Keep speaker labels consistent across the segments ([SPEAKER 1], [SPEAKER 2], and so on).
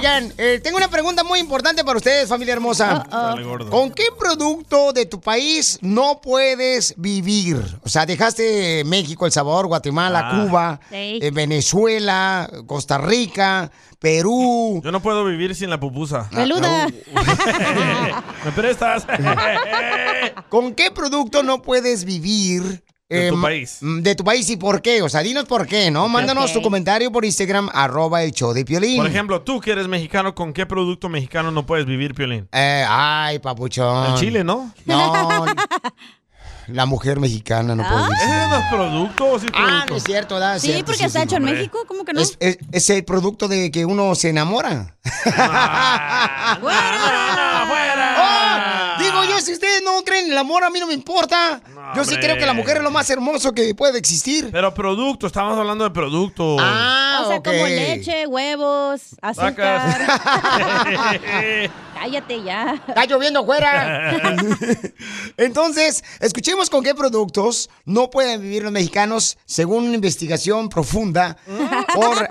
[SPEAKER 1] bien. Eh, tengo una pregunta muy importante para ustedes, familia hermosa.
[SPEAKER 2] Uh-oh. Dale, gordo.
[SPEAKER 1] ¿Con qué producto de tu país no puedes vivir? O sea, dejaste México, El Salvador, Guatemala,
[SPEAKER 3] Ah.
[SPEAKER 1] Cuba,
[SPEAKER 3] Sí.
[SPEAKER 1] eh, Venezuela, Costa Rica, Perú. Ah,
[SPEAKER 3] Yo no puedo vivir sin la pupusa.
[SPEAKER 1] Peluda.
[SPEAKER 3] ¿Me prestas?
[SPEAKER 1] ¿Con qué producto no puedes vivir?
[SPEAKER 3] De tu
[SPEAKER 1] em,
[SPEAKER 3] país.
[SPEAKER 1] mm, De tu país y por qué. O sea, dinos por qué, ¿no? Mándanos tu
[SPEAKER 3] Ok.
[SPEAKER 1] comentario por Instagram, arroba el show de Piolín.
[SPEAKER 3] Por ejemplo, tú que eres mexicano, ¿con qué producto mexicano no puedes vivir, Piolín?
[SPEAKER 1] Eh, ay, papuchón.
[SPEAKER 3] El chile, ¿no?
[SPEAKER 1] No. La mujer mexicana no
[SPEAKER 4] Ah,
[SPEAKER 1] puede vivir.
[SPEAKER 3] ¿Ese es un producto o sí
[SPEAKER 1] Ah,
[SPEAKER 3] producto?
[SPEAKER 1] no es cierto, da.
[SPEAKER 4] Sí,
[SPEAKER 1] cierto,
[SPEAKER 4] porque está hecho en
[SPEAKER 1] Hombre.
[SPEAKER 4] México, ¿cómo que no?
[SPEAKER 1] Es, es- es el producto de que uno se enamora. ¡Ah! Digo yo, si ustedes no creen en el amor, a mí no me importa. yo sí
[SPEAKER 3] hombre.
[SPEAKER 1] creo que la mujer es lo más hermoso que puede existir.
[SPEAKER 3] Pero producto, estamos hablando de producto.
[SPEAKER 1] Ah,
[SPEAKER 4] o sea, como
[SPEAKER 3] ok.
[SPEAKER 4] leche, huevos, azúcar. Cállate ya.
[SPEAKER 1] Está lloviendo fuera. Entonces, escuchemos con qué productos no pueden vivir los mexicanos según una investigación profunda por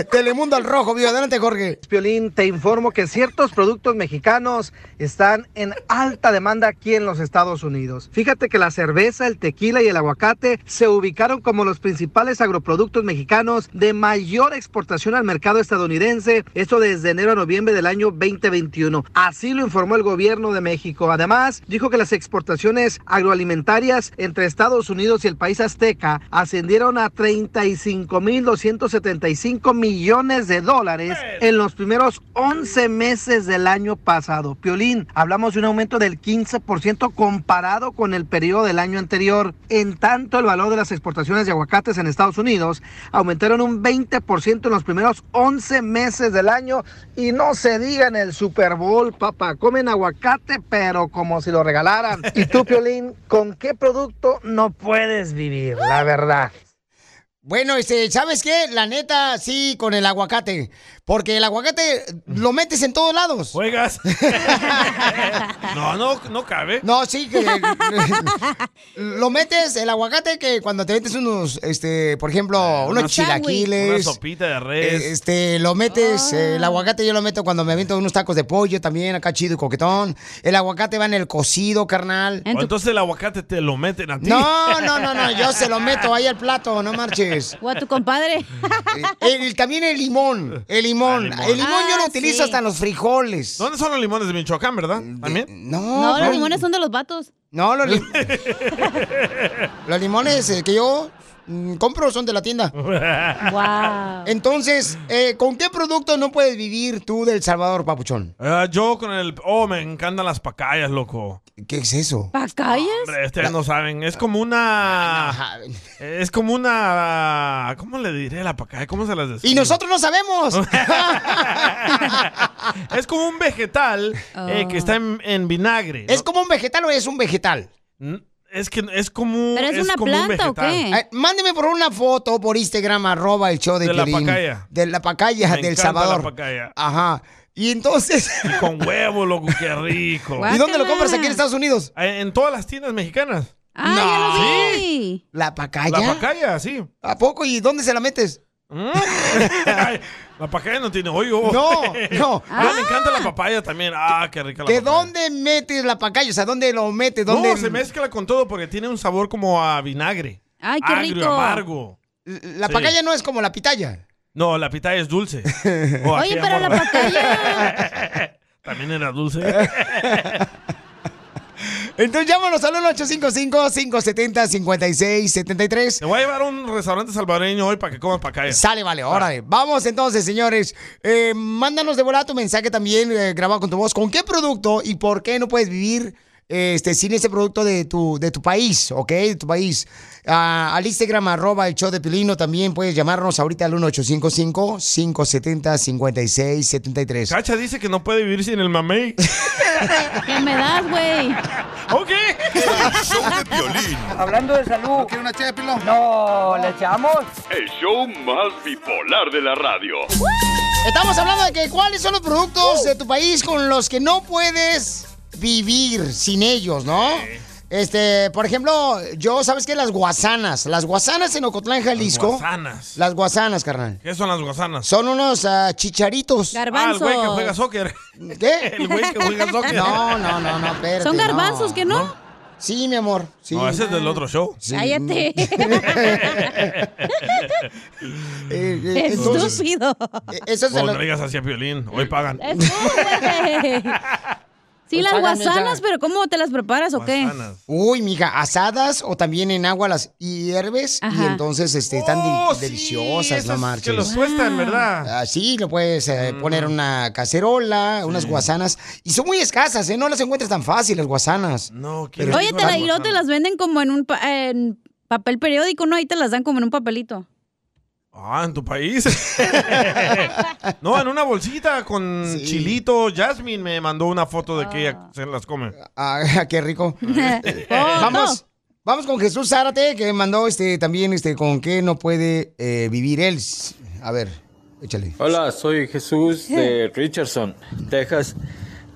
[SPEAKER 1] Telemundo al Rojo. Vivo, adelante, Jorge.
[SPEAKER 5] Piolín, te informo que ciertos productos mexicanos están en alta demanda aquí en los Estados Unidos. Fíjate que la cerveza, el tequila y el aguacate se ubicaron como los principales agroproductos mexicanos de mayor exportación al mercado estadounidense, esto desde enero a noviembre del año 2021. Así lo informó el gobierno de México. Además, dijo que las exportaciones agroalimentarias entre Estados Unidos y el país azteca ascendieron a 35.275 millones de dólares en los primeros 11 meses del año pasado. Piolín, hablamos de un aumento del 15% comparado con el periodo del año anterior. En tanto, el valor de las exportaciones de aguacates en Estados Unidos aumentaron un 20% en los primeros 11 meses del año y no se diga en el Super Bowl, papá, comen aguacate pero como si lo regalaran. Y tú, Piolín, ¿con qué producto no puedes vivir? La verdad.
[SPEAKER 1] Bueno, este, ¿sabes qué? La neta, sí, con el aguacate. Porque el aguacate lo metes en todos lados.
[SPEAKER 3] Juegas. No, no, no cabe.
[SPEAKER 1] No, sí, que eh, lo metes, el aguacate, que cuando te metes unos, este, por
[SPEAKER 3] Ah,
[SPEAKER 1] ejemplo, unos
[SPEAKER 3] Una
[SPEAKER 1] chilaquiles.
[SPEAKER 3] sopita de res.
[SPEAKER 1] eh, Este, lo metes, eh, el aguacate yo lo meto cuando me aviento unos tacos de pollo también, acá chido y coquetón. El aguacate va en el cocido, carnal.
[SPEAKER 3] O entonces el aguacate te lo meten a ti.
[SPEAKER 1] No, no, no, no, yo se lo meto ahí al plato, no marches.
[SPEAKER 4] O a tu compadre.
[SPEAKER 1] El, el- también el limón, el limón.
[SPEAKER 3] Ah, limón.
[SPEAKER 1] El limón yo lo
[SPEAKER 4] Ah,
[SPEAKER 1] utilizo
[SPEAKER 4] sí.
[SPEAKER 1] hasta en los frijoles. Eh,
[SPEAKER 3] ¿Dónde son los limones de Michoacán, verdad? ¿También?
[SPEAKER 1] No,
[SPEAKER 4] No, los
[SPEAKER 1] no.
[SPEAKER 4] limones son de los vatos.
[SPEAKER 1] No, los, lim- los limones eh, que yo mm, compro son de la tienda.
[SPEAKER 4] Wow.
[SPEAKER 1] Entonces, eh, ¿con qué producto no puedes vivir tú del Salvador, papuchón?
[SPEAKER 3] Ah, yo con el... Oh, me encantan las pacayas, loco.
[SPEAKER 1] ¿Qué es eso?
[SPEAKER 4] ¿Pacayas?
[SPEAKER 3] Hombre, ustedes no saben. Es como una... Es como una... ¿Cómo le diré la pacaya? ¿Cómo se las describo?
[SPEAKER 1] Y nosotros no sabemos.
[SPEAKER 3] Es como un vegetal eh, que está en, en vinagre.
[SPEAKER 1] ¿Es como un vegetal o es un vegetal?
[SPEAKER 3] ¿no? Es que es como...
[SPEAKER 1] ¿Pero es una
[SPEAKER 3] como un
[SPEAKER 1] planta o
[SPEAKER 3] vegetal.
[SPEAKER 1] Eh, mándeme por una foto por Instagram, arroba el show de,
[SPEAKER 3] De la
[SPEAKER 1] Piolín.
[SPEAKER 3] pacaya.
[SPEAKER 1] De la pacaya
[SPEAKER 3] Me
[SPEAKER 1] del
[SPEAKER 3] encanta
[SPEAKER 1] Salvador. Ah,
[SPEAKER 3] la pacaya.
[SPEAKER 1] Ajá. Y entonces...
[SPEAKER 3] Y con huevo, loco, qué rico.
[SPEAKER 1] ¿Y dónde lo compras aquí en Estados Unidos?
[SPEAKER 3] Eh, En todas las tiendas mexicanas.
[SPEAKER 1] No.
[SPEAKER 4] Sí.
[SPEAKER 1] ¿La pacaya?
[SPEAKER 3] La pacaya, sí.
[SPEAKER 1] ¿A poco? ¿Y dónde se la metes?
[SPEAKER 3] Ay, la pacaya no tiene hoyo.
[SPEAKER 1] No, no.
[SPEAKER 3] Ah, me encanta la papaya también. Ah, qué rica la
[SPEAKER 1] ¿De
[SPEAKER 3] papaya.
[SPEAKER 1] dónde metes la pacaya? O sea, ¿dónde lo metes? ¿Dónde...
[SPEAKER 3] No, se mezcla con todo porque tiene un sabor como a vinagre.
[SPEAKER 1] Ay, qué
[SPEAKER 3] Agrio,
[SPEAKER 1] rico.
[SPEAKER 3] amargo.
[SPEAKER 1] La
[SPEAKER 3] Sí.
[SPEAKER 1] pacaya no es como la pitaya.
[SPEAKER 3] No, la pitaya es dulce.
[SPEAKER 1] Oye, pero la
[SPEAKER 3] pacaya... También era dulce.
[SPEAKER 1] Entonces llámanos al 855-570-5673.
[SPEAKER 3] Te voy a llevar a un restaurante salvadoreño hoy para que comas pacaya.
[SPEAKER 1] Sale, vale,
[SPEAKER 3] Ah.
[SPEAKER 1] órale. Vamos entonces, señores. Eh, mándanos de volada tu mensaje también, eh, grabado con tu voz. ¿Con qué producto y por qué no puedes vivir eh, este, sin ese producto de tu, de tu país, ok? De tu país. Ah, al Instagram, arroba el show de Pilino. También puedes llamarnos ahorita al 1855-570-5673.
[SPEAKER 3] Cacha dice que no puede vivir sin el mamey.
[SPEAKER 4] ¿Qué me das, güey?
[SPEAKER 3] ok.
[SPEAKER 6] Hablando de salud. ¿No quiere una ché No, ¿le echamos?
[SPEAKER 7] El show más bipolar de la radio.
[SPEAKER 1] Estamos hablando de que cuáles son los productos de tu país con los que no puedes vivir sin ellos, ¿no? Este, por ejemplo, yo, ¿sabes qué? Las guasanas. Las guasanas en Ocotlán, Jalisco. Las
[SPEAKER 3] guasanas.
[SPEAKER 1] Las guasanas, carnal.
[SPEAKER 3] ¿Qué son las guasanas?
[SPEAKER 1] Son unos ah, chicharitos.
[SPEAKER 3] Ah, el güey que juega soccer.
[SPEAKER 1] ¿Qué?
[SPEAKER 3] El güey que juega soccer.
[SPEAKER 1] No, no, no, no, espérate.
[SPEAKER 4] Son garbanzos,
[SPEAKER 1] no.
[SPEAKER 4] ¿que no?
[SPEAKER 1] Sí, mi amor. Sí.
[SPEAKER 3] No, ese es del otro show.
[SPEAKER 1] Sí.
[SPEAKER 4] Cállate.
[SPEAKER 1] Eh, eh, entonces,
[SPEAKER 4] Estúpido.
[SPEAKER 1] eh, eso se
[SPEAKER 3] No
[SPEAKER 1] lo-
[SPEAKER 3] lo digas así a Piolín. Hoy pagan.
[SPEAKER 4] Es tú, güey. Sí,
[SPEAKER 1] Pues
[SPEAKER 4] las
[SPEAKER 1] háganme
[SPEAKER 4] guasanas,
[SPEAKER 1] esa-
[SPEAKER 4] pero ¿cómo te las preparas o qué?
[SPEAKER 3] Guasanas.
[SPEAKER 1] Uy, mija, asadas o también en agua las hierves y
[SPEAKER 4] Ajá.
[SPEAKER 1] entonces este, están de-
[SPEAKER 3] Oh, sí,
[SPEAKER 1] deliciosas, no
[SPEAKER 3] esas
[SPEAKER 1] marches.
[SPEAKER 3] Que los sueltan, ¿verdad?
[SPEAKER 1] Así lo puedes eh, poner en una cacerola, unas guasanas. Y son muy escasas, ¿eh? No las encuentras tan fácil las guasanas.
[SPEAKER 3] No,
[SPEAKER 1] Pero
[SPEAKER 4] Oye, te, la, y luego
[SPEAKER 3] no
[SPEAKER 4] te las venden como en un pa- en papel periódico, ¿no? Ahí te las dan como en un papelito.
[SPEAKER 3] Ah, en tu país. no, en una bolsita con
[SPEAKER 1] Sí.
[SPEAKER 3] chilito. Jasmine me mandó una foto de que ella se las come.
[SPEAKER 1] Ah, qué rico.
[SPEAKER 4] Oh,
[SPEAKER 1] Vamos. Vamos con Jesús Zárate, que mandó este también este con qué no puede eh, vivir él. A ver, échale.
[SPEAKER 8] Hola, soy Jesús de Richardson, Texas.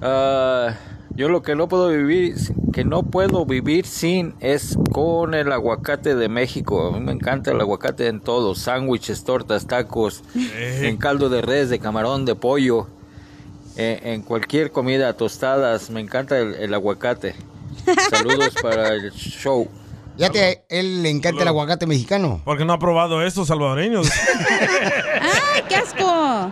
[SPEAKER 8] Ah, yo lo que no puedo vivir, que no puedo vivir sin es con el aguacate de México. A mí me encanta el aguacate en todo, sándwiches, tortas, tacos, en caldo de res, de camarón, de pollo, eh, en cualquier comida, tostadas. Me encanta el, el aguacate. Saludos para el show.
[SPEAKER 1] Ya te, eh, él le encanta el aguacate mexicano.
[SPEAKER 3] Porque no ha probado esto, salvadoreños.
[SPEAKER 4] ¡Ay, qué asco!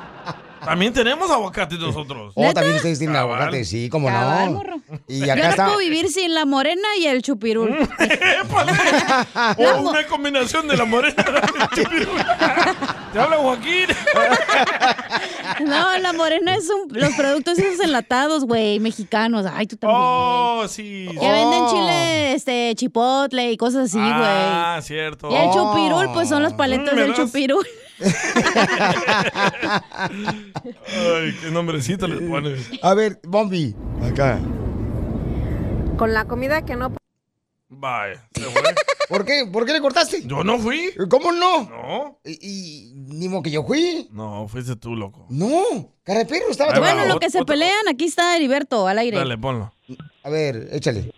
[SPEAKER 3] También tenemos aguacate nosotros. Ah,
[SPEAKER 1] Oh,
[SPEAKER 4] ¿Neta?
[SPEAKER 1] también ustedes tienen
[SPEAKER 3] Cabal.
[SPEAKER 1] aguacate, sí, como
[SPEAKER 4] Cabal,
[SPEAKER 1] no.
[SPEAKER 4] morro.
[SPEAKER 1] Y
[SPEAKER 4] Yo
[SPEAKER 1] acá
[SPEAKER 4] no
[SPEAKER 1] está.
[SPEAKER 4] puedo vivir sin la morena y el chupirul.
[SPEAKER 3] ¡Épale!
[SPEAKER 1] Ah.
[SPEAKER 3] O una combinación de la morena. Te habla Joaquín.
[SPEAKER 4] No, la morena es un, los productos esos enlatados, güey, mexicanos. Ay, tú también.
[SPEAKER 3] Oh, sí.
[SPEAKER 4] Que venden
[SPEAKER 1] Oh.
[SPEAKER 4] chile, este, chipotle y cosas así, güey.
[SPEAKER 3] Ah, cierto.
[SPEAKER 4] y el
[SPEAKER 1] Oh.
[SPEAKER 4] chupirul, pues son las paletas
[SPEAKER 3] Mm,
[SPEAKER 4] del
[SPEAKER 3] ¿verdad?
[SPEAKER 4] chupirul.
[SPEAKER 1] Oh.
[SPEAKER 3] Ay, qué nombrecito les pones.
[SPEAKER 1] A ver, Bombi. Acá.
[SPEAKER 2] Con la comida que no
[SPEAKER 3] Bye. Se fue.
[SPEAKER 1] ¿Por qué? ¿Por qué le cortaste?
[SPEAKER 3] Yo no fui.
[SPEAKER 1] ¿Cómo no?
[SPEAKER 3] No.
[SPEAKER 1] Y, y- ni modo que yo fui.
[SPEAKER 3] No, fuiste tú, loco.
[SPEAKER 1] No, cara de perro, estaba
[SPEAKER 3] Ahí va,
[SPEAKER 1] tomando.
[SPEAKER 4] Bueno, lo
[SPEAKER 3] ot-
[SPEAKER 4] que se
[SPEAKER 3] otro-
[SPEAKER 4] pelean, aquí está Heriberto al aire.
[SPEAKER 3] Dale, ponlo.
[SPEAKER 1] A ver, échale.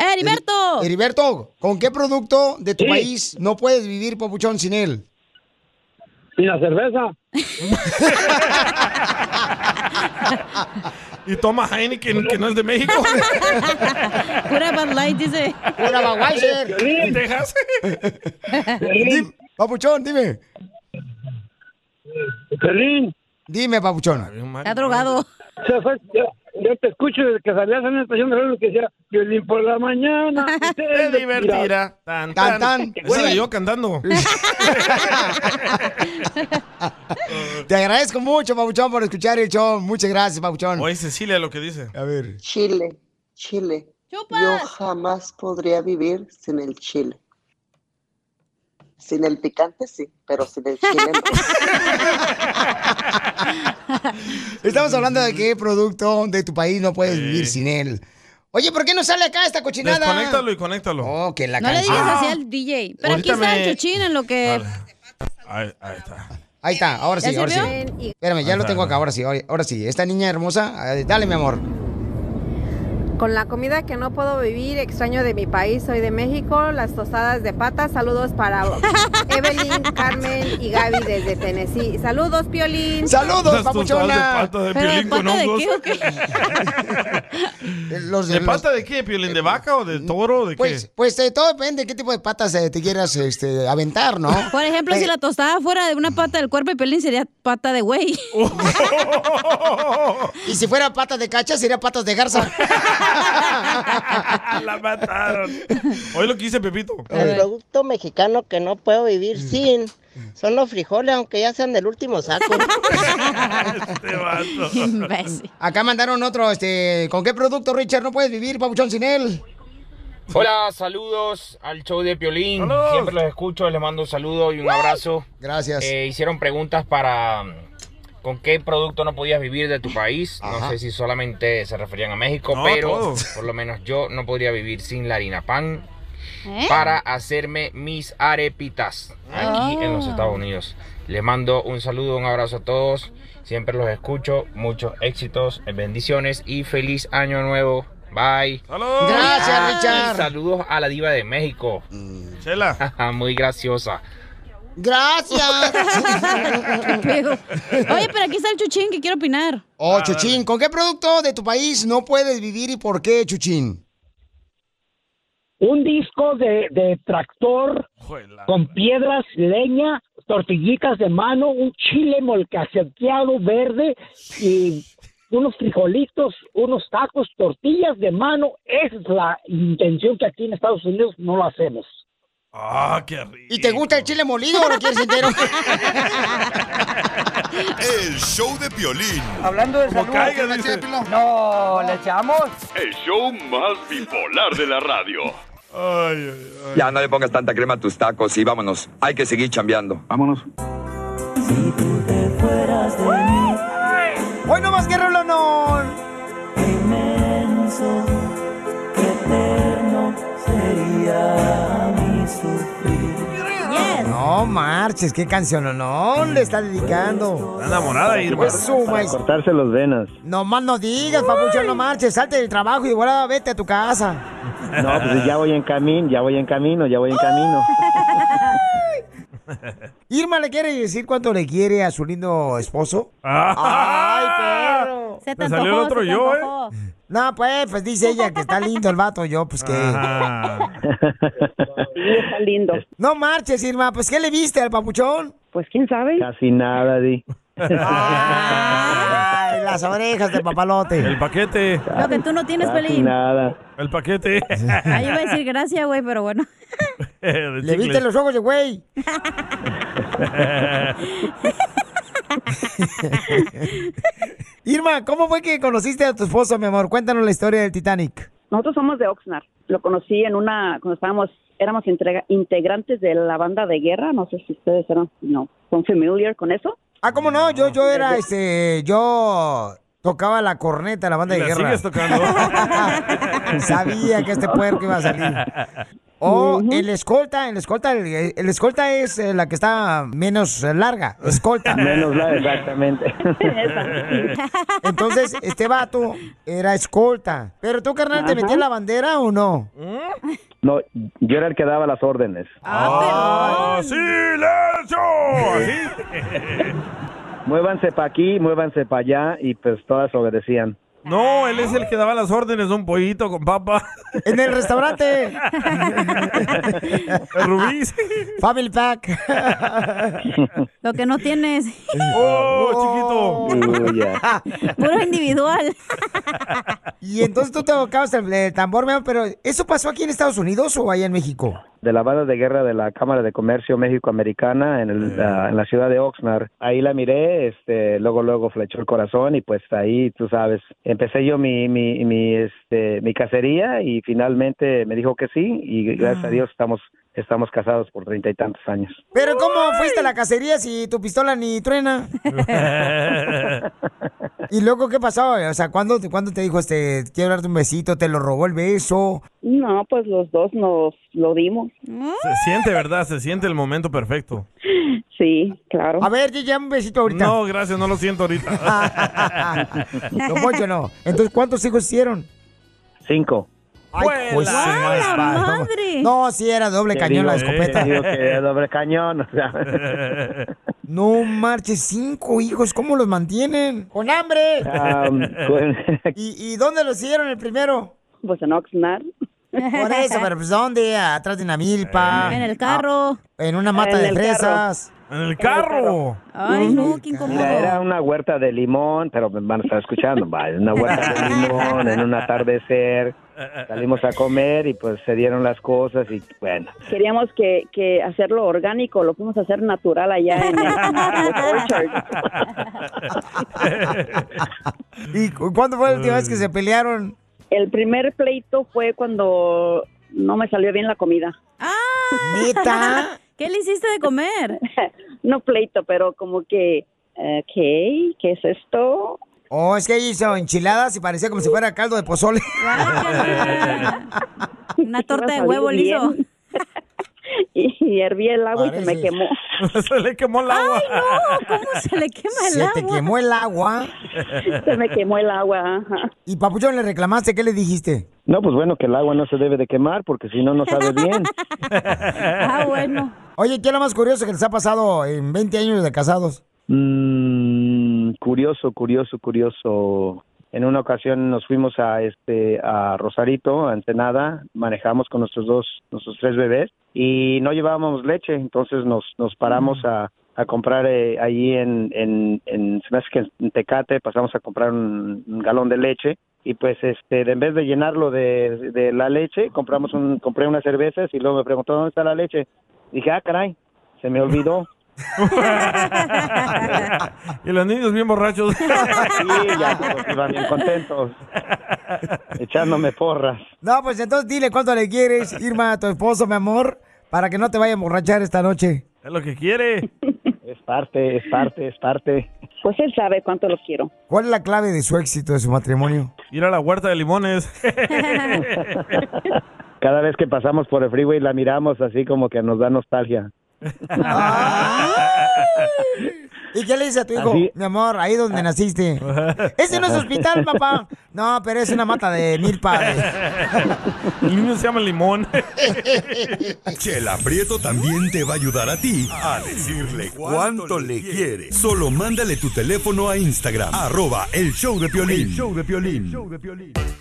[SPEAKER 4] ¡Eh, Heriberto!
[SPEAKER 1] Heriberto, ¿con qué producto de tu país no puedes vivir, papuchón, sin él?
[SPEAKER 9] ¿Y la cerveza?
[SPEAKER 3] Y toma Heineken, que no es de México.
[SPEAKER 4] Pura Bud Light, dice.
[SPEAKER 1] Pura Budweiser.
[SPEAKER 3] ¿En Texas?
[SPEAKER 1] Dim- Papuchón, dime.
[SPEAKER 9] Pelín,
[SPEAKER 1] Dime, papuchón.
[SPEAKER 4] Está drogado.
[SPEAKER 9] se fue- ya, ya te escucho desde que salías en la estación de radio que decía, Violín por la mañana. y
[SPEAKER 3] Te divertirá. Tan,
[SPEAKER 1] Tan,
[SPEAKER 3] tan.
[SPEAKER 1] tan.
[SPEAKER 3] Esa era
[SPEAKER 1] Sí.
[SPEAKER 3] yo cantando.
[SPEAKER 1] Te agradezco mucho, papuchón, por escuchar el show. Muchas gracias, papuchón.
[SPEAKER 3] Oye, Cecilia, lo que dice.
[SPEAKER 1] A ver.
[SPEAKER 10] Chile, Chile. Yo
[SPEAKER 4] ¡Chupas!
[SPEAKER 10] jamás podría vivir sin el chile. Sin el picante sí, pero sin el chile no.
[SPEAKER 1] Estamos hablando de qué producto de tu país no puedes vivir sin él. Oye, ¿por qué no sale acá esta cochinada?
[SPEAKER 3] Desconéctalo y conéctalo.
[SPEAKER 1] Oh, que la
[SPEAKER 4] No le
[SPEAKER 1] canción.
[SPEAKER 4] digas así al DJ. Pero aquí
[SPEAKER 3] Ah. Ahorita
[SPEAKER 4] está el
[SPEAKER 3] me-
[SPEAKER 4] chochín en lo que...
[SPEAKER 3] Dale. Ahí, ahí está.
[SPEAKER 1] Ahí está, ahora
[SPEAKER 4] ¿Ya
[SPEAKER 1] sí, ahora
[SPEAKER 4] sirvió?
[SPEAKER 1] sí.
[SPEAKER 2] y
[SPEAKER 1] Espérame, ya
[SPEAKER 3] Ahí
[SPEAKER 1] lo
[SPEAKER 3] está,
[SPEAKER 1] tengo acá,
[SPEAKER 3] ahí está.
[SPEAKER 1] ahora sí, ahora ahora sí. Esta niña hermosa, eh, dale, mi amor.
[SPEAKER 2] con la comida que no puedo vivir, extraño de mi país, soy de México, las tostadas de patas, saludos para Evelyn, Carmen y Gaby desde Tennessee. Saludos, Piolín.
[SPEAKER 1] ¡Saludos,
[SPEAKER 3] Las tostadas de
[SPEAKER 1] papuchona!
[SPEAKER 3] pata de
[SPEAKER 4] ¿Pero de
[SPEAKER 3] piolín con
[SPEAKER 4] pata de
[SPEAKER 3] hongos.
[SPEAKER 4] qué o qué?
[SPEAKER 1] Eh, Los,
[SPEAKER 3] ¿De
[SPEAKER 1] los- Eh,
[SPEAKER 3] pata de qué? ¿Piolín de vaca o de toro? ¿De
[SPEAKER 1] Pues,
[SPEAKER 3] qué?
[SPEAKER 1] pues eh, todo depende de qué tipo de patas eh, te quieras este, aventar, ¿no?
[SPEAKER 4] Por ejemplo,
[SPEAKER 1] Eh.
[SPEAKER 4] si la tostada fuera de una pata del cuerpo de Pelín, sería pata de güey.
[SPEAKER 1] Y si fuera patas de cacha, sería patas de garza. ah,
[SPEAKER 3] la mataron. Oye lo que dice Pepito.
[SPEAKER 11] El producto mexicano que no puedo vivir sin son los frijoles, aunque ya sean del último saco.
[SPEAKER 3] Este vato.
[SPEAKER 4] Imbécil.
[SPEAKER 1] Acá mandaron otro, este, ¿con qué producto, Richard, no puedes vivir, papuchón, sin él?
[SPEAKER 12] Hola, saludos al show de Piolín.
[SPEAKER 3] Saludos.
[SPEAKER 12] Siempre los escucho, les mando un saludo y un abrazo.
[SPEAKER 1] Gracias.
[SPEAKER 12] Eh, hicieron preguntas para mm, con qué producto no podías vivir de tu país.
[SPEAKER 1] Ajá.
[SPEAKER 12] No sé si solamente se referían a México,
[SPEAKER 3] No,
[SPEAKER 12] pero
[SPEAKER 3] todo.
[SPEAKER 12] por lo menos yo no podría vivir sin la harina pan
[SPEAKER 4] ¿Eh?
[SPEAKER 12] para hacerme mis arepitas aquí en los
[SPEAKER 4] Oh.
[SPEAKER 12] Estados Unidos. Les mando un saludo, un abrazo a todos. Siempre los escucho. Muchos éxitos, bendiciones y feliz año nuevo. Bye.
[SPEAKER 1] Gracias,
[SPEAKER 12] Ay,
[SPEAKER 1] Richard.
[SPEAKER 12] Saludos a la diva de México.
[SPEAKER 3] Chela.
[SPEAKER 12] Muy graciosa.
[SPEAKER 1] Gracias.
[SPEAKER 4] Oye, pero aquí está el chuchín que quiero opinar.
[SPEAKER 1] Oh, Chuchín, ¿con qué producto de tu país no puedes vivir y por qué, Chuchín?
[SPEAKER 13] Un disco de, de tractor con piedras, leña, tortillitas de mano, un chile molcajeteado verde y unos frijolitos, unos tacos, tortillas de mano. Esa es la intención que aquí en Estados Unidos no lo hacemos.
[SPEAKER 3] Ah, qué rico.
[SPEAKER 1] ¿Y te gusta el chile molido o lo quieres entero?
[SPEAKER 14] El show de Piolín.
[SPEAKER 6] Hablando de salud,
[SPEAKER 14] caiga,
[SPEAKER 6] ¿le echa
[SPEAKER 14] dice.
[SPEAKER 6] pilón? No, ¿le echamos?
[SPEAKER 7] El show más bipolar de la radio.
[SPEAKER 15] Ya no le pongas tanta crema a tus tacos y vámonos. Hay que seguir chambeando. Vámonos.
[SPEAKER 1] Hoy no más que rolonón.
[SPEAKER 16] Inmenso, qué eterno sería mi sufrir.
[SPEAKER 1] No marches, qué canción no le está dedicando.
[SPEAKER 3] Está enamorada, Irma.
[SPEAKER 1] Pues su
[SPEAKER 17] Para
[SPEAKER 1] maíz.
[SPEAKER 17] cortarse los venas.
[SPEAKER 1] No más no digas, papucho, no marches, salte del trabajo y de volada vete a tu casa.
[SPEAKER 17] No, pues ya voy en camino, ya voy en camino, ya voy en camino.
[SPEAKER 1] Irma le quiere decir cuánto le quiere a su lindo esposo.
[SPEAKER 3] ¡Ay,
[SPEAKER 1] perro!
[SPEAKER 3] Se te Ah. Me salió el antojó, otro se te yo, ¿eh?
[SPEAKER 1] No, pues, pues dice ella que está lindo el vato, yo, pues que. está lindo. No marches, Irma, pues ¿qué le viste al papuchón? Pues quién sabe.
[SPEAKER 17] Casi nada, Di.
[SPEAKER 1] Ay, las orejas de papalote.
[SPEAKER 3] El paquete.
[SPEAKER 4] Lo que tú no tienes, Pelín.
[SPEAKER 17] nada.
[SPEAKER 3] El paquete.
[SPEAKER 4] Ahí iba a decir gracias, güey, pero bueno.
[SPEAKER 1] Le viste los ojos de güey. Irma, ¿cómo fue que conociste a tu esposo, mi amor? Cuéntanos la historia del Titanic.
[SPEAKER 18] Nosotros somos de Oxnard. Lo conocí en una, cuando estábamos, éramos entrega- integrantes de la banda de guerra. No sé si ustedes eran, no, son familiar con eso.
[SPEAKER 1] Ah, ¿cómo no? Yo, yo era, este, yo tocaba la corneta, la banda
[SPEAKER 3] ¿Y
[SPEAKER 1] de
[SPEAKER 3] la
[SPEAKER 1] guerra.
[SPEAKER 3] sigues tocando?
[SPEAKER 1] Sabía que este puerco iba a salir. O el escolta, el escolta, el, el escolta es eh, la que está menos eh, larga, escolta.
[SPEAKER 17] Menos la, exactamente.
[SPEAKER 1] Entonces, este vato era escolta. Pero tú, carnal, ¿te
[SPEAKER 17] Ajá.
[SPEAKER 1] metías la bandera o no?
[SPEAKER 17] No, yo era el que daba las órdenes.
[SPEAKER 1] Ah.
[SPEAKER 3] Ah,
[SPEAKER 17] Muévanse para aquí, muévanse para allá y pues todas obedecían.
[SPEAKER 3] No, él es el que daba las órdenes de un pollito con papa.
[SPEAKER 1] En el restaurante.
[SPEAKER 3] Rubí.
[SPEAKER 1] Family pack.
[SPEAKER 4] Lo que no tienes.
[SPEAKER 3] ¡Oh,
[SPEAKER 4] chiquito! Puro individual.
[SPEAKER 1] Y entonces tú tocabas el, el tambor, mi amor, pero ¿eso pasó aquí en Estados Unidos o allá en México?
[SPEAKER 17] de la banda de guerra de la Cámara de Comercio México-Americana en, el, ah, en la ciudad de Oxnard. Ahí la miré, este, luego, luego flechó el corazón y pues ahí, tú sabes, empecé yo mi, mi, mi, este, mi cacería y finalmente me dijo que sí y gracias
[SPEAKER 1] Ah.
[SPEAKER 17] a Dios estamos, estamos casados por treinta y tantos años.
[SPEAKER 1] Pero ¿cómo fuiste a la cacería si tu pistola ni truena? ¿Y luego qué pasó? O sea, ¿cuándo, cuándo te dijo, este, quiero darte un besito, te lo robó el beso?
[SPEAKER 18] No, pues los dos nos lo dimos.
[SPEAKER 3] Se siente, ¿verdad? Se siente el momento perfecto.
[SPEAKER 18] Sí, claro.
[SPEAKER 1] A ver, ya un besito ahorita.
[SPEAKER 3] No, gracias, no lo siento ahorita.
[SPEAKER 1] No, Poncho, no. Entonces, ¿cuántos hijos hicieron?
[SPEAKER 17] Cinco.
[SPEAKER 1] Ay, pues,
[SPEAKER 3] ¡Fuela!
[SPEAKER 1] no, es
[SPEAKER 3] ¡A la
[SPEAKER 1] pa- No, sí, era doble
[SPEAKER 17] Te
[SPEAKER 1] cañón la
[SPEAKER 17] digo-
[SPEAKER 1] escopeta.
[SPEAKER 17] te digo que es doble cañón. o sea.
[SPEAKER 1] No marches, cinco hijos, ¿cómo los mantienen? ¡Con hambre!
[SPEAKER 17] Am, Ah, um, con-
[SPEAKER 1] ¿Y, y dónde los hicieron el primero?
[SPEAKER 18] Pues en Oxnard.
[SPEAKER 1] Por eso, pero pues ¿dónde? Atrás de una milpa.
[SPEAKER 17] Eh.
[SPEAKER 4] En el carro.
[SPEAKER 1] Ah, en una mata
[SPEAKER 4] En
[SPEAKER 1] de
[SPEAKER 4] el carro.
[SPEAKER 1] fresas.
[SPEAKER 3] En el carro.
[SPEAKER 4] Ay, no, qué incómodo.
[SPEAKER 17] Mira, era una huerta de limón, pero me van a estar escuchando. vaya, una huerta de limón en un atardecer. Salimos a comer y pues se dieron las cosas y bueno.
[SPEAKER 18] Queríamos que, que hacerlo orgánico, lo fuimos a hacer natural allá en el Orchard.
[SPEAKER 1] ¿Y cu- cuándo fue la última vez que se pelearon?
[SPEAKER 18] El primer pleito fue cuando no me salió bien la comida.
[SPEAKER 3] Ah.
[SPEAKER 1] Ah. ¿Neta?
[SPEAKER 18] ¿Qué le hiciste de comer? no pleito, pero como que, eh, ¿qué? ¿Qué es esto?
[SPEAKER 1] Oh, es que hizo enchiladas y parecía como si fuera caldo de pozole.
[SPEAKER 4] Una torta de huevo liso.
[SPEAKER 18] y, y herví el agua y se me
[SPEAKER 1] Pareces.
[SPEAKER 18] quemó.
[SPEAKER 3] Se le quemó el agua.
[SPEAKER 4] ¡Ay, no! ¿Cómo se le quema el
[SPEAKER 1] Se
[SPEAKER 4] agua?
[SPEAKER 1] te quemó el agua.
[SPEAKER 18] Se me quemó el agua,
[SPEAKER 1] ¿Y Papuchón le reclamaste? ¿Qué le dijiste?
[SPEAKER 17] No, pues bueno, que el agua no se debe de quemar porque si no, no sabe bien.
[SPEAKER 1] Ah, bueno. Oye, ¿qué es lo más curioso que les ha pasado en 20 años de casados?
[SPEAKER 17] Mm, curioso, curioso, curioso. En una ocasión nos fuimos a este a Rosarito, a Ensenada, manejamos con nuestros dos, nuestros tres bebés y no llevábamos leche, entonces nos nos paramos a, a comprar eh, allí en en en, se me hace que en Tecate, pasamos a comprar un, un galón de leche y pues este en vez de llenarlo de, de la leche, compramos un compré unas cervezas y luego me preguntó dónde está la leche. Dije, "Ah, caray, se me olvidó."
[SPEAKER 3] Y los niños bien borrachos.
[SPEAKER 17] Sí, ya todos iban bien contentos. Echándome porras.
[SPEAKER 1] No, pues entonces dile cuánto le quieres, Irma, a tu esposo, mi amor, para que no te vaya a emborrachar esta noche.
[SPEAKER 3] Es lo que quiere.
[SPEAKER 17] Es parte, es parte, es parte.
[SPEAKER 18] Pues él sabe cuánto lo quiero.
[SPEAKER 1] ¿Cuál es la clave de su éxito, de su matrimonio?
[SPEAKER 3] Ir a la huerta de limones.
[SPEAKER 17] Cada vez que pasamos por el freeway la miramos así como que nos da nostalgia.
[SPEAKER 1] ¿Y qué le dice a tu hijo?
[SPEAKER 17] Así-
[SPEAKER 1] Mi amor, ahí donde naciste. Ese no es hospital, papá. No, pero es una mata de mil padres.
[SPEAKER 3] El niño se llama Limón.
[SPEAKER 14] Chela Prieto también te va a ayudar a ti a decirle cuánto le quiere. Solo mándale tu teléfono a Instagram, arroba el show de Piolín.
[SPEAKER 1] El
[SPEAKER 14] show de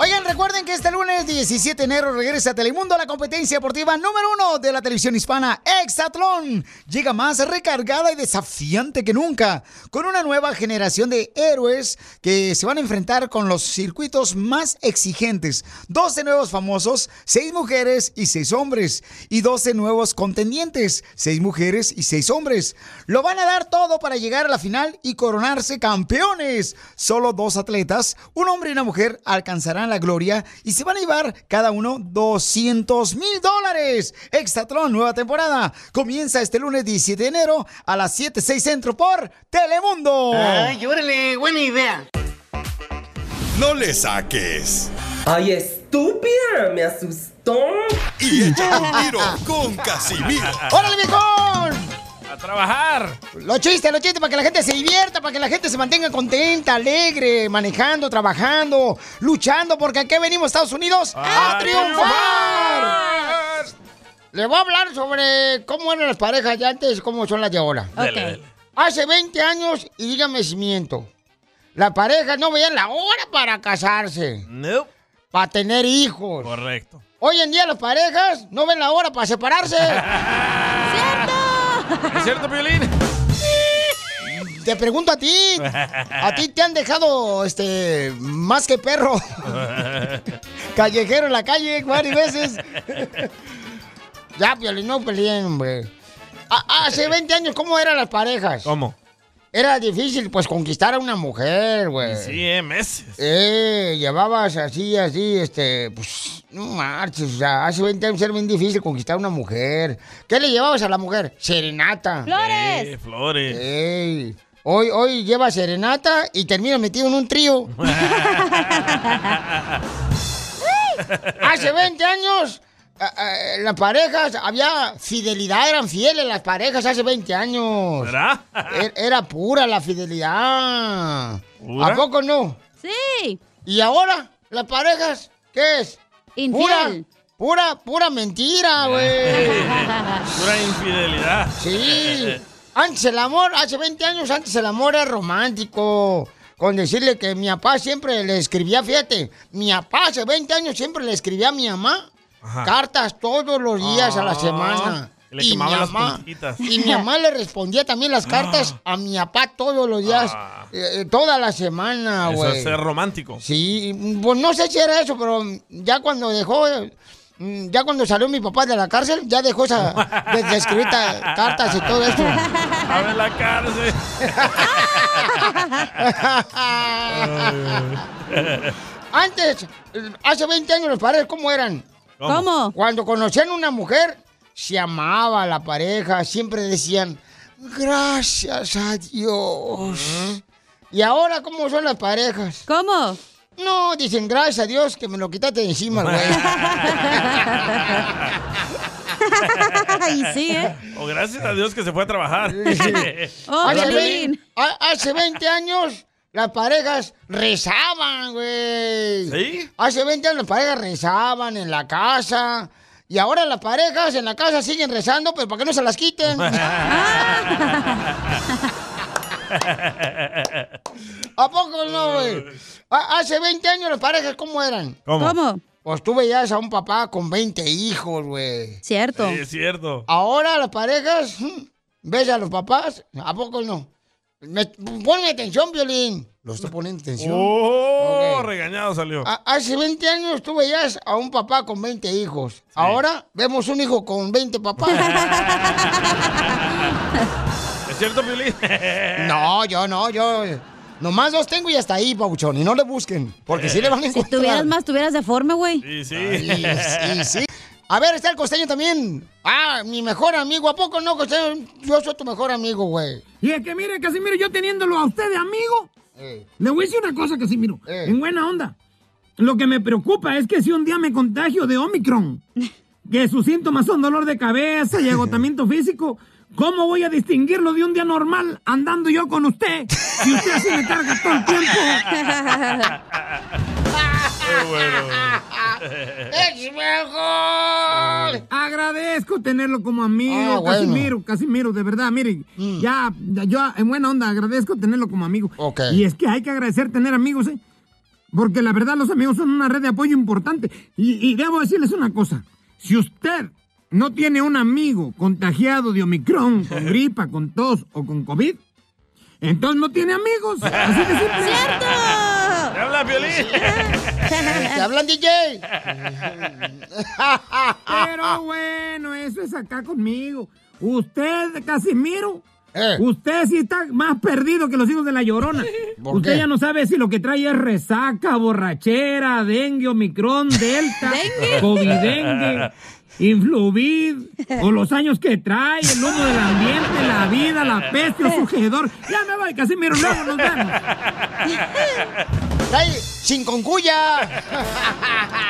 [SPEAKER 1] Oigan, recuerden que este lunes 17 de enero regresa a Telemundo la competencia deportiva número uno de la televisión hispana, Exatlón. Llega más recargada y desafiante que nunca, con una nueva generación de héroes que se van a enfrentar con los circuitos más exigentes. 12 nuevos famosos, 6 mujeres y 6 hombres. Y 12 nuevos contendientes, 6 mujeres y 6 hombres. Lo van a dar todo para llegar a la final y coronarse campeones. Solo dos atletas, un hombre y una mujer, alcanzarán la gloria y se van a llevar cada uno 200 mil dólares. Exatlón, nueva temporada. Comienza este lunes 17 de enero a las 7, 6 centro por Telemundo.
[SPEAKER 6] Ay,
[SPEAKER 1] órale, buena idea.
[SPEAKER 14] No le saques.
[SPEAKER 6] Ay, estúpida, me asustó.
[SPEAKER 14] Y echa un tiro con Casimiro.
[SPEAKER 1] ¡Órale, viejón!
[SPEAKER 3] A trabajar.
[SPEAKER 1] Los chistes, los chistes, para que la gente se divierta, para que la gente se mantenga contenta, alegre, manejando, trabajando, luchando, porque aquí venimos, Estados Unidos, a,
[SPEAKER 6] ¡A
[SPEAKER 1] triunfar. Le voy a hablar sobre cómo eran las parejas de antes y cómo son las de ahora.
[SPEAKER 6] Dale, dale.
[SPEAKER 1] Hace 20 años, y dígame si miento, las parejas no veían la hora para casarse. No. Para tener hijos.
[SPEAKER 3] Correcto.
[SPEAKER 1] Hoy en día las parejas no ven la hora para separarse.
[SPEAKER 3] ¿Es cierto, Piolín?
[SPEAKER 1] Te pregunto a ti, a ti te han dejado este más que perro callejero en la calle varias veces. ya, Piolín, no peleen, hombre. A- Hace 20 años, ¿cómo eran las parejas?
[SPEAKER 3] Eh. ¿Cómo?
[SPEAKER 1] Era difícil, pues, conquistar a una mujer, güey.
[SPEAKER 3] Sí, eh, meses.
[SPEAKER 1] Eh, llevabas así, así, este, pues, no marches, o sea, hace 20 años era bien difícil conquistar a una mujer. ¿Qué le llevabas a la mujer? Serenata.
[SPEAKER 3] Eh, flores.
[SPEAKER 1] Ey, hoy, hoy lleva serenata y termina metido en un trío. Hace 20 años, ah, ah, las parejas, había fidelidad, eran fieles las parejas hace 20 años.
[SPEAKER 6] ¿Verdad?
[SPEAKER 1] Er- Era pura la fidelidad.
[SPEAKER 6] ¿Pura?
[SPEAKER 1] ¿A poco no? Sí. ¿Y ahora las parejas qué es?
[SPEAKER 4] Infiel.
[SPEAKER 1] Pura, pura, pura mentira, güey.
[SPEAKER 3] Eh, Pura infidelidad.
[SPEAKER 1] Sí. Antes el amor, hace 20 años antes el amor era romántico. Con decirle que mi papá siempre le escribía, fíjate, mi papá hace 20 años siempre le escribía a mi mamá
[SPEAKER 6] Ajá.
[SPEAKER 1] cartas todos los días a la
[SPEAKER 6] Ah,
[SPEAKER 1] semana.
[SPEAKER 6] y le quemaba las puntitas. Ah.
[SPEAKER 1] y mi mamá le respondía también las cartas a mi papá todos los días, eh, eh, toda la semana,
[SPEAKER 3] Eso
[SPEAKER 1] Ah, güey.
[SPEAKER 3] es ser romántico.
[SPEAKER 1] Sí, pues no sé si era eso, pero ya cuando dejó, mm, ya cuando salió mi papá de la cárcel, ya dejó esa de, de escribir ta- cartas y todo esto.
[SPEAKER 3] Ah, Abre la cárcel.
[SPEAKER 1] Antes, eh, hace 20 años los padres, ¿cómo eran?
[SPEAKER 6] ¿Cómo? ¿Cómo?
[SPEAKER 1] Cuando conocían una mujer, se amaba a la pareja, siempre decían, gracias a Dios. ¿Y ahora cómo son las parejas? ¿Cómo? No, dicen, gracias a Dios que me lo quitaste de encima, güey.
[SPEAKER 4] Y sí, ¿eh?
[SPEAKER 3] O Oh, gracias a Dios que se fue a trabajar. Oh,
[SPEAKER 1] hace, ve- ha- hace 20 años las parejas rezaban, güey.
[SPEAKER 3] ¿Sí?
[SPEAKER 1] Hace 20 años las parejas rezaban en la casa. Y ahora las parejas en la casa siguen rezando, pero para que no se las quiten. ¿A poco no, güey? Ha- Hace 20 años las parejas, ¿cómo eran?
[SPEAKER 3] ¿Cómo? ¿Cómo?
[SPEAKER 1] Pues tú veías a un papá con 20 hijos, güey.
[SPEAKER 4] Cierto.
[SPEAKER 3] Sí, es cierto.
[SPEAKER 1] Ahora las parejas, hmm, ves a los papás, ¿a poco no? Me, ponme atención, Violín. Lo estoy poniendo atención.
[SPEAKER 3] Oh,
[SPEAKER 1] Ok. Ah.
[SPEAKER 3] regañado salió.
[SPEAKER 1] A- Hace 20 años tú veías a un papá con 20 hijos. Ahora vemos un hijo con 20 papás.
[SPEAKER 3] ¿Es cierto, Piolín?
[SPEAKER 1] no, yo no, yo... Nomás los tengo y hasta ahí, Pauchón, y no le busquen, porque si le van a
[SPEAKER 4] Si
[SPEAKER 1] encontrar.
[SPEAKER 4] tuvieras más, tuvieras deforme, güey.
[SPEAKER 3] Sí, sí.
[SPEAKER 1] Y, y sí. A ver, está el costeño también. Ah, mi mejor amigo. ¿A poco no, costeño? Yo soy tu mejor amigo, güey.
[SPEAKER 9] Y es que mire, Casimiro, yo teniéndolo a usted de amigo,
[SPEAKER 1] Eh.
[SPEAKER 9] le voy a decir una cosa, Casimiro, en buena onda. Lo que me preocupa es que si un día me contagio de Omicron, que sus síntomas son dolor de cabeza y agotamiento físico, ¿cómo voy a distinguirlo de un día normal andando yo con usted si usted así me carga todo el tiempo?
[SPEAKER 16] Qué bueno.
[SPEAKER 1] ¡Es mejor!
[SPEAKER 9] Eh. Agradezco tenerlo como amigo,
[SPEAKER 16] Ah, bueno.
[SPEAKER 9] Casimiro, Casimiro, de verdad, miren, ya, ya, yo en buena onda agradezco tenerlo como amigo. Y es que hay que agradecer tener amigos, ¿eh? Porque la verdad los amigos son una red de apoyo importante. Y, y debo decirles una cosa, si usted no tiene un amigo contagiado de Omicron, con gripa, con tos o con COVID, entonces no tiene amigos. Así de simple.
[SPEAKER 3] ¿Te habla, Piolín?
[SPEAKER 1] ¿Te hablan, DJ?
[SPEAKER 9] Pero bueno, eso es acá conmigo. Usted, Casimiro,
[SPEAKER 1] Eh.
[SPEAKER 9] usted sí está más perdido que los hijos de la llorona.
[SPEAKER 1] ¿Por
[SPEAKER 9] usted
[SPEAKER 1] qué?
[SPEAKER 9] ya no sabe si lo que trae es resaca, borrachera, dengue, omicrón, delta,
[SPEAKER 16] ¿Dengue?
[SPEAKER 9] covidengue, influvid, o los años que trae, el humo del ambiente, la vida, la peste, el sujedor. Ya me voy, Casimiro, luego nos vemos.
[SPEAKER 1] ¡Trae sin concuya!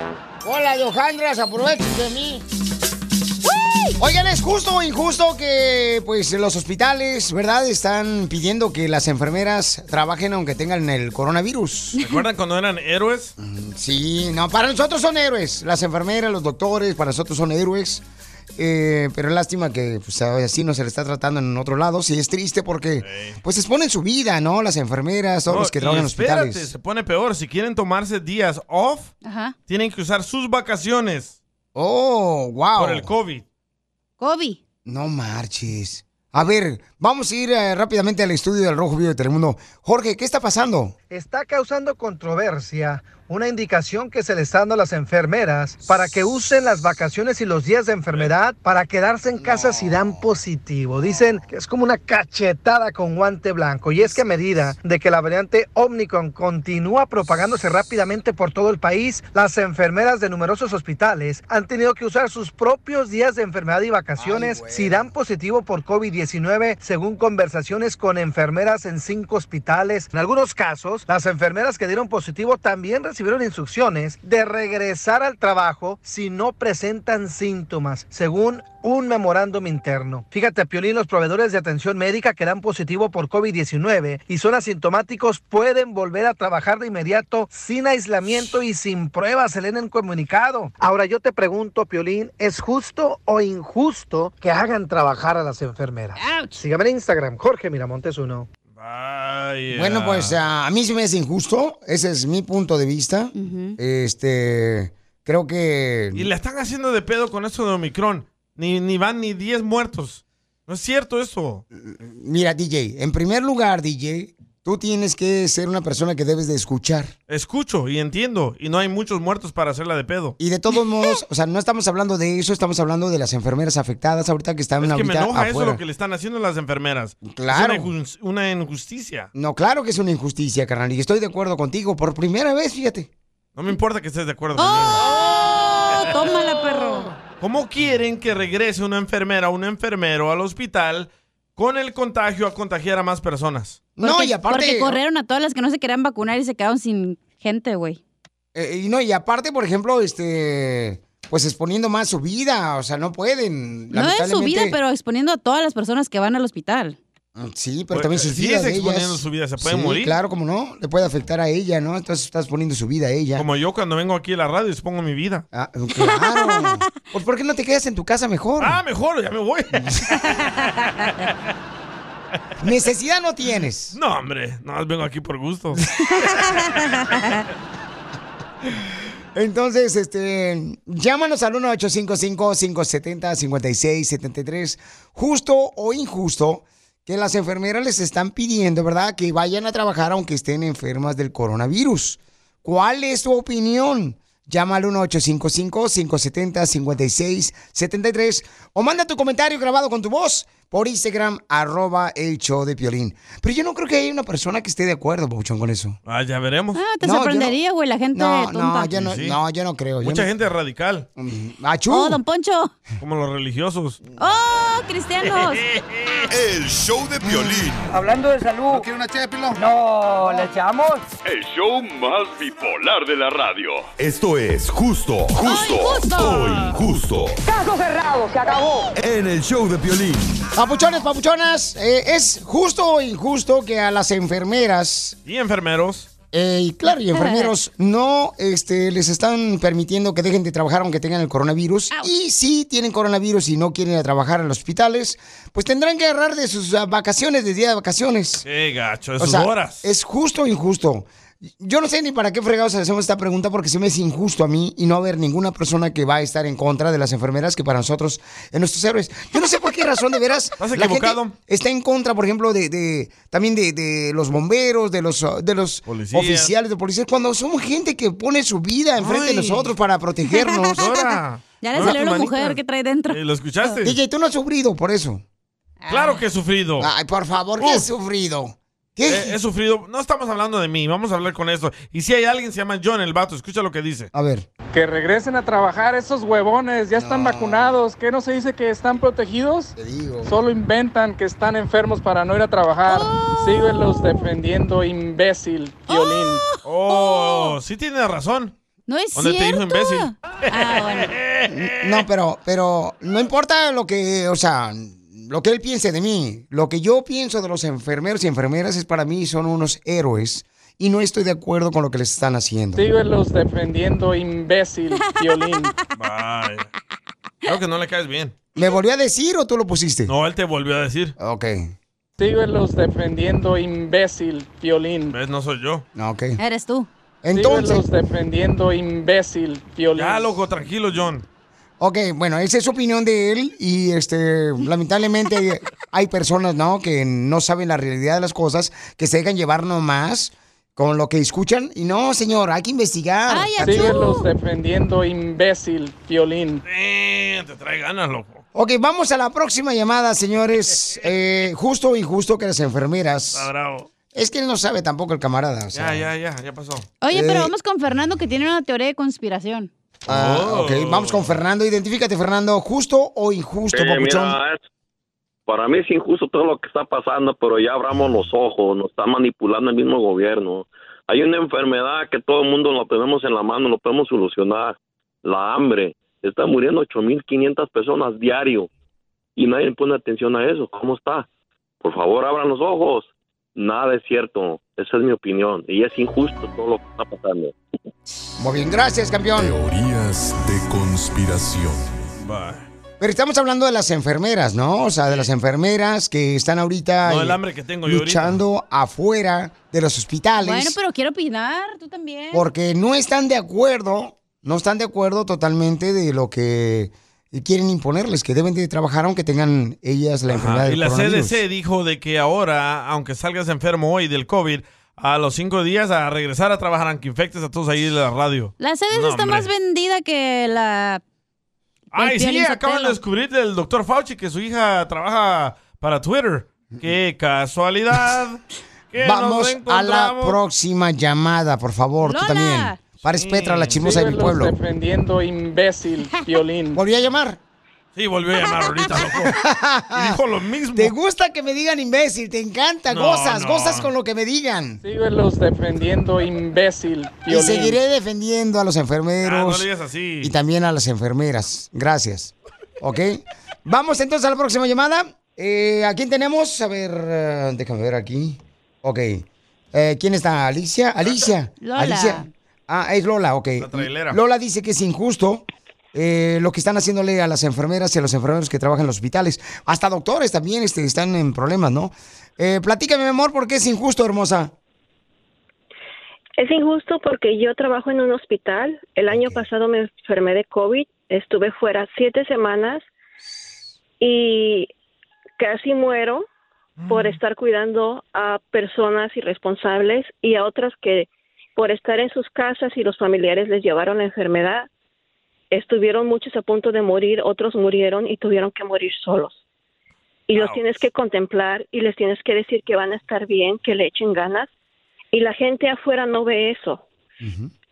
[SPEAKER 19] Ah,
[SPEAKER 1] Hola, Alejandras, aprovechen de mí. Oigan, ¿es justo o injusto que pues los hospitales, ¿verdad? Están pidiendo que las enfermeras trabajen aunque tengan el coronavirus.
[SPEAKER 3] ¿Recuerdan cuando eran héroes?
[SPEAKER 1] Mm, Sí, no, para nosotros son héroes. Las enfermeras, los doctores, para nosotros son héroes. Eh, pero lástima que pues, así no se le está tratando en otros lados. Y es triste porque pues exponen su vida, ¿no? Las enfermeras, todos
[SPEAKER 3] No,
[SPEAKER 1] los que
[SPEAKER 3] y
[SPEAKER 1] trabajan en
[SPEAKER 3] espérate,
[SPEAKER 1] hospitales.
[SPEAKER 3] se pone peor. Si quieren tomarse días off,
[SPEAKER 4] Ajá.
[SPEAKER 3] tienen que usar sus vacaciones.
[SPEAKER 1] Oh, wow.
[SPEAKER 3] Por el COVID.
[SPEAKER 4] Kobe.
[SPEAKER 1] No marches. A ver, vamos a ir eh, rápidamente al estudio del Rojo Vivo de Telemundo. Jorge, ¿qué está pasando?
[SPEAKER 5] Está causando controversia una indicación que se le está dando a las enfermeras para que usen las vacaciones y los días de enfermedad para quedarse en casa si dan positivo. Dicen que es como una cachetada con guante blanco y es que a medida de que la variante Omnicron continúa propagándose rápidamente por todo el país, las enfermeras de numerosos hospitales han tenido que usar sus propios días de enfermedad y vacaciones si dan positivo por COVID-19 según conversaciones con enfermeras en cinco hospitales. En algunos casos, las enfermeras que dieron positivo también recibieron instrucciones de regresar al trabajo si no presentan síntomas, según un memorándum interno. Fíjate, Piolín, los proveedores de atención médica que dan positivo por COVID-19 y son asintomáticos pueden volver a trabajar de inmediato sin aislamiento y sin pruebas, se leen en comunicado. Ahora yo te pregunto, Piolín, ¿es justo o injusto que hagan trabajar a las enfermeras? Sígame en Instagram, Jorge Miramontes uno.
[SPEAKER 1] Bueno, pues a a mí se me es injusto. Ese es mi punto de vista. Este, creo que...
[SPEAKER 3] Y la están haciendo de pedo con eso de Omicron. Ni, ni van ni 10 muertos. No es cierto eso.
[SPEAKER 1] Mira, DJ, en primer lugar, DJ, tú tienes que ser una persona que debes de escuchar.
[SPEAKER 3] Escucho y entiendo. Y no hay muchos muertos para hacerla de pedo.
[SPEAKER 1] Y de todos modos, o sea, no estamos hablando de eso, estamos hablando de las enfermeras afectadas ahorita que están
[SPEAKER 3] Es que
[SPEAKER 1] ahorita
[SPEAKER 3] me enoja eso
[SPEAKER 1] afuera.
[SPEAKER 3] lo que le están haciendo las enfermeras. Es
[SPEAKER 1] Claro.
[SPEAKER 3] una injus- una injusticia.
[SPEAKER 1] No, claro que es una injusticia, carnal, y estoy de acuerdo contigo por primera vez, fíjate.
[SPEAKER 3] No me importa que estés de acuerdo
[SPEAKER 4] ¡Oh! Tómala, perro.
[SPEAKER 3] ¿Cómo quieren que regrese una enfermera o un enfermero al hospital con el contagio a contagiar a más personas?
[SPEAKER 4] Porque- Porque corrieron a todas las que no se querían vacunar y se quedaron sin gente, güey.
[SPEAKER 1] Eh, y no, y aparte, por ejemplo, este pues exponiendo más su vida, o sea, no pueden.
[SPEAKER 4] No es su vida,
[SPEAKER 1] lamentablemente.
[SPEAKER 4] pero exponiendo a todas las personas que van al hospital.
[SPEAKER 1] Sí, pero
[SPEAKER 3] Pues,
[SPEAKER 1] también sus
[SPEAKER 3] sí
[SPEAKER 1] vidas
[SPEAKER 3] es
[SPEAKER 1] de
[SPEAKER 3] exponiendo
[SPEAKER 1] ellas.
[SPEAKER 3] su vida, se puede
[SPEAKER 1] Sí,
[SPEAKER 3] morir.
[SPEAKER 1] claro, como no, le puede afectar a ella, ¿no? Entonces estás poniendo su vida a ella.
[SPEAKER 3] Como yo cuando vengo aquí a la radio expongo mi vida.
[SPEAKER 1] Ah, Claro. Pues, ¿Por qué no te quedas en tu casa mejor?
[SPEAKER 3] Ah, mejor, ya me voy.
[SPEAKER 1] Necesidad no tienes.
[SPEAKER 3] No, hombre, no vengo aquí por gusto.
[SPEAKER 1] Entonces, este, llámanos al 1-855-570-5673, justo o injusto, que las enfermeras les están pidiendo, ¿verdad? Que vayan a trabajar aunque estén enfermas del coronavirus. ¿Cuál es tu opinión? Llama al 1-855-570-5673 o manda tu comentario grabado con tu voz por Instagram, arroba el show de Piolín. Pero yo no creo que haya una persona que esté de acuerdo, Pauchón, con eso.
[SPEAKER 3] Ah, ya veremos.
[SPEAKER 4] Ah, te
[SPEAKER 1] No, yo
[SPEAKER 4] sorprendería, güey, la gente
[SPEAKER 1] No,
[SPEAKER 4] tonta.
[SPEAKER 1] no, yo no,
[SPEAKER 3] Sí.
[SPEAKER 1] no, yo no creo. yo
[SPEAKER 3] Mucha
[SPEAKER 1] no-
[SPEAKER 3] gente radical.
[SPEAKER 1] ¡Achú!
[SPEAKER 4] ¡Oh, don Poncho!
[SPEAKER 3] Como los religiosos.
[SPEAKER 4] ¡Oh, cristianos!
[SPEAKER 14] El show de violín.
[SPEAKER 6] Hablando de salud. ¿No quiere una ché de pilón? No, ¿le echamos?
[SPEAKER 7] El show más bipolar de la radio.
[SPEAKER 14] Esto es justo, justo o injusto.
[SPEAKER 1] Caso cerrado, se acabó.
[SPEAKER 14] En el show de violín.
[SPEAKER 1] Papuchones, papuchonas, eh, ¿es justo o injusto que a las enfermeras,
[SPEAKER 3] Y enfermeros.
[SPEAKER 1] eh, y claro, y enfermeros, no este, les están permitiendo que dejen de trabajar aunque tengan el coronavirus? Y si tienen coronavirus y no quieren ir a trabajar en los hospitales, pues tendrán que agarrar de sus ah, vacaciones, de día de vacaciones.
[SPEAKER 3] Qué gacho, de
[SPEAKER 1] O
[SPEAKER 3] sus
[SPEAKER 1] sea,
[SPEAKER 3] horas.
[SPEAKER 1] ¿Es justo o injusto? Yo no sé ni para qué fregados hacemos esta pregunta porque se me es injusto a mí y no haber ninguna persona que va a estar en contra de las enfermeras que para nosotros en nuestros héroes. Yo no sé por qué razón de veras
[SPEAKER 3] Estás
[SPEAKER 1] la gente
[SPEAKER 3] equivocado.
[SPEAKER 1] está en contra, por ejemplo, de, de- también de, de los bomberos, de los uh, de los
[SPEAKER 3] Policías.
[SPEAKER 1] oficiales de policía, cuando somos gente que pone su vida enfrente
[SPEAKER 3] Ay.
[SPEAKER 1] de nosotros para protegernos.
[SPEAKER 3] Dora, Ya le Dora, salió tu la mujer manita. que
[SPEAKER 1] trae dentro.
[SPEAKER 3] Eh, ¿Lo escuchaste?
[SPEAKER 1] DJ, tú no has sufrido por eso.
[SPEAKER 3] Claro que he sufrido.
[SPEAKER 1] Ay, por favor, ¿qué
[SPEAKER 3] Uf.
[SPEAKER 1] has sufrido?
[SPEAKER 3] Eh, he sufrido. No estamos hablando de mí, vamos a hablar con esto. Y si hay alguien, se llama John el vato, escucha lo que dice.
[SPEAKER 1] A ver.
[SPEAKER 20] Que regresen a trabajar esos huevones, ya están vacunados. ¿Qué no se dice que están protegidos? Solo inventan que están enfermos para no ir a trabajar.
[SPEAKER 4] Oh.
[SPEAKER 20] Síguelos defendiendo, imbécil, violín.
[SPEAKER 3] Oh, sí tiene razón.
[SPEAKER 4] No es
[SPEAKER 3] ¿Dónde te dijo
[SPEAKER 4] cierto.
[SPEAKER 3] imbécil?
[SPEAKER 4] Ah, bueno.
[SPEAKER 1] No, pero, pero no importa lo que, o sea, lo que él piense de mí. Lo que yo pienso de los enfermeros y enfermeras es para mí son unos héroes y no estoy de acuerdo con lo que les están haciendo.
[SPEAKER 20] Síguelos defendiendo, imbécil, violín.
[SPEAKER 3] Vaya. Creo que no le caes bien.
[SPEAKER 1] ¿Me volvió a decir o tú lo pusiste?
[SPEAKER 3] No, él te volvió a decir.
[SPEAKER 1] Ok.
[SPEAKER 20] Síguelos defendiendo, imbécil, violín.
[SPEAKER 3] ¿Ves? No soy yo.
[SPEAKER 1] No, ok.
[SPEAKER 4] Eres tú.
[SPEAKER 20] Síguelos defendiendo, imbécil, violín.
[SPEAKER 3] Ya, loco, tranquilo, John.
[SPEAKER 1] Ok, bueno, esa es su opinión de él y este, lamentablemente hay personas, ¿no? Que no saben la realidad de las cosas, que se dejan llevar nomás con lo que escuchan. Y no, señor, hay que investigar.
[SPEAKER 20] Síguelos defendiendo, imbécil, violín.
[SPEAKER 3] Eh, Te trae ganas, loco.
[SPEAKER 1] Ok, vamos a la próxima llamada, señores. Eh, justo o injusto que las enfermeras.
[SPEAKER 3] Está Ah, bravo.
[SPEAKER 1] Es que él no sabe tampoco el camarada. o sea.
[SPEAKER 3] Ya, ya, ya, ya pasó.
[SPEAKER 4] Oye,
[SPEAKER 1] Eh.
[SPEAKER 4] pero vamos con Fernando que tiene una teoría de conspiración.
[SPEAKER 1] Ah, ok,
[SPEAKER 3] Oh.
[SPEAKER 1] vamos con Fernando. Identifícate, Fernando. ¿Justo o injusto,
[SPEAKER 21] Eh,
[SPEAKER 1] papuchón?
[SPEAKER 21] mira, es- para mí es injusto todo lo que está pasando, pero ya abramos los ojos, nos está manipulando el mismo gobierno. Hay una enfermedad que todo el mundo lo tenemos en la mano, lo podemos solucionar, la hambre. Están muriendo 8.500 personas diario y nadie le pone atención a eso. ¿Cómo está? Por favor, abran los ojos. Nada es cierto. Esa es mi opinión. Y es injusto todo lo que está pasando.
[SPEAKER 1] Muy bien, gracias, campeón.
[SPEAKER 14] Teorías de conspiración.
[SPEAKER 1] Pero estamos hablando de las enfermeras, ¿no? O sea, de las enfermeras que están ahorita
[SPEAKER 3] No,
[SPEAKER 1] eh,
[SPEAKER 3] el hambre que tengo yo ahorita.
[SPEAKER 1] luchando afuera de los hospitales
[SPEAKER 4] Bueno, pero quiero opinar, tú también.
[SPEAKER 1] porque no están de acuerdo, no están de acuerdo totalmente de lo que quieren imponerles, que deben de trabajar aunque tengan ellas la enfermedad
[SPEAKER 3] Ajá,
[SPEAKER 1] del
[SPEAKER 3] Ah, Y la
[SPEAKER 1] coronavirus.
[SPEAKER 3] CDC dijo de que ahora, aunque salgas enfermo hoy del COVID, a los cinco días a regresar a trabajar, aunque infectes a todos ahí de la radio.
[SPEAKER 4] La CDC
[SPEAKER 3] No,
[SPEAKER 4] está
[SPEAKER 3] hombre.
[SPEAKER 4] más vendida que la...
[SPEAKER 3] Ay,
[SPEAKER 4] el
[SPEAKER 3] sí,
[SPEAKER 4] Piolín
[SPEAKER 3] acaban de
[SPEAKER 4] Sotelo.
[SPEAKER 3] descubrir del doctor Fauci que su hija trabaja para Twitter. ¡Qué casualidad! que nos
[SPEAKER 1] Vamos a la
[SPEAKER 3] encontramos.
[SPEAKER 1] próxima llamada, por favor, tú también. Pares Petra, la chismosa de mi
[SPEAKER 20] Síguelos
[SPEAKER 1] pueblo.
[SPEAKER 20] defendiendo, imbécil, violín.
[SPEAKER 1] ¿Volví a llamar?
[SPEAKER 3] Y volvió a llamar ahorita, loco. Y dijo lo mismo.
[SPEAKER 1] Te gusta que me digan imbécil, te encanta,
[SPEAKER 20] No,
[SPEAKER 1] gozas,
[SPEAKER 20] no.
[SPEAKER 1] gozas con lo que me digan.
[SPEAKER 20] Síguelos defendiendo, imbécil.
[SPEAKER 1] Y
[SPEAKER 20] Piolín.
[SPEAKER 1] seguiré defendiendo a los enfermeros.
[SPEAKER 20] Ah, no le digas así.
[SPEAKER 1] Y también a las enfermeras. Gracias. ¿Ok? Vamos entonces a la próxima llamada. Eh, ¿A quién tenemos? A ver, eh, déjame ver aquí. Ok. Eh, ¿Quién está? ¿Alicia? ¿Alicia?
[SPEAKER 16] Lola.
[SPEAKER 1] ¿Alicia? Ah, es Lola, ok.
[SPEAKER 3] trailera.
[SPEAKER 1] Lola dice que es injusto eh, lo que están haciéndole a las enfermeras y a los enfermeros que trabajan en los hospitales. Hasta doctores también este, están en problemas, ¿no? Eh, platícame, mi amor, ¿por qué es injusto, hermosa?
[SPEAKER 2] Es injusto porque yo trabajo en un hospital. El año pasado me enfermé de COVID. Estuve fuera siete semanas y casi muero por estar cuidando a personas irresponsables y a otras que por estar en sus casas y los familiares les llevaron la enfermedad. Estuvieron muchos a punto de morir, otros murieron y tuvieron que morir solos. Y los tienes que contemplar y les tienes que decir que van a estar bien, que le echen ganas y la gente afuera no ve eso.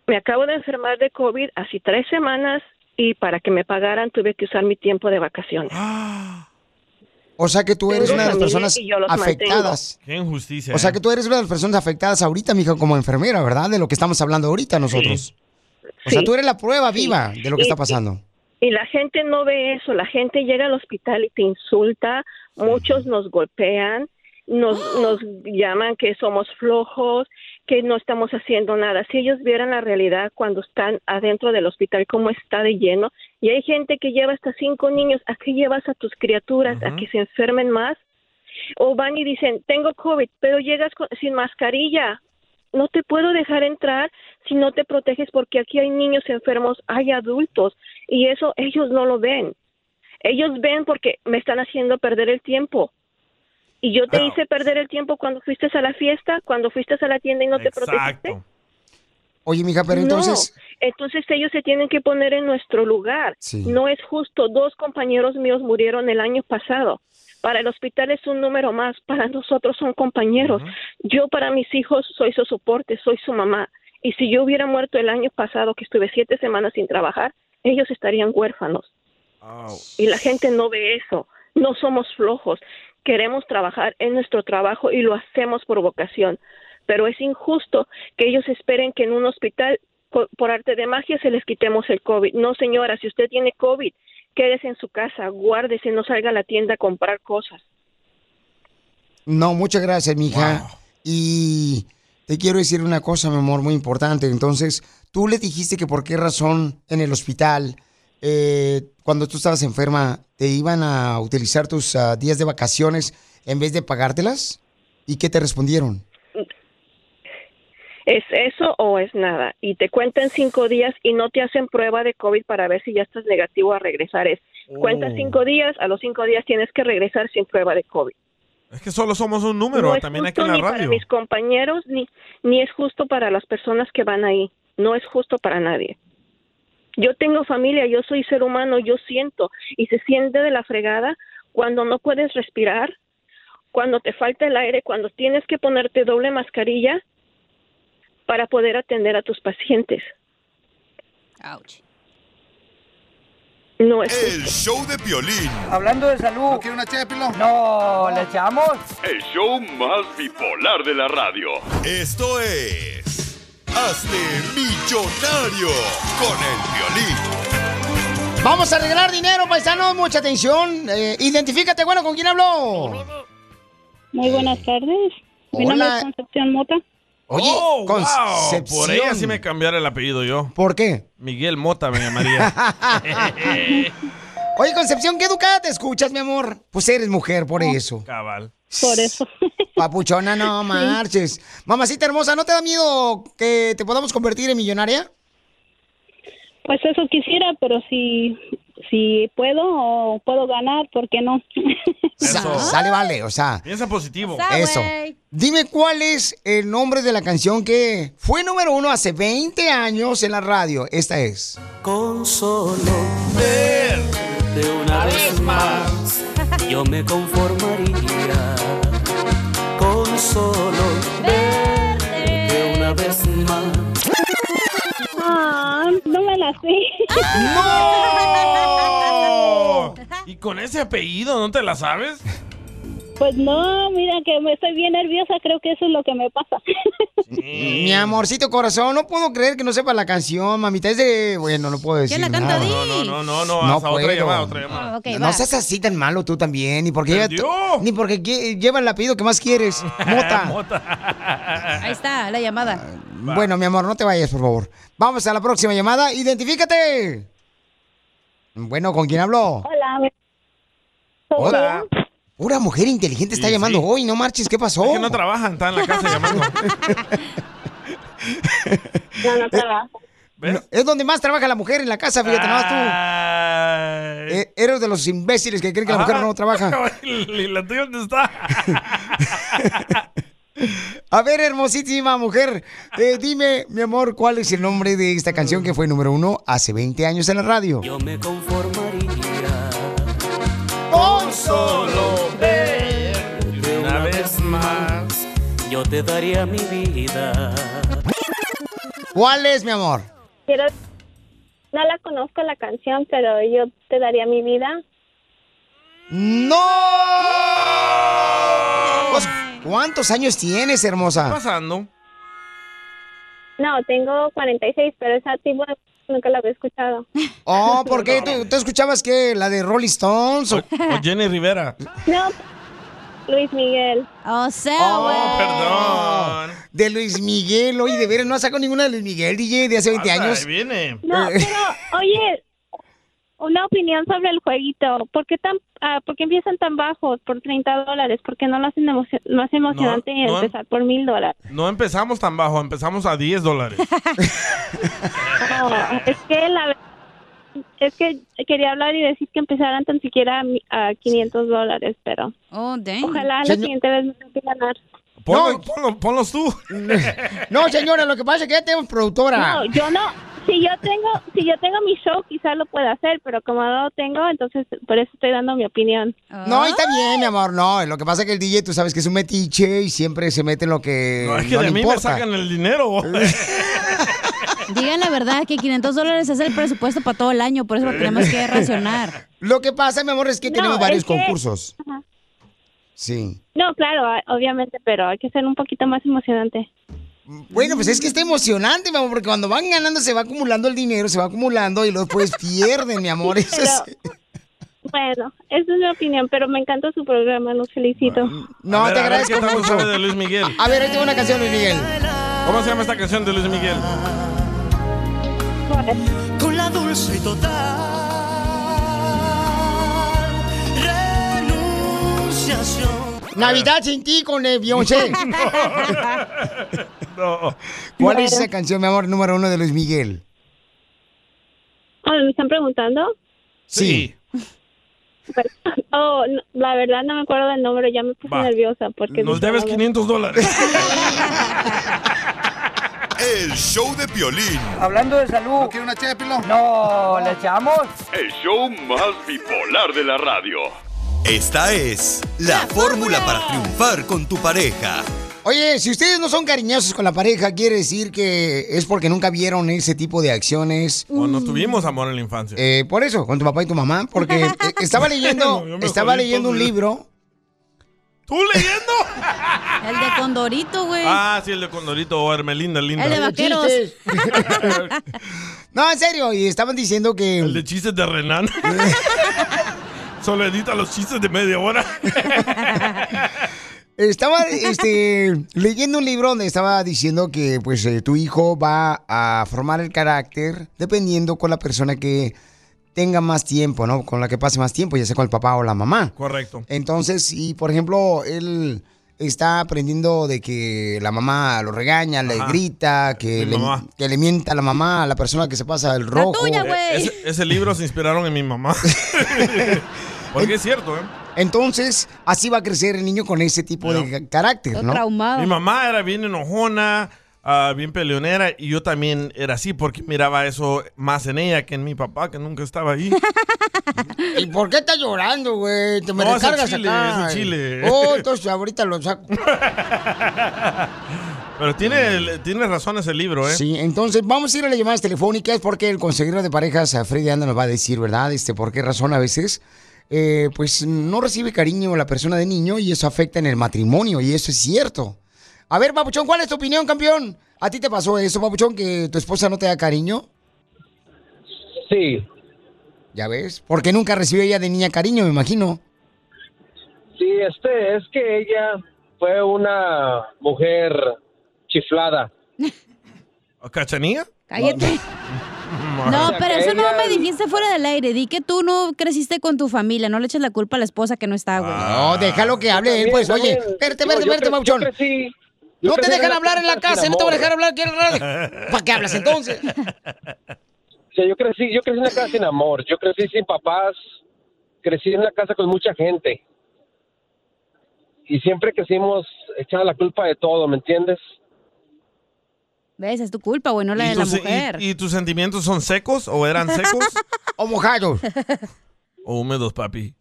[SPEAKER 2] Me acabo de enfermar de COVID hace tres semanas y para que me pagaran tuve que usar mi tiempo de vacaciones.
[SPEAKER 1] O sea que tú eres
[SPEAKER 2] Tengo
[SPEAKER 1] una de las
[SPEAKER 2] familia
[SPEAKER 1] personas
[SPEAKER 2] y yo los
[SPEAKER 1] afectadas.
[SPEAKER 3] Qué injusticia.
[SPEAKER 1] O sea
[SPEAKER 3] ¿eh?
[SPEAKER 1] que tú eres una de las personas afectadas ahorita, mija, como enfermera, ¿verdad? De lo que estamos hablando ahorita nosotros. O sea,
[SPEAKER 2] Sí.
[SPEAKER 1] tú eres la prueba
[SPEAKER 2] Sí.
[SPEAKER 1] viva de lo que
[SPEAKER 2] Y-
[SPEAKER 1] está pasando.
[SPEAKER 2] Y la gente no ve eso, la gente llega al hospital y te insulta, muchos nos golpean, nos, nos llaman que somos flojos, que no estamos haciendo nada. Si ellos vieran la realidad cuando están adentro del hospital, cómo está de lleno, y hay gente que lleva hasta cinco niños, ¿a qué llevas a tus criaturas? ¿A que se enfermen más? O van y dicen, tengo COVID, pero llegas con- sin mascarilla. No te puedo dejar entrar si no te proteges porque aquí hay niños enfermos, hay adultos y eso ellos no lo ven. Ellos ven porque me están haciendo perder el tiempo. Y yo te hice perder el tiempo cuando fuiste a la fiesta, cuando fuiste a la tienda y no te protegiste.
[SPEAKER 1] Oye, mija, pero
[SPEAKER 2] No,
[SPEAKER 1] entonces.
[SPEAKER 2] entonces ellos se tienen que poner en nuestro lugar.
[SPEAKER 1] Sí.
[SPEAKER 2] No es justo. Dos compañeros míos murieron el año pasado. Para el hospital es un número más. Para nosotros son compañeros. Yo para mis hijos soy su soporte, soy su mamá. Y si yo hubiera muerto el año pasado, que estuve siete semanas sin trabajar, ellos estarían huérfanos. Y la gente no ve eso. No somos flojos. Queremos trabajar en nuestro trabajo y lo hacemos por vocación. Pero es injusto que ellos esperen que en un hospital, co- por arte de magia, se les quitemos el COVID. No, señora, si usted tiene COVID, quédese en su casa, guárdese, no salga a la tienda a comprar cosas.
[SPEAKER 1] No, muchas gracias, mija. Y te quiero decir una cosa, mi amor, muy importante. Entonces, tú le dijiste que por qué razón en el hospital, eh, cuando tú estabas enferma, te iban a utilizar tus ah, días de vacaciones en vez de pagártelas. ¿Y qué te respondieron?
[SPEAKER 2] ¿Es eso o es nada? Y te cuentan cinco días y no te hacen prueba de COVID para ver si ya estás negativo a regresar. Es, cuentas
[SPEAKER 3] Oh.
[SPEAKER 2] cinco días, a los cinco días tienes que regresar sin prueba de COVID.
[SPEAKER 3] Es que solo somos un número,
[SPEAKER 2] no es
[SPEAKER 3] también aquí
[SPEAKER 2] justo
[SPEAKER 3] en la
[SPEAKER 2] ni para
[SPEAKER 3] radio.
[SPEAKER 2] mis compañeros ni ni es justo para las personas que van ahí no es justo para nadie yo tengo familia yo soy ser humano yo siento y se siente de la fregada cuando no puedes respirar cuando te falta el aire cuando tienes que ponerte doble mascarilla para poder atender a tus pacientes no es justo.
[SPEAKER 14] El show de Piolín.
[SPEAKER 6] Hablando de salud. ¿No quiere una ché de pilón? No, ¿le echamos?
[SPEAKER 7] El show más bipolar de la radio.
[SPEAKER 14] Esto es. Hazte millonario con el violín.
[SPEAKER 1] Vamos a regalar dinero, paisanos. Mucha atención. Eh, identifícate, bueno, ¿con quién habló?
[SPEAKER 22] Muy buenas tardes. Mi nombre
[SPEAKER 1] Hola.
[SPEAKER 22] es Concepción Mota.
[SPEAKER 1] Oye,
[SPEAKER 3] Oh, wow,
[SPEAKER 1] Concepción.
[SPEAKER 3] Por ella sí me cambiara el apellido yo.
[SPEAKER 1] ¿Por qué?
[SPEAKER 3] Miguel Mota me llamaría.
[SPEAKER 1] Oye, Concepción, ¿qué educada te escuchas, mi amor? Pues eres mujer, por eso.
[SPEAKER 3] Cabal.
[SPEAKER 22] Por eso.
[SPEAKER 1] Papuchona, no
[SPEAKER 22] Sí.
[SPEAKER 1] marches. Mamacita hermosa, ¿no te da miedo que te podamos convertir en millonaria?
[SPEAKER 22] Pues eso quisiera, pero si, si puedo o puedo ganar, ¿por qué no?
[SPEAKER 1] Sa- Sale, vale, o sea.
[SPEAKER 3] Piensa positivo.
[SPEAKER 1] Eso. Dime cuál es el nombre de la canción que fue número uno hace 20 años en la radio. Esta es.
[SPEAKER 16] Con solo verte una vez más, yo me conformaría. Con solo verte una vez más.
[SPEAKER 22] Ah, no me la sé.
[SPEAKER 1] ¡No!
[SPEAKER 3] ¿Y con ese apellido no te la sabes?
[SPEAKER 22] Pues no, mira que me estoy bien nerviosa, creo que eso es lo que me pasa.
[SPEAKER 1] Mi amorcito corazón, no puedo creer que no sepa la canción, mamita. Es de. Bueno, Pues no puedo decir.
[SPEAKER 3] la canta
[SPEAKER 1] nada.
[SPEAKER 3] Di? No, no, no, no, no, hasta otra
[SPEAKER 1] puedo.
[SPEAKER 3] llamada, otra llamada.
[SPEAKER 2] Ah,
[SPEAKER 1] no seas así tan malo tú también, ni porque, lleva- ni porque lle- lleva el apellido que más quieres. Mota. Ah.
[SPEAKER 4] Ahí está, la llamada.
[SPEAKER 1] bueno, mi amor, no te vayas, por favor. Vamos a la próxima llamada. ¡Identifícate! Bueno, ¿con quién habló? Hola.
[SPEAKER 22] Hola.
[SPEAKER 1] Una mujer inteligente está
[SPEAKER 3] Sí,
[SPEAKER 1] llamando
[SPEAKER 3] sí.
[SPEAKER 1] hoy, no marches, ¿qué pasó?
[SPEAKER 3] Es que no trabajan, están en la casa llamando.
[SPEAKER 22] No, no trabajo.
[SPEAKER 1] Eh, es donde más trabaja la mujer en la casa, fíjate, nada más tú. Eh, eres de los imbéciles que creen que la mujer
[SPEAKER 3] Ah.
[SPEAKER 1] no trabaja.
[SPEAKER 3] ¿Y la tuya dónde está?
[SPEAKER 1] A ver, hermosísima mujer, eh, dime, mi amor, ¿cuál es el nombre de esta canción que fue número uno hace 20 años en la radio?
[SPEAKER 16] Yo me conformaría
[SPEAKER 1] con
[SPEAKER 16] solo verte una vez más. Yo te daría mi vida.
[SPEAKER 1] ¿Cuál es, mi amor?
[SPEAKER 22] Quiero... No la conozco la canción, pero yo te daría mi vida.
[SPEAKER 1] ¡No! Pues, ¿Cuántos años tienes, hermosa?
[SPEAKER 3] pasando?
[SPEAKER 22] No, tengo 46, pero esa tipo de nunca la había escuchado.
[SPEAKER 1] Oh, ¿por qué? ¿Tú, tú escuchabas que la de Rolling Stones? o-
[SPEAKER 3] O Jenny Rivera.
[SPEAKER 22] No, Luis Miguel.
[SPEAKER 4] O sea, güey.
[SPEAKER 3] Perdón.
[SPEAKER 1] De Luis Miguel, oye, de veras, no ha sacado ninguna de Luis Miguel, DJ, de hace 20
[SPEAKER 3] Anda,
[SPEAKER 1] años.
[SPEAKER 3] Ahí viene.
[SPEAKER 1] Eh.
[SPEAKER 3] Eh,
[SPEAKER 22] No, pero oye, una opinión sobre el jueguito. ¿Por qué, tan, ah, ¿por qué empiezan tan bajos? Por 30 dólares. ¿Por qué no lo hacen emocio- más emocionante
[SPEAKER 3] No, no.
[SPEAKER 22] empezar por mil dólares?
[SPEAKER 3] No empezamos tan bajo, empezamos a 10 dólares.
[SPEAKER 22] No, es que la verdad- es que quería hablar y decir que empezaran tan siquiera a mi- a 500 dólares, pero ojalá la
[SPEAKER 1] Señor-
[SPEAKER 22] siguiente vez me toque ganar.
[SPEAKER 1] Ponlo-
[SPEAKER 3] ponlos tú.
[SPEAKER 1] No, señora, lo que pasa es que ya tenemos productora.
[SPEAKER 22] No, yo no. Si yo tengo, si yo tengo mi show, quizás lo pueda hacer, pero como no lo tengo, entonces por eso estoy dando mi opinión.
[SPEAKER 1] No, y está bien, mi amor, no. Lo que pasa es que el DJ, tú sabes que es un metiche y siempre se mete en lo que no,
[SPEAKER 3] No, es que de
[SPEAKER 1] le
[SPEAKER 3] mí me
[SPEAKER 1] importa.
[SPEAKER 3] sacan el dinero.
[SPEAKER 4] Digan la verdad que 500 dólares es el presupuesto para todo el año, por eso lo tenemos que racionar.
[SPEAKER 1] Lo que pasa, mi amor, es que
[SPEAKER 22] No,
[SPEAKER 1] tenemos varios
[SPEAKER 22] es que-
[SPEAKER 1] concursos.
[SPEAKER 22] Ajá.
[SPEAKER 1] Sí.
[SPEAKER 22] No, claro, a- obviamente, pero hay que ser un poquito más emocionante.
[SPEAKER 1] Bueno, pues es que está emocionante, mi amor, porque cuando van ganando se va acumulando el dinero, se va acumulando y luego pues pierden, mi amor. Eso es-
[SPEAKER 22] Bueno, esa es mi opinión, pero me encanta su programa, los felicito.
[SPEAKER 1] No,
[SPEAKER 3] A ver,
[SPEAKER 1] te
[SPEAKER 3] a ver,
[SPEAKER 1] agradezco
[SPEAKER 3] ¿qué tal
[SPEAKER 1] mucho.
[SPEAKER 3] sabe de Luis Miguel?
[SPEAKER 1] A ver, ahí tengo una canción, Luis Miguel.
[SPEAKER 3] ¿Cómo se llama esta canción de Luis Miguel?
[SPEAKER 16] Con la dulce y total renunciación.
[SPEAKER 1] Navidad sin ti con el Beyoncé.
[SPEAKER 3] No.
[SPEAKER 1] ¿Cuál es esa canción, mi amor, número uno de Luis Miguel?
[SPEAKER 22] Ah, ¿Me están preguntando?
[SPEAKER 1] Sí.
[SPEAKER 22] Oh, no, la verdad no me acuerdo del nombre, ya me puse
[SPEAKER 14] Va.
[SPEAKER 22] nerviosa porque...
[SPEAKER 14] Nos debes
[SPEAKER 3] 500 dólares.
[SPEAKER 14] El show de Piolín.
[SPEAKER 6] Hablando de salud. ¿No quiere una ché de pilón? No, ¿le echamos?
[SPEAKER 7] El show más bipolar de la radio.
[SPEAKER 14] Esta es la fórmula para triunfar con tu pareja.
[SPEAKER 1] Oye, si ustedes no son cariñosos con la pareja, quiere decir que es porque nunca vieron ese tipo de acciones.
[SPEAKER 3] O no tuvimos amor en la infancia.
[SPEAKER 1] Eh, por eso, con tu papá y tu mamá, porque eh, estaba leyendo,
[SPEAKER 3] Yo me
[SPEAKER 1] estaba
[SPEAKER 3] jodí
[SPEAKER 1] leyendo un
[SPEAKER 3] entonces.
[SPEAKER 1] libro.
[SPEAKER 3] ¿Tú leyendo?
[SPEAKER 4] El de Condorito, güey.
[SPEAKER 3] Ah, sí, el de Condorito o Hermelinda, linda.
[SPEAKER 4] el de vaqueros.
[SPEAKER 1] No, en serio, y estaban diciendo que...
[SPEAKER 3] El de chistes de Renan. Solo edita los chistes de media hora.
[SPEAKER 1] Estaba este, leyendo un libro donde estaba diciendo que pues eh, tu hijo va a formar el carácter dependiendo con la persona que tenga más tiempo, ¿no? Con la que pase más tiempo, ya sea con el papá o la mamá.
[SPEAKER 3] Correcto.
[SPEAKER 1] Entonces, si por ejemplo él está aprendiendo de que la mamá lo regaña, le
[SPEAKER 3] Ajá.
[SPEAKER 1] grita, que
[SPEAKER 3] Mi
[SPEAKER 1] le,
[SPEAKER 3] mamá.
[SPEAKER 1] que le mienta a la mamá, a la persona que se pasa el rojo.
[SPEAKER 4] pues.
[SPEAKER 3] Eh, Ese, ese libro se inspiraron en mi mamá. Porque es cierto, ¿eh?
[SPEAKER 1] Entonces, así va a crecer el niño con ese tipo de ca- carácter, ¿no?
[SPEAKER 3] Mi mamá era bien enojona, ah, bien peleonera, y yo también era así porque miraba eso más en ella que en mi papá, que nunca estaba ahí.
[SPEAKER 1] ¿Y por qué estás llorando, güey? Te me
[SPEAKER 3] No, es el
[SPEAKER 1] recargas
[SPEAKER 3] chile,
[SPEAKER 1] acá.
[SPEAKER 3] es el chile. ¿Eh?
[SPEAKER 1] Oh, entonces ahorita lo saco.
[SPEAKER 3] Pero tiene, tiene razón ese libro, ¿eh?
[SPEAKER 1] Sí, entonces vamos a ir a las llamadas telefónicas porque el consejero de parejas, a Freddy Anda, nos va a decir, ¿verdad? Este, por qué razón a veces eh, pues no recibe cariño la persona de niño y eso afecta en el matrimonio y eso es cierto. A ver, Papuchón, ¿cuál es tu opinión, campeón? ¿A ti te pasó eso, Papuchón, que tu esposa no te da cariño?
[SPEAKER 23] Sí.
[SPEAKER 1] ¿Ya ves? Porque nunca recibió ella de niña cariño, me imagino.
[SPEAKER 23] Sí, este, es que ella fue una mujer chiflada.
[SPEAKER 3] ¿Cachanía?
[SPEAKER 4] Cállate. No, pero eso no me dijiste fuera del aire. Di que tú no creciste con tu familia. No le eches la culpa a la esposa que no está, güey.
[SPEAKER 1] No, déjalo que hable él, pues. Oye, espérate, espérate, espérate, Papuchón.
[SPEAKER 23] yo
[SPEAKER 1] No te
[SPEAKER 23] crecí en
[SPEAKER 1] dejan
[SPEAKER 23] una
[SPEAKER 1] hablar en la
[SPEAKER 23] casa
[SPEAKER 1] casa,
[SPEAKER 23] sin
[SPEAKER 1] no te van a
[SPEAKER 23] amor.
[SPEAKER 1] dejar hablar aquí en la radio. ¿Para qué hablas entonces?
[SPEAKER 23] O sea, yo crecí, yo crecí en una casa sin amor, yo crecí sin papás, crecí en una casa con mucha gente. Y siempre crecimos echada la culpa de todo, ¿me entiendes?
[SPEAKER 4] ¿Ves? Es tu culpa, güey, no la de la
[SPEAKER 3] tus, y-
[SPEAKER 4] mujer.
[SPEAKER 3] y tus sentimientos son secos o eran secos?
[SPEAKER 1] o mojados.
[SPEAKER 3] O húmedos, papi.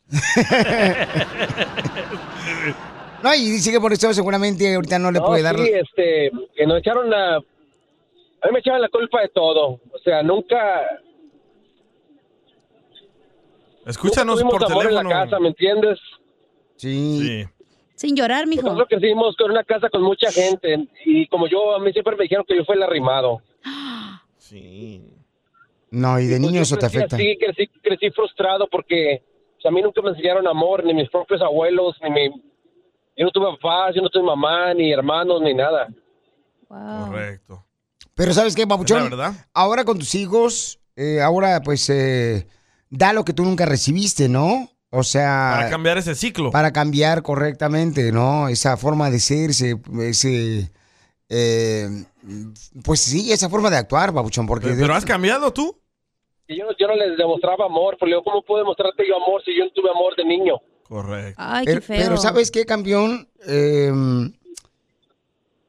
[SPEAKER 1] No, y dice que por eso seguramente ahorita no le
[SPEAKER 23] No,
[SPEAKER 1] puede dar.
[SPEAKER 23] sí, este, que nos echaron la... A mí me echaban la culpa de todo. O sea, nunca...
[SPEAKER 3] Escúchanos
[SPEAKER 23] nunca
[SPEAKER 3] por
[SPEAKER 23] tuvimos amor
[SPEAKER 3] teléfono.
[SPEAKER 23] en la casa, ¿me entiendes?
[SPEAKER 1] Sí.
[SPEAKER 4] Sin llorar, mijo.
[SPEAKER 23] Nosotros crecimos con una casa con mucha gente. Y como yo, a mí siempre me dijeron que yo fui el arrimado.
[SPEAKER 1] No, y de niño eso te
[SPEAKER 23] crecí
[SPEAKER 1] afecta.
[SPEAKER 23] así, crecí, crecí frustrado porque pues, a mí nunca me enseñaron amor, ni mis propios abuelos, ni mi... Yo no tuve papás, yo no tuve mamá, ni hermanos, ni nada.
[SPEAKER 3] Correcto.
[SPEAKER 1] Pero ¿sabes qué, Papuchón?
[SPEAKER 3] Es la verdad.
[SPEAKER 1] Ahora con tus hijos, eh, ahora pues eh, da lo que tú nunca recibiste, ¿no? O sea...
[SPEAKER 3] Para cambiar ese ciclo.
[SPEAKER 1] Para cambiar correctamente, ¿no? Esa forma de ser, ese... ese, eh, pues sí, esa forma de actuar, Papuchón, porque...
[SPEAKER 23] Pero- pero has
[SPEAKER 3] cambiado tú?
[SPEAKER 23] Y yo, yo no les demostraba amor, porque yo, ¿cómo puedo demostrarte yo amor si yo no tuve amor de niño?
[SPEAKER 3] Correcto.
[SPEAKER 1] pero, pero ¿sabes qué, campeón? Eh,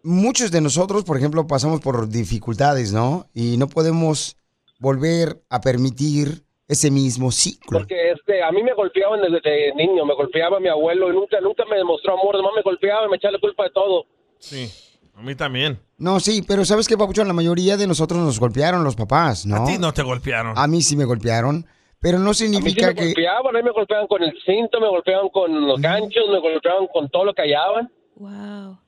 [SPEAKER 1] muchos de nosotros, por ejemplo, pasamos por dificultades, ¿no? Y no podemos volver a permitir ese mismo ciclo.
[SPEAKER 23] Porque este, a mí me golpeaban desde de niño, me golpeaba mi abuelo y nunca, nunca me demostró amor, nomás me golpeaba y me echaba la culpa de todo.
[SPEAKER 3] Sí. A mí también.
[SPEAKER 1] No, sí, pero ¿sabes qué, Papuchón? La mayoría de nosotros nos golpearon los papás, ¿no?
[SPEAKER 3] A ti no te golpearon.
[SPEAKER 1] A mí sí me golpearon, pero no
[SPEAKER 23] A mí sí
[SPEAKER 1] significa
[SPEAKER 23] me
[SPEAKER 1] que... Mm.
[SPEAKER 23] golpeaban, a mí me golpeaban con el cinto, me golpeaban con los ganchos, me golpeaban con todo lo que hallaban.
[SPEAKER 4] Wow.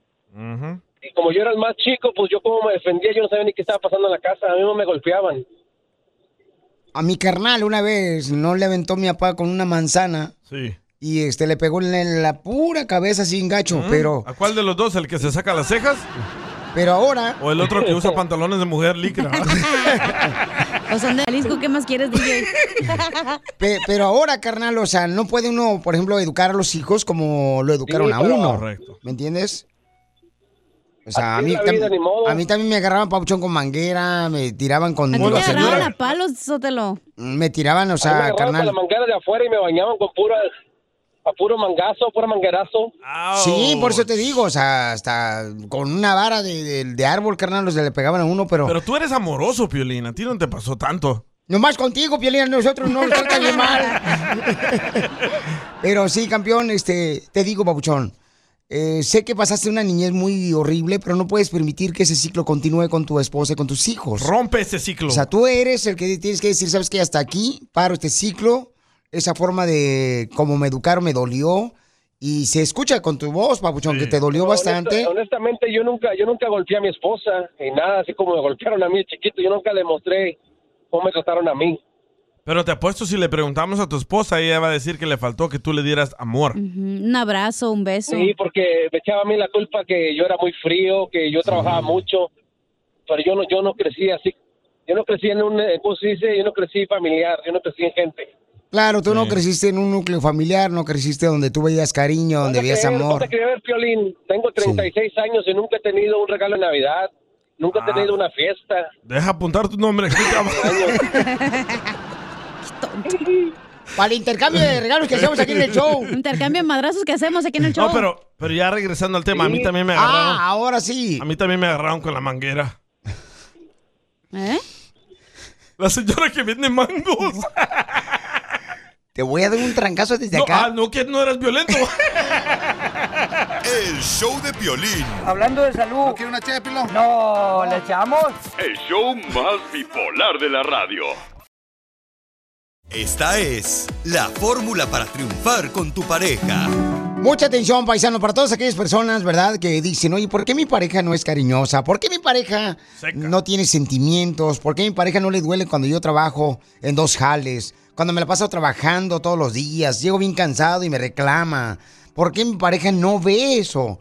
[SPEAKER 23] Y como yo era el más chico, pues yo como me defendía, yo no sabía ni qué estaba pasando en la casa, a mí no me golpeaban.
[SPEAKER 1] A mi carnal una vez no le aventó mi papá con una manzana
[SPEAKER 3] Sí.
[SPEAKER 1] y este le pegó en la pura cabeza sin gacho,
[SPEAKER 3] ¿Mm?
[SPEAKER 1] pero...
[SPEAKER 3] ¿A cuál de los dos? ¿El que se saca las cejas?
[SPEAKER 1] Pero ahora...
[SPEAKER 3] ¿O el otro que usa pantalones de mujer licra?
[SPEAKER 4] O son de Jalisco, ¿qué más quieres, DJ?
[SPEAKER 1] Pe- pero ahora, carnal, o sea, no puede uno, por ejemplo, educar a los hijos como lo educaron
[SPEAKER 23] Sí,
[SPEAKER 1] a
[SPEAKER 23] pero-
[SPEAKER 1] uno.
[SPEAKER 23] Correcto.
[SPEAKER 1] ¿Me entiendes? O sea, a
[SPEAKER 23] Así
[SPEAKER 1] mí,
[SPEAKER 23] es la vida,
[SPEAKER 1] tam-
[SPEAKER 23] ni modo.
[SPEAKER 1] a mí también me agarraban pauchón con manguera, me tiraban con...
[SPEAKER 4] ¿A ti te
[SPEAKER 1] la señora-
[SPEAKER 4] agarraban a palos, Sótelo?
[SPEAKER 1] Me tiraban, o
[SPEAKER 23] A mí me
[SPEAKER 1] sea,
[SPEAKER 23] agarraban con
[SPEAKER 1] Ah, carnal.
[SPEAKER 23] la manguera de afuera y me bañaban con pura, a puro mangazo, puro manguerazo.
[SPEAKER 1] Sí, por eso te digo, o sea, hasta con una vara de, de- de árbol, carnal, los le pegaban a uno, pero...
[SPEAKER 3] Pero tú eres amoroso, Piolín. A ti no te pasó tanto.
[SPEAKER 1] Nomás contigo, Piolín, a nosotros no nos tratan de mal. Pero sí, campeón, este, te digo, Papuchón, eh, sé que pasaste una niñez muy horrible, pero no puedes permitir que ese ciclo continúe con tu esposa y con tus hijos.
[SPEAKER 3] Rompe ese ciclo.
[SPEAKER 1] O sea, tú eres el que tienes que decir, sabes que hasta aquí paro este ciclo, esa forma de cómo me educaron me dolió y se escucha con tu voz, Papuchón, que te dolió
[SPEAKER 23] Pero honesta-
[SPEAKER 1] bastante.
[SPEAKER 23] honestamente, yo nunca, yo nunca golpeé a mi esposa y nada, así como me golpearon a mí de chiquito, yo nunca le mostré cómo me trataron a mí.
[SPEAKER 3] Pero te apuesto, si le preguntamos a tu esposa, ella va a decir que le faltó que tú le dieras amor.
[SPEAKER 4] Un abrazo, un beso.
[SPEAKER 23] Sí, porque me echaba a mí la culpa que yo era muy frío, que yo trabajaba mucho, pero yo no, yo no crecí así. Yo no crecí en un, eh, ¿cómo se dice? Yo no crecí familiar, yo no crecí en gente.
[SPEAKER 1] Claro, tú no creciste en un núcleo familiar, no creciste donde tú veías cariño, donde veías
[SPEAKER 23] Creer,
[SPEAKER 1] amor.
[SPEAKER 23] ponte a creer, Piolín. Tengo 36 años y nunca he tenido un regalo de Navidad, nunca
[SPEAKER 1] Ah.
[SPEAKER 23] he tenido una fiesta.
[SPEAKER 3] Deja apuntar tu nombre.
[SPEAKER 1] Para el intercambio de regalos que hacemos aquí en el show.
[SPEAKER 4] Intercambio de madrazos que hacemos aquí en el show.
[SPEAKER 3] No, pero, pero ya regresando al tema, a mí
[SPEAKER 4] Sí.
[SPEAKER 3] también me
[SPEAKER 4] Ah,
[SPEAKER 3] agarraron.
[SPEAKER 1] ahora sí.
[SPEAKER 3] A mí también me agarraron con la manguera.
[SPEAKER 4] ¿Eh?
[SPEAKER 3] La señora que vende mangos.
[SPEAKER 1] Te voy a dar un trancazo desde
[SPEAKER 3] No,
[SPEAKER 1] acá.
[SPEAKER 3] ah, no, que no eras violento.
[SPEAKER 14] El show de Piolín.
[SPEAKER 6] Hablando de salud. ¿No quiere una ché, Pilón? No, ¿le echamos?
[SPEAKER 7] El show más bipolar de la radio.
[SPEAKER 14] Esta es la fórmula para triunfar con tu pareja.
[SPEAKER 1] Mucha atención, paisano, para todas aquellas personas, ¿verdad? Que dicen, oye, ¿por qué mi pareja no es cariñosa? ¿Por qué mi pareja no tiene sentimientos? ¿Por qué mi pareja no le duele cuando yo trabajo en dos jales? Cuando me la paso trabajando todos los días, llego bien cansado y me reclama. ¿Por qué mi pareja no ve eso?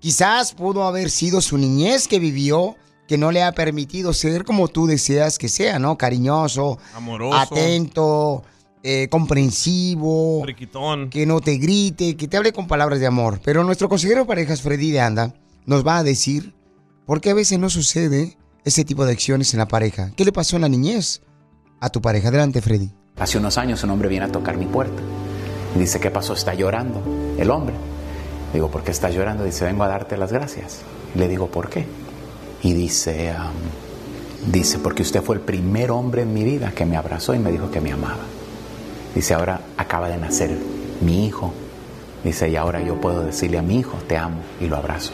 [SPEAKER 1] Quizás pudo haber sido su niñez que vivió que no le ha permitido ser como tú deseas que sea, ¿no? Cariñoso,
[SPEAKER 3] Amoroso.
[SPEAKER 1] atento, eh, comprensivo,
[SPEAKER 3] Friquitón.
[SPEAKER 1] que no te grite, que te hable con palabras de amor. Pero nuestro consejero de parejas, Freddy de Anda, nos va a decir por qué a veces no sucede ese tipo de acciones en la pareja. ¿Qué le pasó en la niñez a tu pareja? Adelante, Freddy.
[SPEAKER 24] Hace unos años un hombre viene a tocar mi puerta. Y Dice, ¿qué pasó? Está llorando el hombre. Digo, ¿por qué está llorando? Dice, vengo a darte las gracias. Le digo, ¿por qué? Y dice, am, dice, porque usted fue el primer hombre en mi vida que me abrazó y me dijo que me amaba. Dice, ahora acaba de nacer mi hijo. Dice, y ahora yo puedo decirle a mi hijo, te amo y lo abrazo.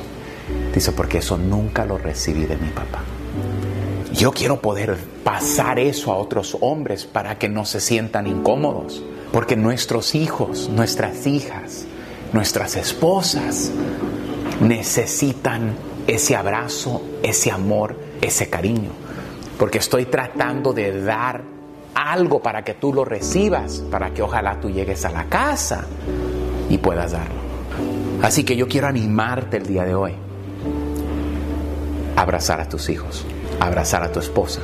[SPEAKER 24] Dice, porque eso nunca lo recibí de mi papá. Yo quiero poder pasar eso a otros hombres para que no se sientan incómodos, porque nuestros hijos, nuestras hijas, nuestras esposas necesitan ese abrazo, ese amor, ese cariño, porque estoy tratando de dar algo para que tú lo recibas, para que ojalá tú llegues a la casa y puedas darlo. Así que yo quiero animarte el día de hoy abrazar a tus hijos, abrazar a tu esposa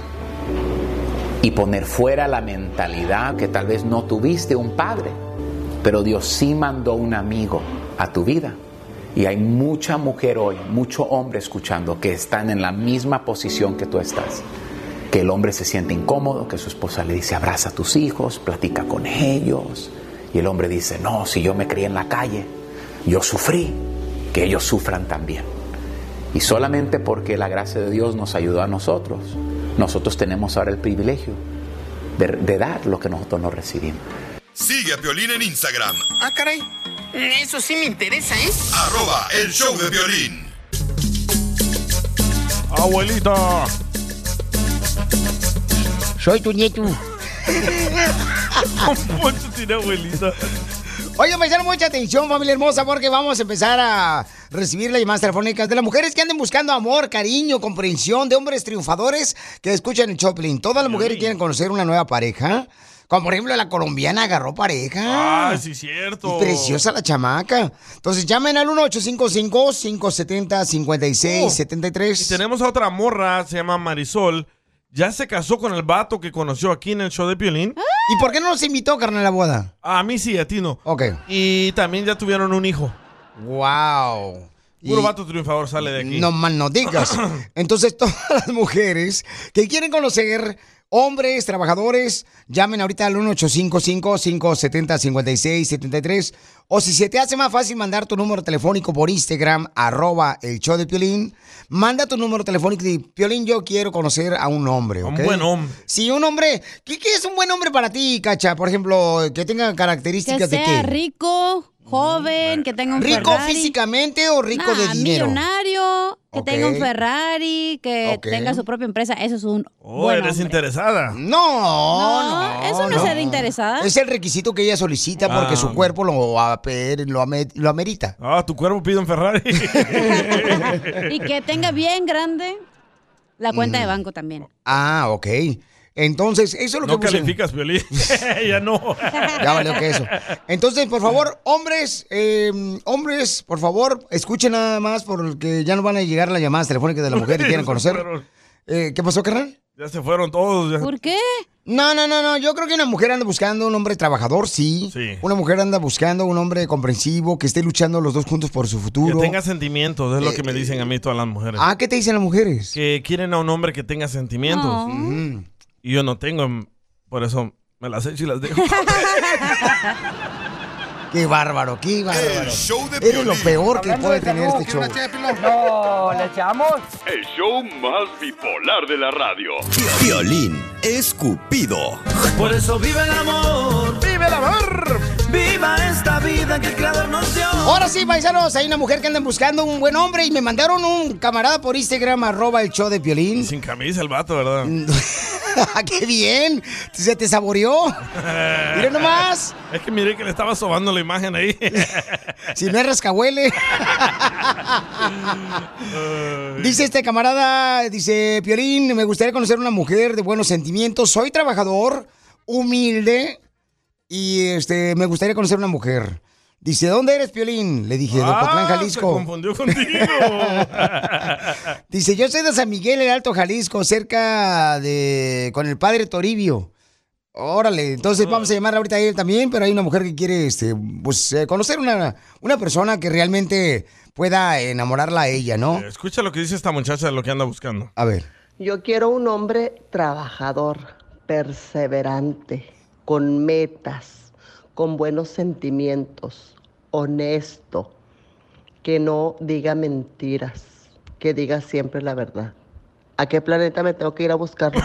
[SPEAKER 24] y poner fuera la mentalidad que tal vez no tuviste un padre, pero Dios sí mandó un amigo a tu vida. Y hay mucha mujer hoy, mucho hombre escuchando que están en la misma posición que tú estás. Que el hombre se siente incómodo, que su esposa le dice abraza a tus hijos, platica con ellos. Y el hombre dice, no, si yo me crié en la calle, yo sufrí, que ellos sufran también. Y solamente porque la gracia de Dios nos ayudó a nosotros, nosotros tenemos ahora el privilegio de, de dar lo que nosotros no recibimos.
[SPEAKER 14] Sigue a Piolín en Instagram,
[SPEAKER 19] Ah, caray. Eso sí me interesa, ¿eh?
[SPEAKER 14] arroba el show de violín.
[SPEAKER 3] Abuelita.
[SPEAKER 1] Soy tu nieto.
[SPEAKER 3] ¿Cuánto tiene abuelita?
[SPEAKER 1] Oye, paisano, mucha atención, familia hermosa, porque vamos a empezar a recibir las llamadas telefónicas de las mujeres que anden buscando amor, cariño, comprensión, de hombres triunfadores que escuchan el Choplin. Todas las mujeres quieren conocer una nueva pareja. Como por ejemplo la colombiana agarró pareja.
[SPEAKER 3] Ah, sí, cierto.
[SPEAKER 1] Y preciosa la chamaca. Entonces llamen al
[SPEAKER 3] Oh.
[SPEAKER 1] 1855-570-5673.
[SPEAKER 3] Y tenemos a otra morra, se llama Marisol. Ya se casó con el vato que conoció aquí en el show de Piolín.
[SPEAKER 1] ¿Y por qué no nos invitó, carnal, a la boda?
[SPEAKER 3] A mí sí, a ti no.
[SPEAKER 1] Ok.
[SPEAKER 3] Y también ya tuvieron un hijo.
[SPEAKER 1] ¡Wow!
[SPEAKER 3] Puro
[SPEAKER 1] Y-
[SPEAKER 3] vato triunfador sale de aquí.
[SPEAKER 1] No más no digas. Entonces, todas las mujeres que quieren conocer hombres, trabajadores, llamen ahorita al 1855-570-5673. O si se te hace más fácil mandar tu número telefónico por Instagram, arroba el show de Piolín, manda tu número telefónico y di, Piolín, yo quiero conocer a un hombre, ¿ok?
[SPEAKER 3] Un buen hombre.
[SPEAKER 1] Sí, un hombre. ¿Qué, qué es un buen hombre para ti, Cacha? Por ejemplo, que tenga
[SPEAKER 4] Que
[SPEAKER 1] características de
[SPEAKER 4] sea
[SPEAKER 1] qué.
[SPEAKER 4] rico, joven, que tenga un
[SPEAKER 1] ¿Rico
[SPEAKER 4] Ferrari.
[SPEAKER 1] físicamente o rico de
[SPEAKER 4] Nah,
[SPEAKER 1] dinero?
[SPEAKER 4] millonario, que
[SPEAKER 1] Ok.
[SPEAKER 4] tenga un Ferrari, que
[SPEAKER 1] Ok.
[SPEAKER 4] tenga su propia empresa. Eso es un
[SPEAKER 3] Oh,
[SPEAKER 4] buen
[SPEAKER 3] eres
[SPEAKER 4] hombre.
[SPEAKER 3] interesada.
[SPEAKER 1] No,
[SPEAKER 4] No, eso no es ser interesada.
[SPEAKER 1] Es el requisito que ella solicita porque
[SPEAKER 3] Ah.
[SPEAKER 1] su cuerpo lo, ape- lo, ame- lo amerita.
[SPEAKER 3] Ah, tu cuerpo pide un Ferrari.
[SPEAKER 4] Y que tenga bien grande la cuenta de banco también.
[SPEAKER 1] Ah, ok. Entonces, eso es lo
[SPEAKER 3] no
[SPEAKER 1] que buscan.
[SPEAKER 3] calificas, Piolín. ya no.
[SPEAKER 1] Ya valió que eso. Entonces, por favor, hombres, eh, hombres, por favor, escuchen nada más porque ya no van a llegar las llamadas telefónicas de la mujer que quieren conocer. Eh, ¿Qué pasó, carnal?
[SPEAKER 3] Ya se fueron todos. ya.
[SPEAKER 4] qué?
[SPEAKER 1] No, no, no, no. Yo creo que una mujer anda buscando un hombre trabajador, sí. Una mujer anda buscando un hombre comprensivo que esté luchando los dos juntos por su
[SPEAKER 3] Que
[SPEAKER 1] futuro.
[SPEAKER 3] tenga sentimientos, es lo que me dicen a mí todas las mujeres.
[SPEAKER 1] Eh, Ah, ¿qué te dicen las mujeres?
[SPEAKER 3] Que quieren a un hombre que tenga sentimientos.
[SPEAKER 1] Oh.
[SPEAKER 3] Y yo no tengo, em, por eso me las echo y las dejo.
[SPEAKER 1] Qué bárbaro, qué bárbaro. Eres lo peor que puede tener este show.
[SPEAKER 6] No, ¿le echamos?
[SPEAKER 7] El show más bipolar de la radio.
[SPEAKER 14] Violín escupido.
[SPEAKER 16] Por eso vive el amor.
[SPEAKER 3] ¡Vive el amor!
[SPEAKER 16] ¡Viva esta vida que el creador nos dio!
[SPEAKER 1] Ahora sí, paisanos, hay una mujer que anda buscando un buen hombre y me mandaron un camarada por Instagram, arroba el show de Piolín. Ah,
[SPEAKER 3] Sin camisa el vato, ¿verdad?
[SPEAKER 1] ¡Qué bien! Se te saboreó. Mira nomás.
[SPEAKER 3] Es que miré que le estaba sobando la imagen ahí.
[SPEAKER 1] Si no es rascahuele. dice este camarada, dice, Piorín, me gustaría conocer una mujer de buenos sentimientos. Soy trabajador, humilde y este me gustaría conocer una mujer. Dice, ¿dónde eres, Piolín? Le dije, de Ocotlán,
[SPEAKER 3] Ah, Se
[SPEAKER 1] Jalisco.
[SPEAKER 3] confundió contigo.
[SPEAKER 1] Dice, yo soy de San Miguel, el Alto Jalisco, cerca de... con el padre Toribio. Órale, entonces vamos a llamar ahorita a él también, pero hay una mujer que quiere este, pues, eh, conocer una, una persona que realmente pueda enamorarla a ella, ¿no?
[SPEAKER 3] Escucha lo que dice esta muchacha de lo que anda buscando.
[SPEAKER 1] A ver.
[SPEAKER 10] Yo quiero un hombre trabajador, perseverante, con metas, con buenos sentimientos, honesto, que no diga mentiras, que diga siempre la verdad. ¿A qué planeta me tengo que ir a buscarlo?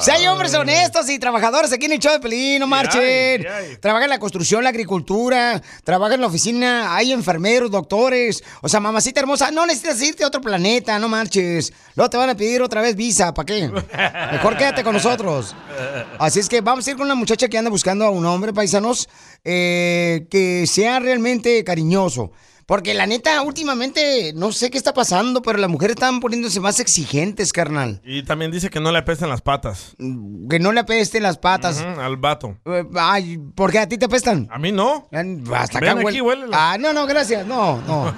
[SPEAKER 1] Si hay hombres honestos y trabajadores aquí en el show de Pelín, no marchen.
[SPEAKER 10] sí hay.
[SPEAKER 1] Trabajan en la construcción, la agricultura, trabajan en la oficina, hay enfermeros, doctores. O sea, mamacita hermosa, no necesitas irte a otro planeta, no marches. Luego te van a pedir otra vez visa, ¿para qué? Mejor quédate con nosotros. Así es que vamos a ir con una muchacha que anda buscando a un hombre, paisanos, eh, que sea realmente cariñoso. Porque la neta, últimamente, no sé qué está pasando, pero las mujeres están poniéndose más exigentes, carnal.
[SPEAKER 3] Y también dice que no le apestan las patas.
[SPEAKER 1] Que no le apesten las patas.
[SPEAKER 3] Ujú, al vato.
[SPEAKER 1] Eh, Ay, ¿por qué a ti te apestan? A
[SPEAKER 3] mí no.
[SPEAKER 1] Hasta acá
[SPEAKER 3] Ven aquí,
[SPEAKER 1] Ah, no, no, gracias. No, no.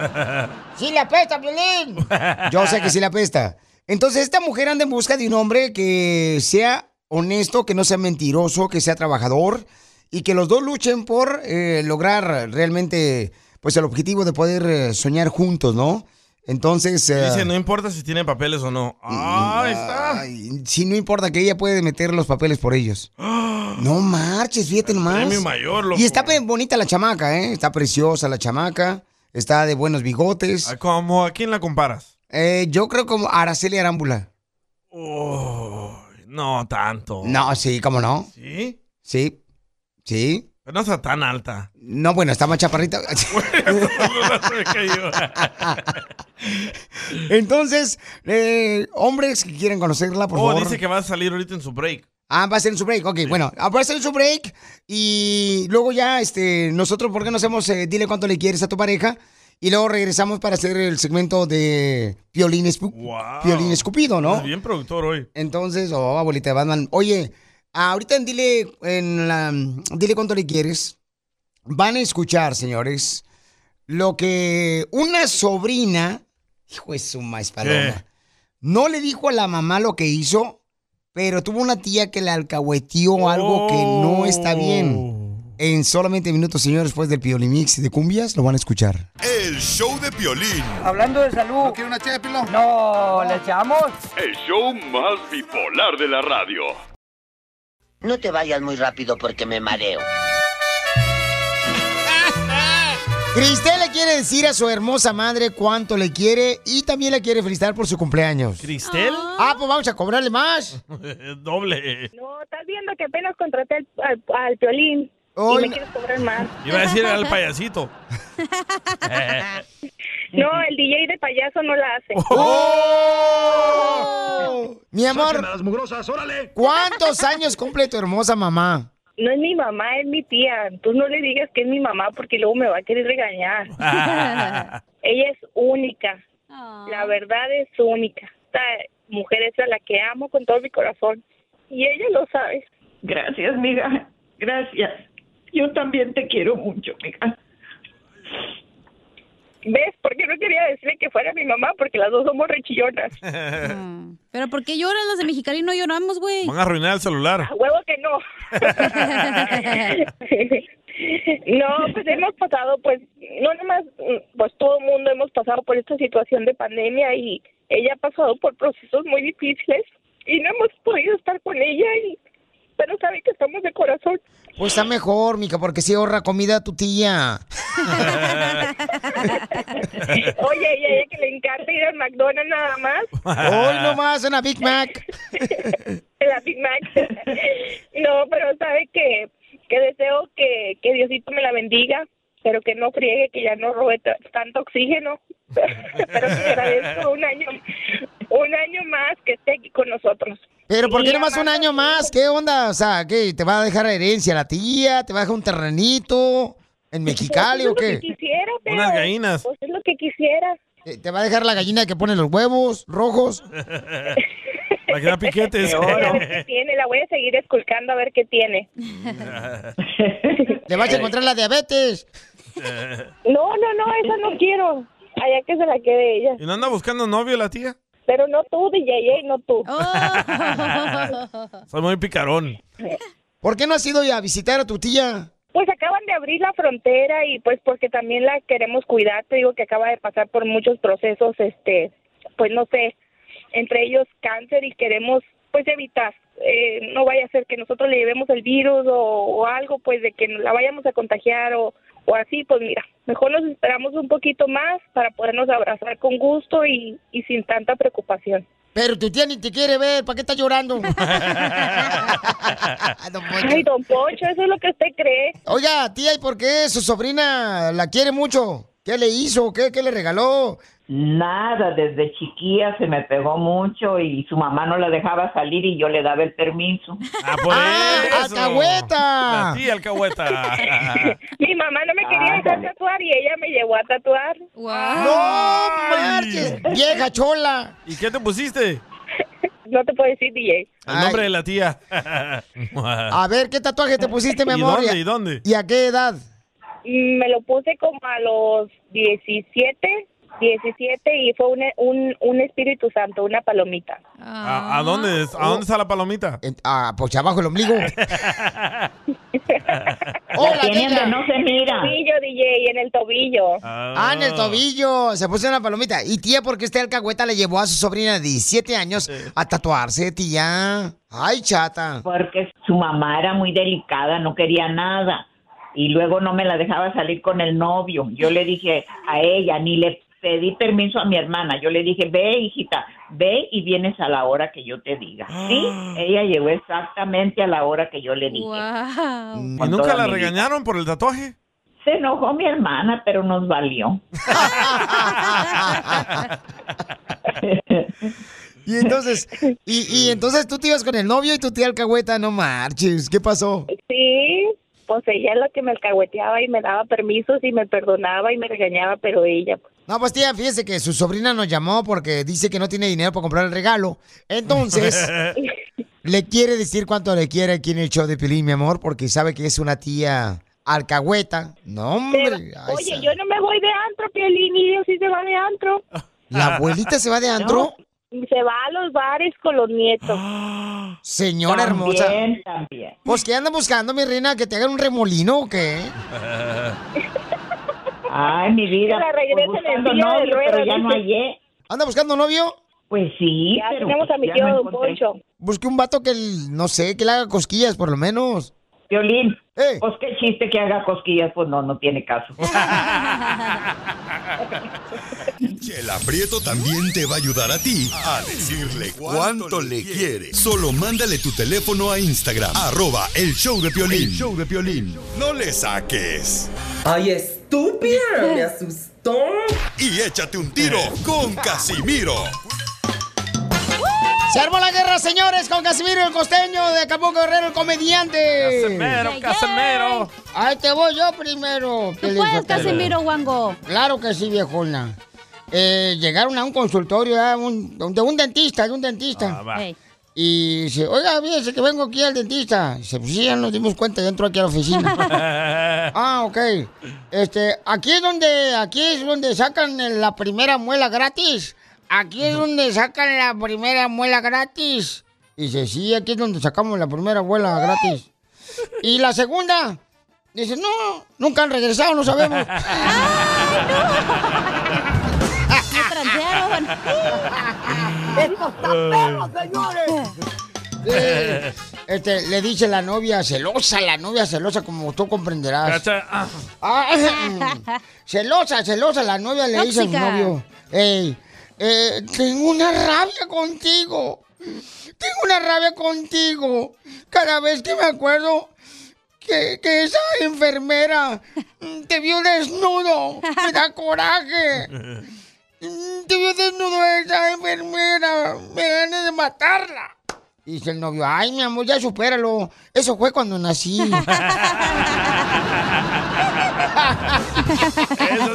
[SPEAKER 1] ¡Sí le apesta, Piolín! Yo sé que sí le apesta. Entonces, esta mujer anda en busca de un hombre que sea honesto, que no sea mentiroso, que sea trabajador y que los dos luchen por eh, lograr realmente pues el objetivo de poder eh, soñar juntos, ¿no? Entonces, eh,
[SPEAKER 3] Dice, no importa si tiene papeles o no. Ah, ahí está.
[SPEAKER 1] Mm, ay, sí, no importa que ella puede meter los papeles por ellos. No marches, fíjate nomás.
[SPEAKER 3] premio mayor, loco.
[SPEAKER 1] Y está pe- bonita la chamaca, ¿eh? Está preciosa la chamaca. Está de buenos bigotes.
[SPEAKER 3] ¿Cómo? ¿A quién la comparas?
[SPEAKER 1] Eh, yo creo como Araceli Arámbula.
[SPEAKER 3] No tanto.
[SPEAKER 1] No, sí, ¿cómo no?
[SPEAKER 3] ¿Sí?
[SPEAKER 1] Sí. Sí.
[SPEAKER 3] Pero no está tan alta.
[SPEAKER 1] No, bueno, está más chaparrita. Entonces, eh, hombres que quieren conocerla, por
[SPEAKER 3] oh,
[SPEAKER 1] favor.
[SPEAKER 3] dice que va a salir ahorita en su break.
[SPEAKER 1] Ah, va a ser en su break, ok, bueno, ah, va a ser en su break y luego ya, este, nosotros, ¿por qué no hacemos, eh, dile cuánto le quieres a tu pareja? Y luego regresamos para hacer el segmento de Piolín, Espu- Piolín Escupido, ¿no?
[SPEAKER 3] Es bien productor hoy.
[SPEAKER 1] Entonces, oh, abuelita de Batman, oye, ahorita en dile, en la, dile cuánto le quieres, van a escuchar, señores, lo que una sobrina, hijo de su maíz paloma, no le dijo a la mamá lo que hizo, pero tuvo una tía que le alcahueteó algo que no está bien. En solamente minutos, señores, después del Piolimix de Cumbias, lo van a escuchar.
[SPEAKER 25] El show de Piolín.
[SPEAKER 6] Hablando de salud. ¿No quiere una ché, Pilón? No, ¿le echamos?
[SPEAKER 7] El show más bipolar de la radio.
[SPEAKER 26] No te vayas muy rápido porque me mareo.
[SPEAKER 1] Cristel le quiere decir a su hermosa madre cuánto le quiere y también la quiere felicitar por su cumpleaños.
[SPEAKER 3] ¿Cristel?
[SPEAKER 1] Ah, pues vamos a cobrarle más.
[SPEAKER 3] Doble.
[SPEAKER 27] No, estás viendo que apenas contraté al, al, al Piolín
[SPEAKER 3] Hoy
[SPEAKER 27] y me
[SPEAKER 3] no-
[SPEAKER 27] quieres cobrar más.
[SPEAKER 3] Iba a decir al payasito.
[SPEAKER 27] No, el DJ de payaso no la hace.
[SPEAKER 1] Oh.
[SPEAKER 27] Oh.
[SPEAKER 1] Mi amor.
[SPEAKER 27] Sáquenme a las mugrosas, ¿eh? órale.
[SPEAKER 1] ¿Cuántos años cumple tu hermosa mamá?
[SPEAKER 27] No es mi mamá, es mi tía. Tú no le digas que es mi mamá porque luego me va a querer regañar. Ella es única. La verdad es única. Esta mujer es a la que amo con todo mi corazón. Y ella lo sabe.
[SPEAKER 16] Gracias, mija. Gracias. Yo también te quiero mucho, mija.
[SPEAKER 27] ¿Ves? Porque no quería decirle que fuera mi mamá porque las dos somos rechillonas.
[SPEAKER 4] Pero ¿por qué lloran las de Mexicali y no lloramos, güey?
[SPEAKER 3] Van a arruinar el celular.
[SPEAKER 27] Huevo que no. No, pues hemos pasado, pues, no nomás, mm, pues todo el mundo hemos pasado por esta situación de pandemia y ella ha pasado por procesos muy difíciles y no hemos podido estar con ella, y, pero sabe que estamos de corazón.
[SPEAKER 1] Pues está mejor, mica, porque si ahorra comida a tu tía.
[SPEAKER 27] Oye, y a ella que le encanta ir al McDonald's nada más.
[SPEAKER 1] Hoy nomás una Big Mac.
[SPEAKER 27] La Big Mac. No, pero sabe que, que deseo que, que Diosito me la bendiga, pero que no friegue, que ya no robe t- tanto oxígeno. pero que agradezco un año, un año más que esté aquí con nosotros.
[SPEAKER 1] Pero ¿por qué
[SPEAKER 27] Y pues,
[SPEAKER 1] nomás un
[SPEAKER 27] amado-
[SPEAKER 1] año más? ¿Qué onda? O sea, ¿qué? ¿Te va a dejar herencia la tía? ¿Te va a dejar un terrenito en Mexicali
[SPEAKER 27] Pues,
[SPEAKER 1] o
[SPEAKER 27] es
[SPEAKER 1] qué?
[SPEAKER 27] lo que quisiera, pero,
[SPEAKER 1] Unas gallinas.
[SPEAKER 27] Pues es lo que quisiera.
[SPEAKER 1] ¿Te- ¿Te va a dejar la gallina que pone los huevos rojos?
[SPEAKER 3] Para que da piquetes.
[SPEAKER 27] Pero a ver
[SPEAKER 1] Eh.
[SPEAKER 27] qué tiene, la voy a seguir esculcando a ver qué tiene.
[SPEAKER 1] Le vas
[SPEAKER 3] Eh.
[SPEAKER 1] a encontrar la diabetes.
[SPEAKER 27] No, no, no, esa no quiero. Allá que se la quede ella.
[SPEAKER 3] ¿Y no anda buscando novio la tía?
[SPEAKER 27] Pero no tú, DJ, eh, no tú.
[SPEAKER 3] Soy muy picarón.
[SPEAKER 1] Oh. ¿Por qué no has ido ya a visitar a tu tía?
[SPEAKER 27] Pues acaban de abrir la frontera y pues porque también la queremos cuidar, te digo que acaba de pasar por muchos procesos, este, pues no sé, entre ellos cáncer y queremos pues evitar, eh, no vaya a ser que nosotros le llevemos el virus o, o algo pues de que la vayamos a contagiar o, o así, pues mira, mejor nos esperamos un poquito más para podernos abrazar con gusto y, y sin tanta preocupación.
[SPEAKER 1] Pero tu tía ni te quiere ver, ¿para qué estás llorando?
[SPEAKER 27] Ay, don Poncho, eso es lo que usted cree.
[SPEAKER 1] Oiga, tía, ¿y por qué su sobrina la quiere mucho? ¿Qué le hizo? ¿Qué, qué le regaló?
[SPEAKER 13] Nada, desde chiquilla se me pegó mucho y su mamá no la dejaba salir y yo le daba el permiso.
[SPEAKER 3] ¡Ah, por eso!
[SPEAKER 1] ¡Alcahueta!
[SPEAKER 3] La tía alcahueta.
[SPEAKER 27] Mi mamá no me quería dejar tatuar y ella me llevó a tatuar.
[SPEAKER 1] ¡No marches! ¡Vieja chola!
[SPEAKER 3] ¿Y qué te pusiste?
[SPEAKER 27] No te puedo decir, DJ.
[SPEAKER 3] El nombre de la tía.
[SPEAKER 1] A ver, ¿qué tatuaje te pusiste, mi
[SPEAKER 3] ¿Y
[SPEAKER 1] amor?
[SPEAKER 3] dónde, y dónde?
[SPEAKER 1] ¿Y a qué edad?
[SPEAKER 27] Mm, Me lo puse como a los 17, 17 y fue un, un, un Espíritu Santo, una palomita.
[SPEAKER 3] ¿A, a dónde? es? ¿A dónde está la palomita?
[SPEAKER 1] Ah, pues abajo el ombligo.
[SPEAKER 13] La tienen de no se mira.
[SPEAKER 27] Tobillo, DJ, en el tobillo.
[SPEAKER 1] Ah, en el tobillo. Se puso una palomita. Y tía, ¿por qué este alcahueta le llevó a su sobrina de 17 años a tatuarse, tía? Ay, chata.
[SPEAKER 13] Porque su mamá era muy delicada, no quería nada. Y luego no me la dejaba salir con el novio. Yo le dije a ella, ni le pedí permiso a mi hermana. Yo le dije, ve, hijita, ve y vienes a la hora que yo te diga. Sí,
[SPEAKER 3] Ah.
[SPEAKER 13] ella llegó exactamente a la hora que yo le dije.
[SPEAKER 3] ¿Y
[SPEAKER 13] Con
[SPEAKER 3] nunca
[SPEAKER 13] toda
[SPEAKER 3] la
[SPEAKER 13] mi vida.
[SPEAKER 3] regañaron por el tatuaje?
[SPEAKER 13] Se enojó mi hermana, pero nos valió.
[SPEAKER 1] Y entonces, y, y entonces tú te ibas con el novio y tu tía alcahueta, no marches. ¿Qué pasó?
[SPEAKER 27] Sí, pues ella es la que me alcahueteaba y me daba permisos y me perdonaba y me regañaba, pero ella. pues,
[SPEAKER 1] No, pues tía, fíjese que su sobrina nos llamó porque dice que no tiene dinero para comprar el regalo. Entonces, le quiere decir cuánto le quiere aquí en el show de Pilín, mi amor, porque sabe que es una tía alcahueta. No, hombre. ay,
[SPEAKER 27] Oye, yo no me voy de antro, Piolín, y ellos sí se van de antro.
[SPEAKER 1] ¿La abuelita se va de antro?
[SPEAKER 27] No, se va a los bares con los nietos.
[SPEAKER 1] Señora hermosa.
[SPEAKER 13] También, también.
[SPEAKER 1] Pues que anda buscando, mi reina, que te hagan un remolino o qué.
[SPEAKER 13] Ay, mi vida.
[SPEAKER 1] Que la regresen
[SPEAKER 13] pues,
[SPEAKER 1] en
[SPEAKER 13] buscando
[SPEAKER 1] silla de
[SPEAKER 13] novio, pero
[SPEAKER 1] ruedas,
[SPEAKER 13] ya no
[SPEAKER 1] dice.
[SPEAKER 13] hallé.
[SPEAKER 1] ¿Anda buscando novio?
[SPEAKER 13] Pues sí,
[SPEAKER 27] Ya pero tenemos a mi ya tío no Don encontré. Poncho.
[SPEAKER 1] Busque un vato que, l- no sé, que le haga cosquillas, por lo menos.
[SPEAKER 13] Violín,
[SPEAKER 1] pues
[SPEAKER 13] qué chiste que haga cosquillas, pues no, no tiene caso.
[SPEAKER 14] Chela Prieto también te va a ayudar a ti a decirle cuánto le quiere. Solo mándale tu teléfono a Instagram, arroba el show de Piolín. show de Piolín. No le saques.
[SPEAKER 19] Ay, estúpida, me asustó.
[SPEAKER 14] Y échate un tiro con Casimiro.
[SPEAKER 1] Se armó la guerra, señores, con Casimiro el costeño de Acapulco Guerrero, el comediante.
[SPEAKER 3] Casimiro, Yeah, yeah. Casimiro.
[SPEAKER 1] Ahí te voy yo primero.
[SPEAKER 4] Tú puedes, Casimiro
[SPEAKER 1] Wango. Claro que sí, viejona. Eh, llegaron a un consultorio a un- de un dentista, de un dentista. Y dice, oiga, fíjese que vengo aquí al dentista. Dice, pues sí, ya nos dimos cuenta, ya entró aquí a la oficina. ah, ok. Este, aquí es donde, aquí es donde sacan la primera muela gratis. Aquí es donde sacan la primera muela gratis. Y dice, sí, aquí es donde sacamos la primera muela gratis. Y la segunda, dice, no, nunca han regresado, no sabemos.
[SPEAKER 19] ¡Estos taperos, señores!
[SPEAKER 1] Eh, Este, le dice la novia celosa, la novia celosa, como tú comprenderás.
[SPEAKER 3] Cacha- ah.
[SPEAKER 1] Ah, celosa, celosa, la novia le dice a su
[SPEAKER 19] Tóxica.
[SPEAKER 1] novio. "Ey, eh, tengo una rabia contigo. Tengo una rabia contigo. Cada vez que me acuerdo que, que esa enfermera mm, te vio desnudo, me da coraje. Te vio desnudo esa enfermera. Me ganas de matarla. Dice el novio, ay, mi amor, ya supéralo. Eso fue cuando nací.
[SPEAKER 3] Eso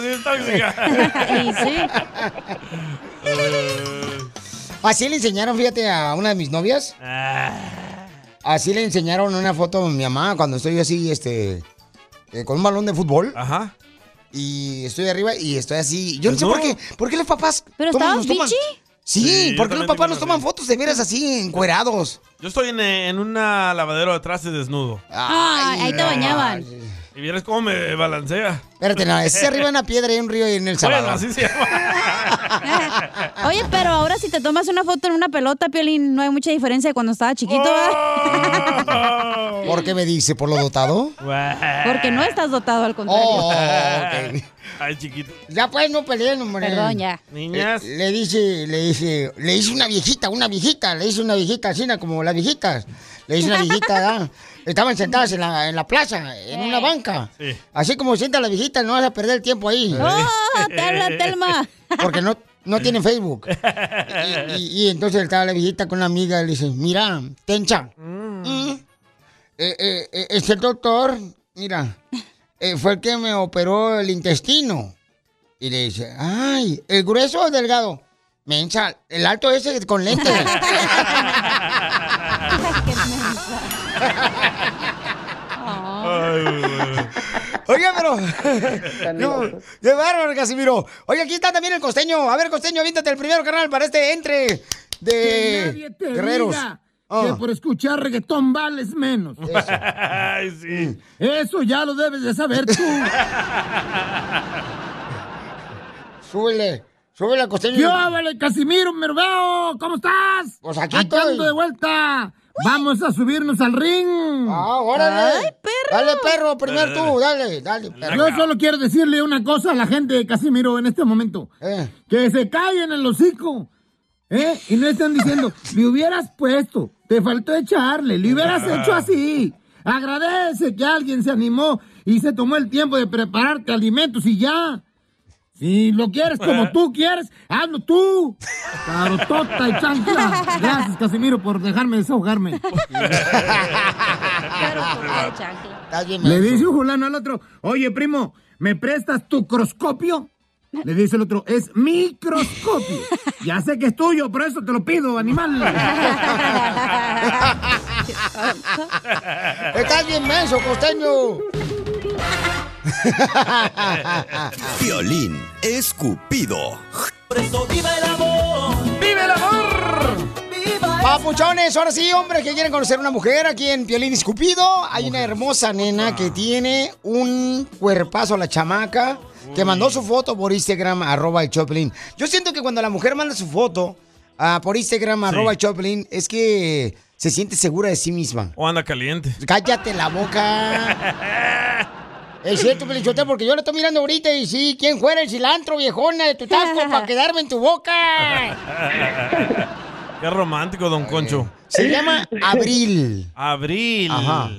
[SPEAKER 3] sí es tóxica.
[SPEAKER 1] Y sí. Así le enseñaron, fíjate, a una de mis novias.
[SPEAKER 3] Ah.
[SPEAKER 1] Así le enseñaron una foto a mi mamá cuando estoy así, este, eh, con un balón de fútbol. Ajá. Y estoy arriba y estoy así.
[SPEAKER 3] Pues
[SPEAKER 1] Yo no sé por qué, por qué los papás.
[SPEAKER 4] ¿Pero
[SPEAKER 1] toman-
[SPEAKER 4] estabas
[SPEAKER 1] nos toman-
[SPEAKER 4] bichi?
[SPEAKER 1] Sí,
[SPEAKER 3] Sí, yo
[SPEAKER 1] porque los
[SPEAKER 3] también
[SPEAKER 1] papás
[SPEAKER 3] tengo
[SPEAKER 1] nos
[SPEAKER 3] una
[SPEAKER 1] toman fotos de veras así, encuerados.
[SPEAKER 3] Yo estoy en, eh, en una lavadero de trastes desnudo.
[SPEAKER 4] Ah, ahí te bañaban.
[SPEAKER 3] Y vieras cómo me balancea.
[SPEAKER 1] Espérate, no, ese es arriba de una piedra y un río y en el
[SPEAKER 3] Bueno,
[SPEAKER 1] Salvador.
[SPEAKER 3] así se llama.
[SPEAKER 4] Oye, pero ahora si te tomas una foto en una pelota, Piolín, no hay mucha diferencia de cuando estaba chiquito,
[SPEAKER 1] Oh.
[SPEAKER 4] ¿verdad?
[SPEAKER 1] ¿Por qué me dice? ¿Por lo dotado? Oh,
[SPEAKER 4] Porque no estás dotado, al contrario.
[SPEAKER 3] Ay, chiquito.
[SPEAKER 1] Ya pues, no peleen, hombre.
[SPEAKER 4] Perdón, ya.
[SPEAKER 3] Niñas.
[SPEAKER 1] Eh, Le, le dice, le dice, le dice una viejita, una viejita, le dice una viejita, así na, como las viejitas. Le dice una viejita, ¿verdad? Estaban sentadas en la, en la plaza, en una
[SPEAKER 19] Eh.
[SPEAKER 1] banca.
[SPEAKER 19] Sí.
[SPEAKER 1] Así como sienta la viejita, no vas a perder el tiempo ahí.
[SPEAKER 19] ¡Oh, te habla Telma!
[SPEAKER 1] Porque no, no tienen Facebook. Y, y- y entonces estaba la viejita con una amiga y le dice, mira, Tencha, mm, eh, eh, eh, ese doctor, mira, eh, fue el que me operó el intestino. Y le dice, ay, ¿el grueso o el delgado? Mencha, el alto ese con lentes. Oye, pero... no, de bárbaro, Casimiro. Oye, aquí está también el costeño. A ver, costeño, aviéntate el primero, canal para este entre
[SPEAKER 9] Que
[SPEAKER 1] de
[SPEAKER 9] nadie te
[SPEAKER 1] guerreros.
[SPEAKER 9] diga
[SPEAKER 1] Ah.
[SPEAKER 9] Que por escuchar reggaetón vales menos. Eso. ya lo debes de saber tú.
[SPEAKER 1] súbele, súbele al costeño.
[SPEAKER 9] Yo, vale, Casimiro, me veo. ¿Cómo estás?
[SPEAKER 1] Pues aquí
[SPEAKER 9] Acá
[SPEAKER 1] estoy.
[SPEAKER 9] ando de vuelta. Vamos a subirnos al ring.
[SPEAKER 1] Ah, órale.
[SPEAKER 9] Ay,
[SPEAKER 1] perro. Dale, perro, primero tú. Dale, dale, perro.
[SPEAKER 9] Yo solo quiero decirle una cosa a la gente de Casimiro en este momento. Que se callen el hocico. ¿eh? Y no están diciendo, le hubieras puesto, te faltó echarle, le hubieras
[SPEAKER 19] Ah.
[SPEAKER 9] hecho así. Agradece que alguien se animó y se tomó el tiempo de prepararte alimentos y ya. Si lo quieres como tú quieres, hazlo tú. Carotota y chancla. Gracias, Casimiro, por dejarme desahogarme. Le dice un fulano al otro, oye primo, ¿me prestas tu croscopio? Le dice el otro, es microscopio. Ya sé que es tuyo, por eso te lo pido, animal.
[SPEAKER 1] Estás bien menso, costeño.
[SPEAKER 14] Violín escupido.
[SPEAKER 19] Por eso viva el amor.
[SPEAKER 1] ¡Vive el amor! Papuchones, ahora sí, hombres que quieren conocer una mujer aquí en Piolín Escupido. Hay una hermosa nena que tiene un cuerpazo a la chamaca que mandó su foto por Instagram, arroba el Choplin. Yo siento que cuando la mujer manda su foto ah, por Instagram, arroba el Choplin, es que se siente segura de sí misma.
[SPEAKER 3] O anda caliente.
[SPEAKER 1] Cállate la boca. Es cierto, Pelichotel, porque yo lo estoy mirando ahorita y sí, ¿quién fuera el cilantro, viejona, de tu taco para quedarme en tu boca?
[SPEAKER 3] Qué romántico, don Concho.
[SPEAKER 1] Se llama Abril.
[SPEAKER 3] Abril.
[SPEAKER 1] Ajá.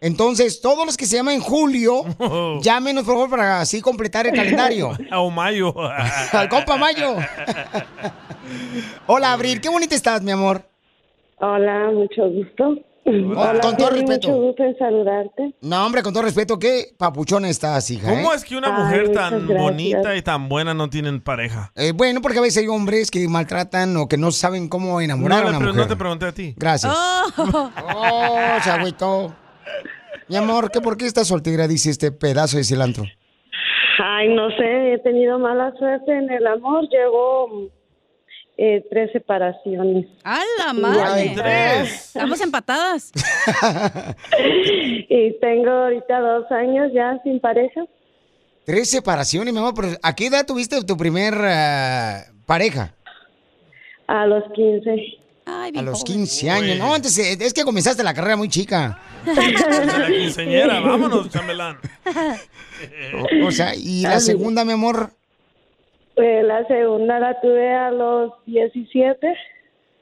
[SPEAKER 1] Entonces, todos los que se llaman Julio, llámenos por favor para así completar el calendario.
[SPEAKER 3] O mayo.
[SPEAKER 1] Al compa Mayo. Hola, Abril, qué bonita estás, mi amor.
[SPEAKER 15] Hola, mucho gusto. Hola,
[SPEAKER 1] con todo
[SPEAKER 15] Piolín,
[SPEAKER 1] respeto.
[SPEAKER 15] Mucho gusto en saludarte.
[SPEAKER 1] No, hombre, con todo respeto, qué papuchona estás, hija.
[SPEAKER 3] ¿Cómo
[SPEAKER 1] ¿eh?
[SPEAKER 3] es que una mujer tan
[SPEAKER 15] gracias.
[SPEAKER 3] bonita y tan buena no tienen pareja?
[SPEAKER 1] Eh, bueno, porque a veces hay hombres que maltratan o que no saben cómo enamorar a
[SPEAKER 3] No, le
[SPEAKER 1] una
[SPEAKER 3] pre-
[SPEAKER 1] mujer.
[SPEAKER 3] no te pregunté a ti.
[SPEAKER 1] Gracias.
[SPEAKER 4] Oh.
[SPEAKER 1] Oh, se agüitó. Mi amor, ¿qué, ¿por qué estás soltera? Dice este pedazo de cilantro.
[SPEAKER 15] Ay, no sé, he tenido mala suerte en el amor. Llevo eh, tres separaciones.
[SPEAKER 4] ¡A la
[SPEAKER 15] Ay,
[SPEAKER 4] madre!
[SPEAKER 15] tres.
[SPEAKER 4] Estamos empatadas.
[SPEAKER 15] Y
[SPEAKER 1] Este,
[SPEAKER 15] tengo ahorita dos años ya sin pareja.
[SPEAKER 1] Tres separaciones, mi amor. pero ¿A qué edad tuviste tu primer eh, pareja?
[SPEAKER 15] A los 15.
[SPEAKER 1] A los 15 años. No, antes eh, es que comenzaste la carrera muy chica.
[SPEAKER 3] La quinceañera, vámonos, chambelán.
[SPEAKER 1] O, o sea, y la
[SPEAKER 15] Ah,
[SPEAKER 1] segunda, mi amor,
[SPEAKER 15] Eh, la segunda la tuve a los 17.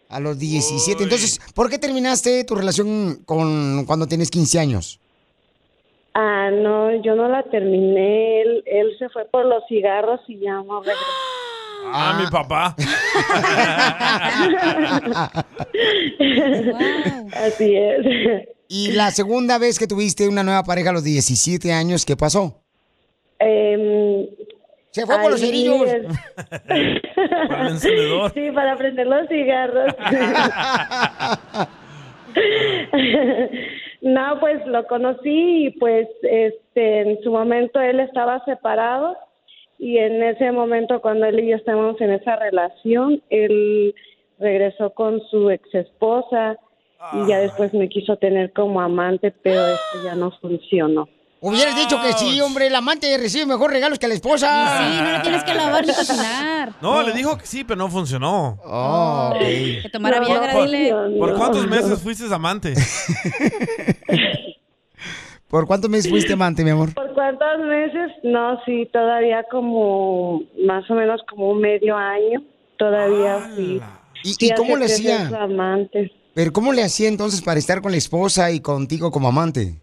[SPEAKER 1] a los 17. Entonces, ¿por qué terminaste tu relación con cuando tienes 15 años?
[SPEAKER 15] Ah, no, yo no la terminé. Él, él se fue por los cigarros y ya no regresó.
[SPEAKER 3] Ah, mi papá.
[SPEAKER 1] Así es. Y la segunda vez que tuviste una nueva pareja a los 17 años, ¿qué pasó? Se fue por los
[SPEAKER 15] Em, ahí
[SPEAKER 1] cerillos.
[SPEAKER 15] es-
[SPEAKER 3] Para el encendedor.
[SPEAKER 15] Sí, para prender los cigarros. no, pues lo conocí y pues este, en su momento él estaba separado y en ese momento cuando él y yo estábamos en esa relación, él regresó con su ex esposa y
[SPEAKER 3] Ah.
[SPEAKER 15] ya después me quiso tener como amante, pero esto ya no funcionó.
[SPEAKER 1] Hubieras dicho que sí, hombre, el amante recibe mejor regalos que la esposa.
[SPEAKER 4] Sí, no le tienes que lavar ni cocinar.
[SPEAKER 3] No, le dijo que sí, pero no funcionó.
[SPEAKER 1] Oh,
[SPEAKER 4] Que tomara Viagra, dile.
[SPEAKER 3] ¿Por cuántos meses fuiste amante?
[SPEAKER 1] ¿Por cuántos meses fuiste amante, mi amor?
[SPEAKER 15] ¿Por cuántos meses? No, sí, todavía como más o menos como un medio año. Todavía fui.
[SPEAKER 1] ¿Y-
[SPEAKER 15] fui
[SPEAKER 1] y cómo
[SPEAKER 15] hace
[SPEAKER 1] le
[SPEAKER 15] tres
[SPEAKER 1] hacía?
[SPEAKER 15] años amante.
[SPEAKER 1] Pero ¿cómo le hacía entonces para estar con la esposa y contigo como amante?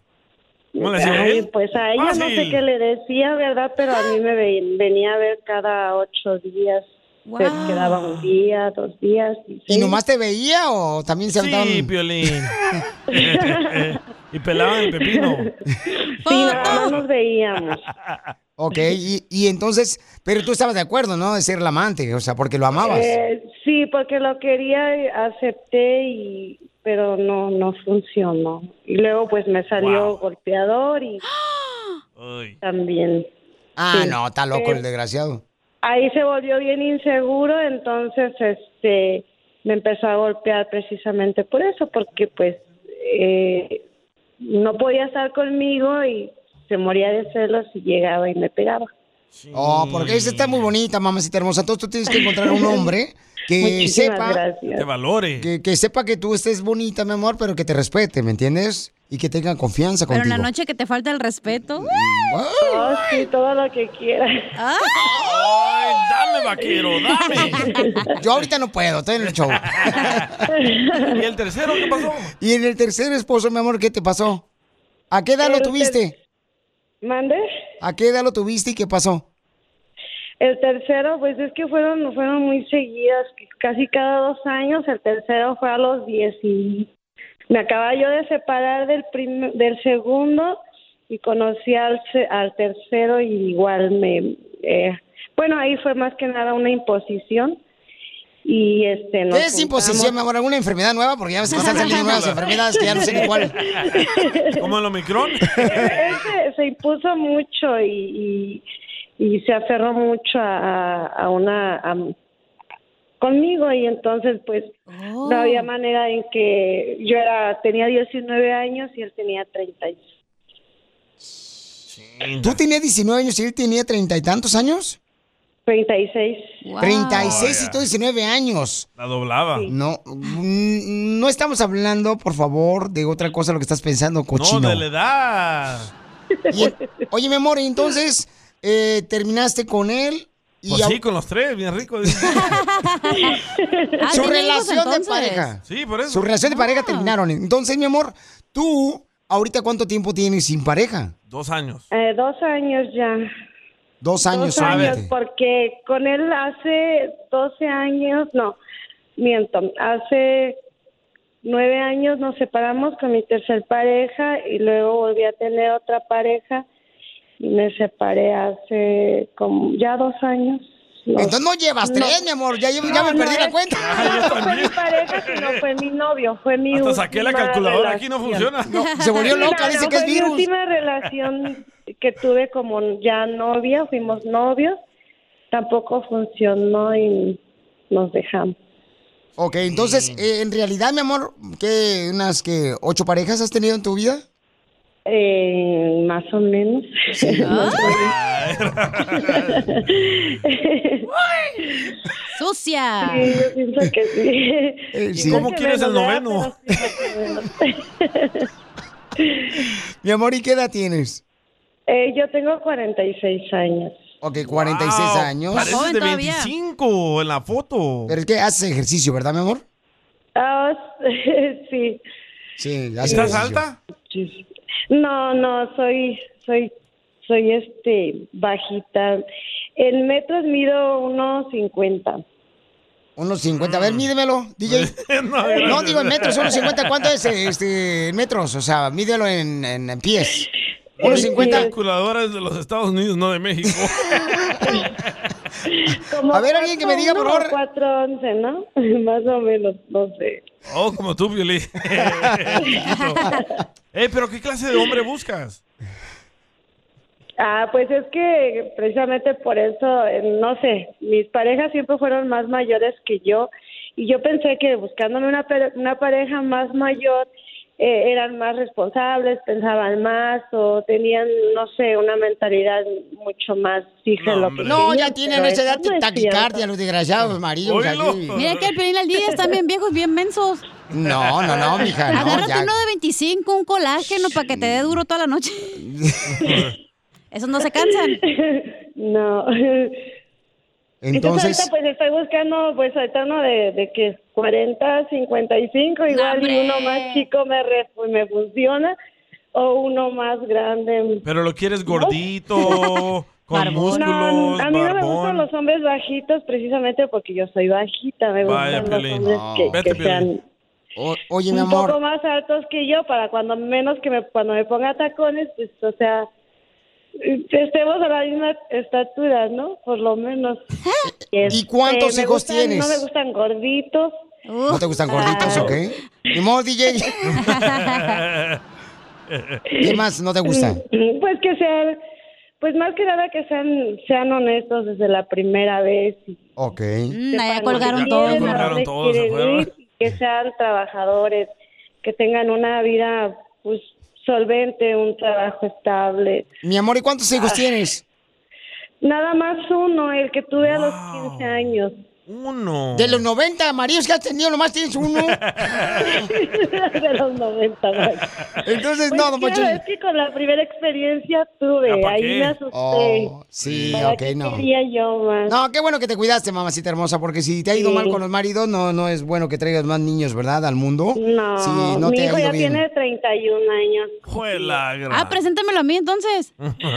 [SPEAKER 3] ¿Cómo le hacía
[SPEAKER 15] Ay,
[SPEAKER 3] él?
[SPEAKER 15] pues a ella no
[SPEAKER 3] Fácil.
[SPEAKER 15] sé qué le decía, ¿verdad? Pero a mí me ve- venía a ver cada ocho días. Se
[SPEAKER 1] Wow.
[SPEAKER 15] quedaba un día, dos días.
[SPEAKER 1] ¿Y nomás te veía o también se aventaban?
[SPEAKER 3] Sí, Piolín. y pelaban el pepino.
[SPEAKER 15] Sí, nada más nos veíamos.
[SPEAKER 1] Ok, y, y entonces, pero tú estabas de acuerdo, ¿no? De ser la amante, o sea, porque lo amabas.
[SPEAKER 15] Eh, sí, porque lo quería, y acepté y pero no no funcionó. Y luego pues me salió
[SPEAKER 1] Wow.
[SPEAKER 15] golpeador y también.
[SPEAKER 1] ah,
[SPEAKER 15] sí.
[SPEAKER 1] no, está loco
[SPEAKER 15] Eh,
[SPEAKER 1] el desgraciado.
[SPEAKER 15] Ahí se volvió bien inseguro, entonces este me empezó a golpear precisamente por eso, porque pues eh, no podía estar conmigo y se moría de celos y llegaba y me pegaba.
[SPEAKER 1] Oh, porque esa está muy bonita, mamacita hermosa. Entonces tú tienes que encontrar un hombre que
[SPEAKER 15] Muchísimas
[SPEAKER 1] sepa...
[SPEAKER 15] gracias.
[SPEAKER 3] Te valore.
[SPEAKER 1] Que, que sepa que tú estés bonita, mi amor, pero que te respete, ¿me entiendes? Y que tenga confianza
[SPEAKER 4] Pero en la
[SPEAKER 1] contigo.
[SPEAKER 4] noche que te falta el respeto.
[SPEAKER 15] Oh, sí, todo lo que quieras.
[SPEAKER 3] ¡Ay, dame, vaquero, dame!
[SPEAKER 1] Yo ahorita no puedo, estoy en el show.
[SPEAKER 3] ¿Y el tercero qué pasó?
[SPEAKER 1] y en el tercer esposo, mi amor, ¿qué te pasó? ¿A qué edad lo
[SPEAKER 15] El ter-
[SPEAKER 1] tuviste?
[SPEAKER 15] ¿Mande?
[SPEAKER 1] ¿A qué edad lo tuviste y qué pasó?
[SPEAKER 15] El tercero, pues es que fueron fueron muy seguidas, casi cada dos años. El tercero fue a los 10 y me acababa yo de separar del prim- del segundo y conocí al, se- al tercero y igual me... eh, bueno, ahí fue más que nada una imposición y este... nos
[SPEAKER 1] ¿Qué es imposición, mi
[SPEAKER 15] juntamos.
[SPEAKER 1] amor? ¿Alguna enfermedad nueva? Porque ya ves que están saliendo nuevas enfermedades que ya no sé ni cuál.
[SPEAKER 3] ¿Como el Omicron?
[SPEAKER 15] Ese se impuso mucho y, y, y se aferró mucho a, a una a- conmigo y entonces pues no había manera en que yo era tenía 19 años y él tenía 30 años.
[SPEAKER 1] ¿Tú tenías 19 años y él tenía treinta y tantos años?
[SPEAKER 15] 36.
[SPEAKER 1] 36
[SPEAKER 3] Oh,
[SPEAKER 1] y tú 19 años.
[SPEAKER 3] La doblaba.
[SPEAKER 1] No, mm, no estamos hablando, por favor, de otra cosa lo que estás pensando, cochino.
[SPEAKER 3] No, de la edad.
[SPEAKER 1] Y- oye, mi amor, y entonces eh, terminaste con él y
[SPEAKER 3] Pues
[SPEAKER 1] au-
[SPEAKER 3] sí, con los tres, bien rico.
[SPEAKER 15] Ah,
[SPEAKER 1] su relación de pareja.
[SPEAKER 3] Sí, por eso.
[SPEAKER 1] Su relación de pareja terminaron. Entonces, mi amor, tú, ahorita cuánto tiempo tienes sin pareja?
[SPEAKER 3] Dos años.
[SPEAKER 15] Eh, dos años ya.
[SPEAKER 1] Dos años
[SPEAKER 15] dos años
[SPEAKER 1] solamente.
[SPEAKER 15] porque con él hace 12 años, no, miento, hace nueve años nos separamos con mi tercer pareja y luego volví a tener otra pareja y me separé hace como ya dos años.
[SPEAKER 1] Entonces no llevas tres, mi amor, ya, llevo- ya me perdí la cuenta.
[SPEAKER 15] No fue mi pareja, sino fue mi novio, fue mi
[SPEAKER 3] Hasta saqué la
[SPEAKER 15] última
[SPEAKER 3] calculadora,
[SPEAKER 15] relación.
[SPEAKER 3] aquí no funciona.
[SPEAKER 1] No, se volvió
[SPEAKER 15] Sí,
[SPEAKER 1] loca,
[SPEAKER 15] no,
[SPEAKER 1] dice
[SPEAKER 15] no,
[SPEAKER 1] que es
[SPEAKER 15] fue
[SPEAKER 1] virus.
[SPEAKER 15] Mi última relación que tuve como ya novia, fuimos novios, tampoco funcionó y nos dejamos.
[SPEAKER 1] Ok, entonces,
[SPEAKER 3] Mm.
[SPEAKER 1] eh, en realidad, mi amor, ¿qué, unas que ocho parejas has tenido en tu vida?
[SPEAKER 15] Eh, más o menos.
[SPEAKER 3] Ah.
[SPEAKER 4] Sucia.
[SPEAKER 15] Sí, yo pienso que sí.
[SPEAKER 1] Eh,
[SPEAKER 15] ¿Y
[SPEAKER 1] sí.
[SPEAKER 15] cómo quieres el noveno?
[SPEAKER 1] mi amor, ¿y qué edad tienes?
[SPEAKER 15] Eh, yo tengo 46 años.
[SPEAKER 1] Ok, 46
[SPEAKER 3] Wow,
[SPEAKER 1] años.
[SPEAKER 3] Ah, Pareces de 25 en la foto.
[SPEAKER 1] Pero es que haces ejercicio, ¿verdad, mi amor?
[SPEAKER 15] Ah, sí.
[SPEAKER 1] Sí, haces
[SPEAKER 3] ¿Estás
[SPEAKER 1] ejercicio.
[SPEAKER 3] alta?
[SPEAKER 15] No, no, soy, soy, soy este bajita. En metros mido unos 50.
[SPEAKER 1] Unos 50. A ver, mídemelo, DJ. Mm. no, digo en metros, unos 50. ¿Cuánto es este, en metros? O sea, mídelo en, en, en pies. Unos 50.
[SPEAKER 3] calculadoras de los Estados Unidos, no de México.
[SPEAKER 1] A ver, alguien que me diga, por favor.
[SPEAKER 15] 411, ¿no? Más o menos, no sé.
[SPEAKER 3] Oh, como tú, Violín. Ey, pero ¿qué clase de hombre buscas?
[SPEAKER 15] Ah, pues es que precisamente por eso, eh, no sé, mis parejas siempre fueron más mayores que yo y yo pensé que buscándome una, pe- una pareja más mayor eh, eran más responsables, pensaban más o tenían, no sé, una mentalidad mucho más fija. en lo que
[SPEAKER 1] No, ya
[SPEAKER 15] querían,
[SPEAKER 1] tienen
[SPEAKER 15] pero
[SPEAKER 1] esa
[SPEAKER 15] eso
[SPEAKER 1] edad
[SPEAKER 15] no es
[SPEAKER 1] taquicardia,
[SPEAKER 15] cierto.
[SPEAKER 1] los desgraciados maridos.
[SPEAKER 15] Oílo.
[SPEAKER 1] aquí.
[SPEAKER 4] Mira que el Pelín al día están bien viejos, bien mensos.
[SPEAKER 1] No, no, no, mija, no,
[SPEAKER 4] Agárrate
[SPEAKER 1] ya.
[SPEAKER 4] uno de 25, un colágeno para que te dé duro toda la noche. Esos no se cansan.
[SPEAKER 15] No.
[SPEAKER 1] Entonces,
[SPEAKER 15] ahorita, pues estoy buscando, pues ahorita uno de, de que 40, 55, igual y uno más chico me, re- pues, me funciona o uno más grande.
[SPEAKER 3] Pero lo quieres gordito, con
[SPEAKER 15] No,
[SPEAKER 3] músculos,
[SPEAKER 15] a mí no me gustan
[SPEAKER 3] barbón.
[SPEAKER 15] los hombres bajitos precisamente porque yo soy bajita, me
[SPEAKER 3] Vaya,
[SPEAKER 15] gustan los
[SPEAKER 3] Piolín.
[SPEAKER 15] hombres que,
[SPEAKER 3] Vete,
[SPEAKER 15] que sean
[SPEAKER 3] Piolín.
[SPEAKER 1] oye, mi
[SPEAKER 15] un
[SPEAKER 1] amor.
[SPEAKER 15] poco más altos que yo para cuando menos que me, cuando me ponga tacones, pues o sea, estemos a la misma estatura, ¿no? Por lo menos. Este,
[SPEAKER 1] ¿Y cuántos
[SPEAKER 15] me
[SPEAKER 1] hijos
[SPEAKER 15] gustan-
[SPEAKER 1] tienes?
[SPEAKER 15] No me gustan gorditos. Ah,
[SPEAKER 1] ¿no te gustan gorditos o qué? Ni modo, DJ. ¿Qué más no te gusta?
[SPEAKER 15] Pues que sean, pues más que nada que sean, sean honestos desde la primera vez.
[SPEAKER 1] Ok.
[SPEAKER 4] ya
[SPEAKER 3] Mm, colgaron todos.
[SPEAKER 15] todos,
[SPEAKER 3] Colgaron todos, se fueron.
[SPEAKER 15] que sean trabajadores, que tengan una vida pues solvente, un trabajo estable.
[SPEAKER 1] Mi amor, ¿y cuántos hijos tienes?
[SPEAKER 15] Nada más uno, el que tuve a los 15 años.
[SPEAKER 3] Uno.
[SPEAKER 1] De los 90 maridos que has tenido, nomás tienes uno.
[SPEAKER 15] de los 90. güey.
[SPEAKER 1] Entonces,
[SPEAKER 15] Pues
[SPEAKER 1] no, don
[SPEAKER 15] quiero
[SPEAKER 1] Poncho.
[SPEAKER 15] ver que con la primera experiencia tuve,
[SPEAKER 1] ¿Ya pa'
[SPEAKER 15] ahí
[SPEAKER 1] ¿Ah, qué?
[SPEAKER 15] me asusté.
[SPEAKER 1] Oh, sí,
[SPEAKER 15] ¿Para
[SPEAKER 1] ok,
[SPEAKER 15] qué
[SPEAKER 1] no.
[SPEAKER 15] quería yo más?
[SPEAKER 1] No, qué bueno que te cuidaste, mamacita hermosa, porque si te ha ido
[SPEAKER 15] Sí.
[SPEAKER 1] mal con los maridos, no, no es bueno que traigas más niños, ¿verdad? Al mundo.
[SPEAKER 15] No,
[SPEAKER 1] Sí, no
[SPEAKER 15] mi
[SPEAKER 1] te ha
[SPEAKER 15] hijo
[SPEAKER 1] ido
[SPEAKER 15] ya
[SPEAKER 1] bien.
[SPEAKER 15] tiene 31 años.
[SPEAKER 4] Ah, preséntamelo a mí entonces.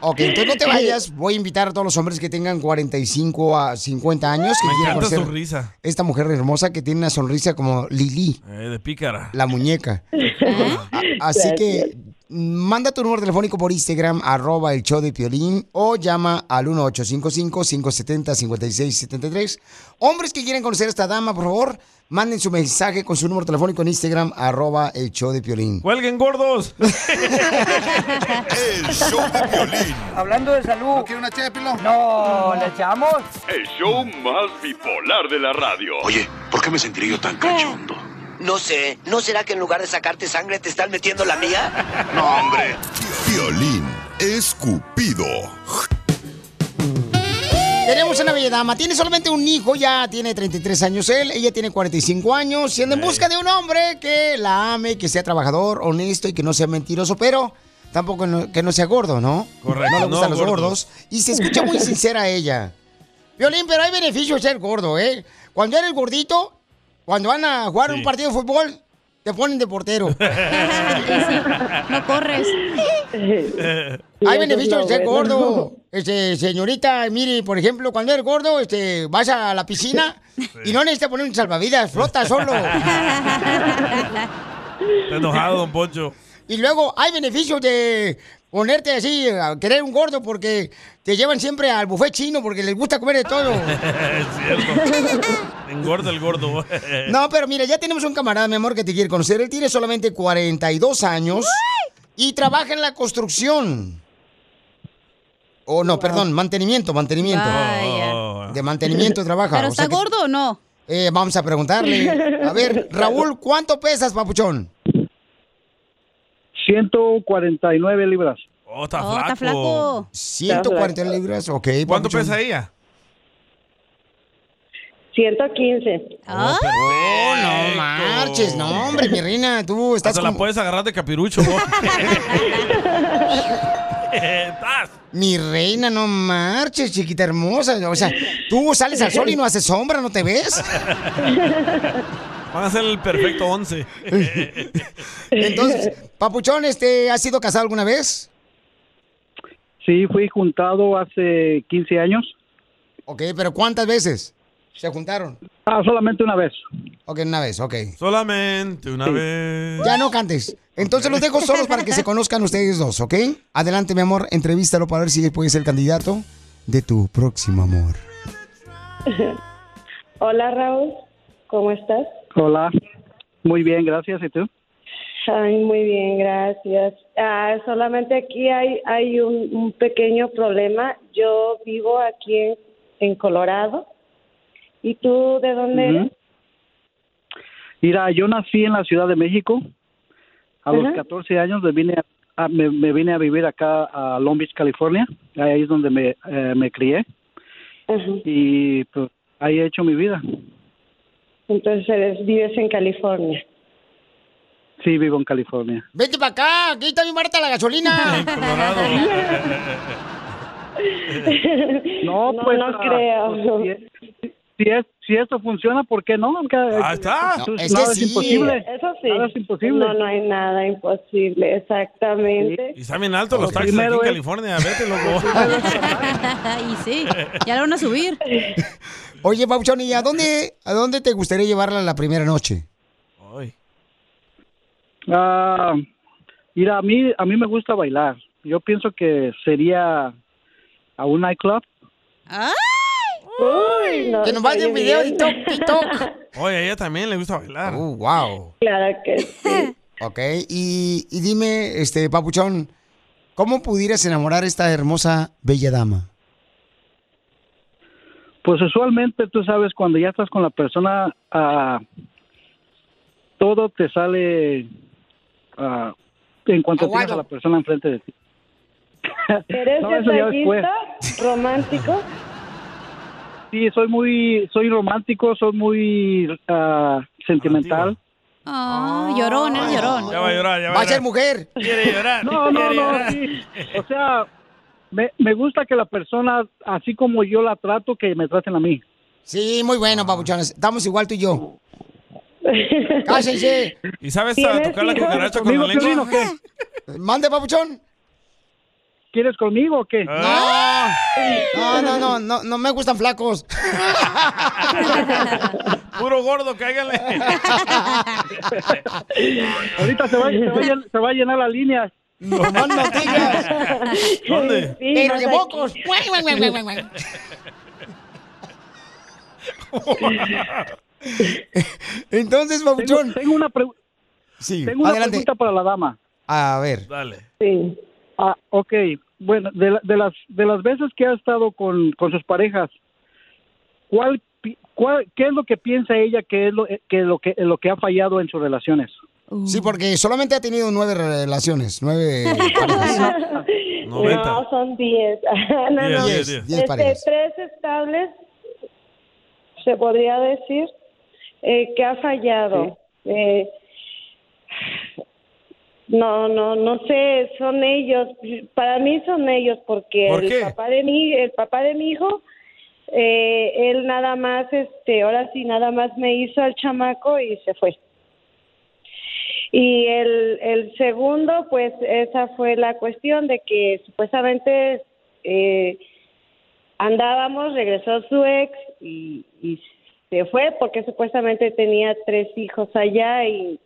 [SPEAKER 1] Ok, entonces no te vayas. Voy a invitar a todos los hombres que tengan 45 a 50 años. Que
[SPEAKER 3] Me
[SPEAKER 1] quieran
[SPEAKER 3] encanta su
[SPEAKER 1] conocer
[SPEAKER 3] risa.
[SPEAKER 1] Esta mujer hermosa que tiene una sonrisa como Lili,
[SPEAKER 3] Eh, de pícara.
[SPEAKER 1] la muñeca. A- Ah, Así que manda tu número telefónico por Instagram, arroba el show de Piolín, o llama al 1855-570-5673. Hombres que quieren conocer a esta dama, por favor, manden su mensaje con su número telefónico en Instagram, arroba el show de Piolín.
[SPEAKER 3] ¡Cuelguen gordos!
[SPEAKER 14] El show de violín.
[SPEAKER 6] Hablando de salud. ¿No quiere una ché de pilón? No, ¿le echamos?
[SPEAKER 7] El show más bipolar de la radio. Oye, ¿por qué me sentiré yo tan cachondo?
[SPEAKER 12] No sé, ¿no será que en lugar de sacarte sangre te están metiendo la mía?
[SPEAKER 14] No, hombre. Violín escupido.
[SPEAKER 1] Tenemos una bella dama, tiene solamente un hijo, ya tiene 33 años él, ella tiene 45 años, y anda en busca de un hombre que la ame, que sea trabajador, honesto y que no sea mentiroso, pero tampoco no- que no sea gordo, ¿no?
[SPEAKER 3] Correcto,
[SPEAKER 1] No le gustan
[SPEAKER 3] no
[SPEAKER 1] los
[SPEAKER 3] gordos.
[SPEAKER 1] gordos. Y se escucha muy sincera ella. Violín, pero hay beneficio de ser gordo, ¿eh? Cuando eres gordito, cuando van a jugar
[SPEAKER 19] Sí.
[SPEAKER 1] un partido de fútbol, te ponen de portero.
[SPEAKER 4] no corres.
[SPEAKER 1] Hay
[SPEAKER 4] eso
[SPEAKER 1] beneficio de
[SPEAKER 4] es lo
[SPEAKER 1] ser
[SPEAKER 4] bueno.
[SPEAKER 1] gordo. Este, señorita, mire, por ejemplo, cuando eres gordo, este, vas a la piscina y no necesitas poner un salvavidas, flota solo.
[SPEAKER 3] Está enojado, don Poncho.
[SPEAKER 1] y luego hay beneficio de ponerte así, a querer un gordo porque te llevan siempre al buffet chino porque les gusta comer de todo.
[SPEAKER 3] es cierto. Engorda el gordo.
[SPEAKER 1] No, pero mira, ya tenemos un camarada, mi amor, que te quiere conocer. Él tiene solamente 42 años y trabaja en la construcción. Oh, no, perdón, mantenimiento, mantenimiento.
[SPEAKER 4] Vaya.
[SPEAKER 1] De mantenimiento trabaja.
[SPEAKER 4] ¿Pero
[SPEAKER 1] o sea
[SPEAKER 4] está
[SPEAKER 1] que-
[SPEAKER 4] gordo o no?
[SPEAKER 1] Eh, vamos a preguntarle. A ver, Raúl, ¿cuánto pesas, papuchón?
[SPEAKER 5] 149 libras.
[SPEAKER 3] Oh, está
[SPEAKER 1] Oh,
[SPEAKER 3] flaco.
[SPEAKER 1] está flaco. 140 libras, ok.
[SPEAKER 3] ¿Cuánto
[SPEAKER 1] papuchón.
[SPEAKER 3] pesa ella?
[SPEAKER 15] 115.
[SPEAKER 1] Oh, no marches, no, hombre, mi reina, tú estás
[SPEAKER 3] Hasta la
[SPEAKER 1] como-
[SPEAKER 3] puedes agarrar de capirucho, vos.
[SPEAKER 1] Mi reina, no marches, chiquita hermosa. O sea, tú sales al sol y no haces sombra, ¿no te ves?
[SPEAKER 3] Van a ser el perfecto 11.
[SPEAKER 1] Entonces, papuchón, este, ¿has sido casado alguna vez?
[SPEAKER 13] Sí, fui juntado hace 15 años.
[SPEAKER 1] Ok, pero ¿cuántas veces se juntaron?
[SPEAKER 13] Ah, solamente una vez.
[SPEAKER 1] Ok, una vez, ok.
[SPEAKER 3] Solamente una vez.
[SPEAKER 1] Ya no cantes. Entonces los dejo solos para que se conozcan ustedes dos, ¿ok? Adelante, mi amor, entrevístalo para ver si él puede ser el candidato de tu próximo amor.
[SPEAKER 15] Hola Raúl, ¿cómo estás?
[SPEAKER 13] Hola. Muy bien, gracias. ¿Y tú?
[SPEAKER 15] Ay, muy bien, gracias. Ah, solamente aquí hay, hay un, un pequeño problema. Yo vivo aquí en, en Colorado. ¿Y tú de dónde
[SPEAKER 13] Ujú.
[SPEAKER 15] eres?
[SPEAKER 13] Mira, yo nací en la Ciudad de México. A los
[SPEAKER 15] Ajá.
[SPEAKER 13] 14 años me vine a, a- me, me vine a vivir acá a Long Beach, California. Ahí es donde me, eh, me crié. Y pues ahí he hecho mi vida.
[SPEAKER 15] Entonces eres- vives en California.
[SPEAKER 13] Sí, vivo en California.
[SPEAKER 1] Vete para acá, aquí está mi Marta la gasolina.
[SPEAKER 13] No,
[SPEAKER 15] No,
[SPEAKER 13] pues
[SPEAKER 15] no
[SPEAKER 13] ah,
[SPEAKER 15] creo.
[SPEAKER 13] pues, si, si es, si esto funciona, ¿por qué no? Ahí
[SPEAKER 3] está.
[SPEAKER 13] nada Ah, es imposible.
[SPEAKER 15] Eso sí.
[SPEAKER 13] Nada es imposible.
[SPEAKER 15] No, no hay nada imposible, exactamente.
[SPEAKER 3] Y está bien alto
[SPEAKER 15] Lo
[SPEAKER 3] los taxis aquí en
[SPEAKER 15] primero
[SPEAKER 1] ¿eh?
[SPEAKER 15] es-
[SPEAKER 3] California. Vete, loco.
[SPEAKER 4] y sí, ya lo van a subir.
[SPEAKER 1] Oye, Pauchón, ¿y a dónde, a dónde te gustaría llevarla la primera noche?
[SPEAKER 13] Ah, mira, a mí, a mí me gusta bailar. Yo pienso que sería a un nightclub.
[SPEAKER 15] Uy, no,
[SPEAKER 1] Que nos mande un
[SPEAKER 15] oye,
[SPEAKER 1] video
[SPEAKER 15] bien.
[SPEAKER 1] de TikTok, TikTok.
[SPEAKER 3] Oye, a ella también le gusta bailar.
[SPEAKER 1] Uh, wow.
[SPEAKER 15] Claro que sí.
[SPEAKER 1] Ok, y, y dime, este, Papuchón, ¿cómo pudieras enamorar a esta hermosa bella dama?
[SPEAKER 13] Pues usualmente tú sabes, cuando ya estás con la persona, ah, todo te sale ah, en cuanto
[SPEAKER 15] Aguado.
[SPEAKER 13] tienes a la persona enfrente de ti.
[SPEAKER 15] ¿Eres
[SPEAKER 13] No, eso ya después.
[SPEAKER 15] detallista? ¿Romántico?
[SPEAKER 13] Sí, soy muy, soy romántico, soy muy ah, sentimental.
[SPEAKER 4] Oh, llorón, eres llorón.
[SPEAKER 3] Ya va a llorar, Ah, ya
[SPEAKER 1] Va a ser mujer.
[SPEAKER 3] Quiere llorar.
[SPEAKER 13] No, no, no. sí. O sea, me, me gusta que la persona, así como yo la trato, que me traten a mí.
[SPEAKER 1] Sí, muy bueno, Papuchón. Estamos igual tú y yo. Cásense.
[SPEAKER 3] ¿Y sabes a tocar la cucaracha con la lengua?
[SPEAKER 1] Mande, Papuchón.
[SPEAKER 13] ¿Quieres conmigo o qué?
[SPEAKER 1] No.
[SPEAKER 3] Ah.
[SPEAKER 1] No, no, no, no, no me gustan flacos.
[SPEAKER 3] Puro gordo, cáigale.
[SPEAKER 13] Ahorita se va, se va a llen- se va a llenar la línea.
[SPEAKER 1] Nomás
[SPEAKER 13] noticias.
[SPEAKER 3] ¿Dónde?
[SPEAKER 15] Sí,
[SPEAKER 1] Pero de
[SPEAKER 15] no sé.
[SPEAKER 1] mocos. Guay, guay, guay, guay, guay, guay. Entonces, Papuchón.
[SPEAKER 13] Tengo, tengo una, pregu-
[SPEAKER 1] Sí,
[SPEAKER 13] tengo una
[SPEAKER 1] adelante.
[SPEAKER 13] pregunta para la dama.
[SPEAKER 1] A ver.
[SPEAKER 3] Dale.
[SPEAKER 15] Sí.
[SPEAKER 13] Ah, ok. Bueno, de, la- de las de las veces que ha estado con, con sus parejas, ¿cuál, pi- cuál qué es lo que piensa ella que es lo eh, que lo que lo que ha fallado en sus relaciones?
[SPEAKER 1] Sí, porque solamente ha tenido nueve relaciones, nueve parejas.
[SPEAKER 15] No, son 10. no,
[SPEAKER 1] Diez,
[SPEAKER 15] no.
[SPEAKER 1] diez, diez. Diez
[SPEAKER 15] Este,
[SPEAKER 1] parejas.
[SPEAKER 15] tres estables, se podría decir, eh, que ha fallado. Eh, no, no, no sé, son ellos. Para mí son ellos, porque
[SPEAKER 28] ¿Por
[SPEAKER 15] el
[SPEAKER 28] qué?
[SPEAKER 15] papá de mi, el papá de mi hijo, eh, él nada más, este, ahora sí, nada más me hizo al chamaco y se fue. Y el, el segundo, pues esa fue la cuestión de que supuestamente eh, andábamos, regresó su ex y, y se fue porque supuestamente tenía tres hijos allá y,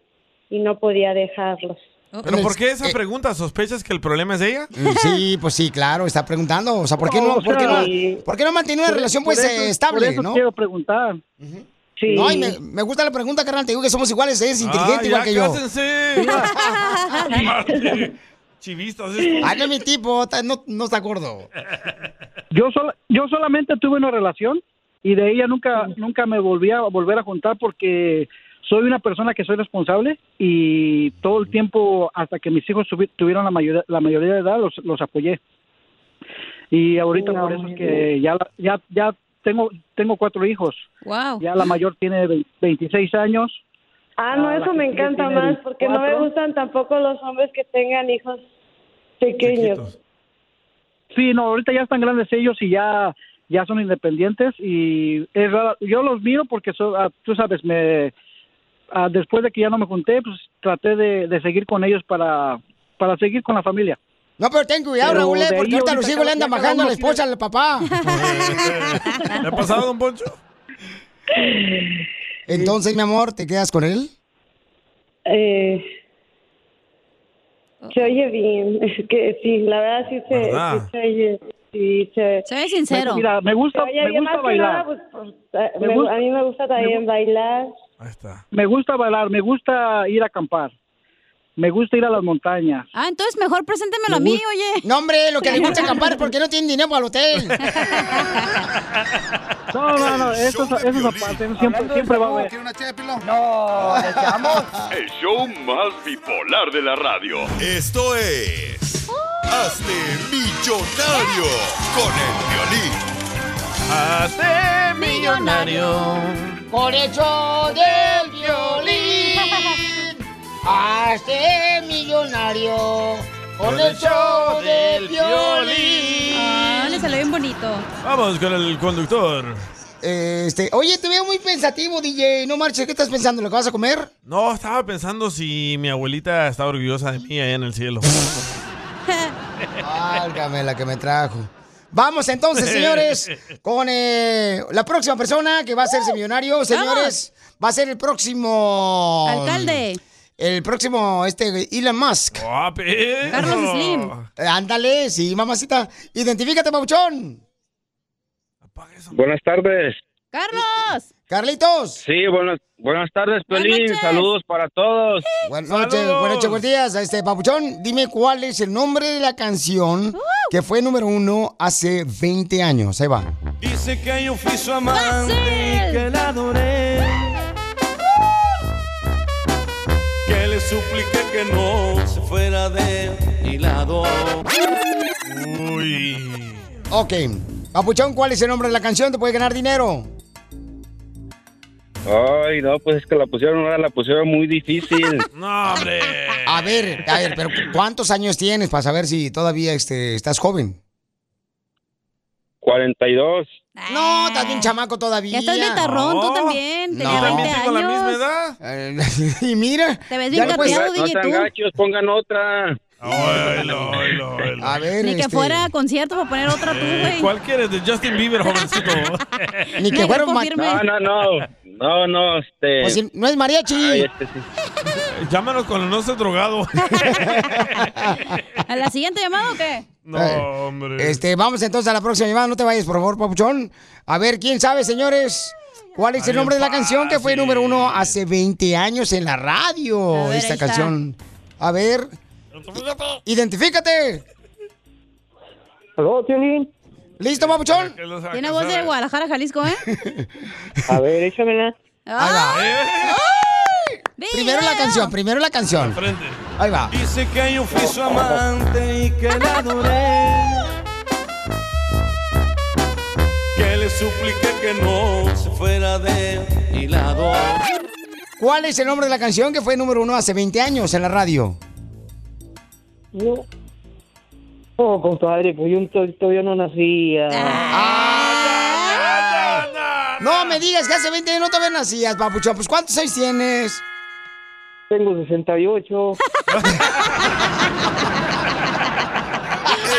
[SPEAKER 15] y no podía dejarlos.
[SPEAKER 3] ¿Pero por qué esa pregunta? ¿Sospechas que el problema es de ella?
[SPEAKER 1] Sí, pues sí, claro, está preguntando. O sea, ¿por qué no, por qué no, por qué no mantiene una
[SPEAKER 13] Por-
[SPEAKER 1] relación
[SPEAKER 13] por
[SPEAKER 1] pues
[SPEAKER 13] eso-
[SPEAKER 1] eh,
[SPEAKER 13] por
[SPEAKER 1] estable,
[SPEAKER 13] eso
[SPEAKER 1] no?
[SPEAKER 13] quiero preguntar.
[SPEAKER 15] Sí.
[SPEAKER 1] No, y me, me gusta la pregunta, carnal. Te digo que somos iguales, es inteligente
[SPEAKER 3] Ah,
[SPEAKER 1] igual
[SPEAKER 3] ya,
[SPEAKER 1] que yo.
[SPEAKER 3] cásense. Chivistas. estos.
[SPEAKER 1] Ay, Ah, no es mi tipo, está- no, no está gordo.
[SPEAKER 13] Yo sola- yo solamente tuve una relación y de ella nunca nunca me volví a volver a juntar porque soy una persona que soy responsable y todo el tiempo hasta que mis hijos tuvi- tuvieron la mayoría la mayoría de edad los, los apoyé y ahorita
[SPEAKER 16] No,
[SPEAKER 13] por eso
[SPEAKER 16] muy
[SPEAKER 13] es que
[SPEAKER 16] bien.
[SPEAKER 13] ya la- ya ya tengo tengo cuatro hijos
[SPEAKER 4] Wow.
[SPEAKER 13] ya la mayor tiene ve- 26 años
[SPEAKER 15] Ah, no,
[SPEAKER 13] Ah, la
[SPEAKER 15] eso me
[SPEAKER 13] que sigue
[SPEAKER 15] encanta
[SPEAKER 13] tiene
[SPEAKER 15] más porque no me
[SPEAKER 13] 24.
[SPEAKER 15] gustan tampoco los hombres que tengan hijos pequeños.
[SPEAKER 13] sí no ahorita ya están grandes ellos y ya ya son independientes y es raro. yo los miro porque so- ah, tú sabes me ah, después de que ya no me junté pues traté de, de seguir con ellos para para seguir con la familia
[SPEAKER 1] No, pero ten cuidado,
[SPEAKER 3] Pero
[SPEAKER 1] Raúl, eh,
[SPEAKER 3] de ahí
[SPEAKER 1] porque ahorita
[SPEAKER 3] ahorita
[SPEAKER 1] los hijos le
[SPEAKER 3] cada-
[SPEAKER 1] andan
[SPEAKER 3] ya cada
[SPEAKER 1] bajando a
[SPEAKER 3] uno
[SPEAKER 1] la esposa, al papá.
[SPEAKER 3] ¿Le ha pasado, don Poncho?
[SPEAKER 1] Entonces, mi amor, ¿te quedas con él?
[SPEAKER 15] Eh, se oye bien, es que sí, la verdad sí se,
[SPEAKER 1] ¿Verdad?
[SPEAKER 15] sí se oye. Sí, se,
[SPEAKER 4] se oye
[SPEAKER 15] sincero.
[SPEAKER 5] Mira, me gusta-
[SPEAKER 15] oye
[SPEAKER 5] me
[SPEAKER 15] bien,
[SPEAKER 5] gusta
[SPEAKER 15] más que nada,
[SPEAKER 5] bailar.
[SPEAKER 15] pues, pues,
[SPEAKER 5] Me
[SPEAKER 15] me-
[SPEAKER 5] gusta-
[SPEAKER 15] a mí me gusta también bailar.
[SPEAKER 5] Me gusta bailar, me gusta ir a acampar, me gusta ir a las montañas.
[SPEAKER 4] Ah, entonces mejor preséntemelo a
[SPEAKER 5] Me
[SPEAKER 4] mí,
[SPEAKER 5] gusta.
[SPEAKER 4] oye.
[SPEAKER 1] No, hombre, lo que le gusta acampar es porque no tienen dinero para el hotel.
[SPEAKER 5] No, no, no, eso, eso es aparte, siempre, siempre va a haber.
[SPEAKER 6] una ché de pilón? No, le echamos.
[SPEAKER 7] El show más bipolar de la radio.
[SPEAKER 14] Esto es. Hazte millonario con el violín.
[SPEAKER 3] Hazte millonario.
[SPEAKER 1] Por hecho del violín, hazte millonario. Con el show del violín.
[SPEAKER 4] Ah, le salió bien bonito.
[SPEAKER 3] Vamos con el conductor.
[SPEAKER 1] Este, oye, te veo muy pensativo, DJ. No marches, ¿qué estás pensando? ¿Lo que vas a comer?
[SPEAKER 3] No, estaba pensando si mi abuelita está orgullosa de mí allá en el cielo.
[SPEAKER 1] Válgame la que me trajo. Vamos entonces, señores, con eh, la próxima persona que va a hacerse millonario, señores. Va a ser el próximo...
[SPEAKER 4] Alcalde.
[SPEAKER 1] El próximo, este, Elon Musk.
[SPEAKER 4] Carlos Slim.
[SPEAKER 1] Eh, Ándale, sí, mamacita. Identifícate, Pauchón.
[SPEAKER 17] Buenas tardes.
[SPEAKER 4] ¡Carlos!
[SPEAKER 1] ¡Carlitos!
[SPEAKER 17] Sí, buenas, buenas tardes, Pelín. Saludos para todos.
[SPEAKER 1] Buenas noches, buenas noches, buenos días. Este, Papuchón, dime cuál es el nombre de la canción que fue número uno hace 20 años. Ahí va.
[SPEAKER 19] Dice que yo fui su amante y que la adoré. Que le supliqué que no se fuera de él y la adoré. Uy.
[SPEAKER 1] Ok. Papuchón, ¿cuál es el nombre de la canción? ¿Te puede ganar dinero?
[SPEAKER 17] Ay, no, pues es que la pusieron ahora, la pusieron muy difícil.
[SPEAKER 3] No, hombre.
[SPEAKER 1] A ver, a ver, pero ¿cuántos años tienes para saber si todavía este, estás joven?
[SPEAKER 17] 42.
[SPEAKER 1] No, estás bien chamaco todavía.
[SPEAKER 4] Ya estás betarrón, tú también. Tenías
[SPEAKER 1] No.
[SPEAKER 4] 20 años.
[SPEAKER 1] También tengo la misma y mira.
[SPEAKER 4] Te ves bien
[SPEAKER 1] ya le puedes-
[SPEAKER 4] capeado, DJ, tú.
[SPEAKER 17] Gachos, pongan otra.
[SPEAKER 1] A ver,
[SPEAKER 4] Ni que
[SPEAKER 1] este,
[SPEAKER 4] fuera a concierto para poner
[SPEAKER 20] Ah,
[SPEAKER 4] otra tú,
[SPEAKER 3] Eh,
[SPEAKER 4] güey.
[SPEAKER 3] ¿Cuál quieres de Justin Bieber, jovencito?
[SPEAKER 1] Ni que fuera un ma-
[SPEAKER 17] No, no, no. No, no, este.
[SPEAKER 1] Pues si no es mariachi.
[SPEAKER 17] Ay, este sí.
[SPEAKER 3] Llámanos cuando no esté drogado.
[SPEAKER 4] ¿A la siguiente llamada o qué?
[SPEAKER 3] No,
[SPEAKER 1] Eh,
[SPEAKER 3] hombre.
[SPEAKER 1] Este, vamos entonces a la próxima llamada. No te vayas, por favor, Papuchón. A ver, ¿quién sabe, señores? ¿Cuál es
[SPEAKER 3] Está
[SPEAKER 1] el nombre de
[SPEAKER 3] bien
[SPEAKER 1] la canción que fue
[SPEAKER 3] fácil.
[SPEAKER 1] número uno hace 20 años en la radio?
[SPEAKER 3] A ver,
[SPEAKER 1] Esta
[SPEAKER 3] ahí está.
[SPEAKER 1] canción. A ver. Identifícate.
[SPEAKER 18] Aló, Piolín.
[SPEAKER 1] ¿Listo, Papuchón?
[SPEAKER 4] Tiene voz de Guadalajara, Jalisco, ¿eh?
[SPEAKER 18] A ver, échamela.
[SPEAKER 20] Ah.
[SPEAKER 19] Ah,
[SPEAKER 16] Ah,
[SPEAKER 19] eh.
[SPEAKER 1] Primero la canción, primero la canción. Ahí va.
[SPEAKER 19] Dice que yo fui su amante y que la adoré. Que le supliqué que no se fuera de él y la adoré.
[SPEAKER 1] ¿Cuál es el nombre de la canción que fue número uno hace 20 años en la radio?
[SPEAKER 18] No. Oh, compadre, pues yo to- todavía no ah. nacía.
[SPEAKER 1] Ah, No me digas que hace 20 años no te nacías, Papuchón. Pues ¿cuántos años tienes?
[SPEAKER 18] Tengo 68.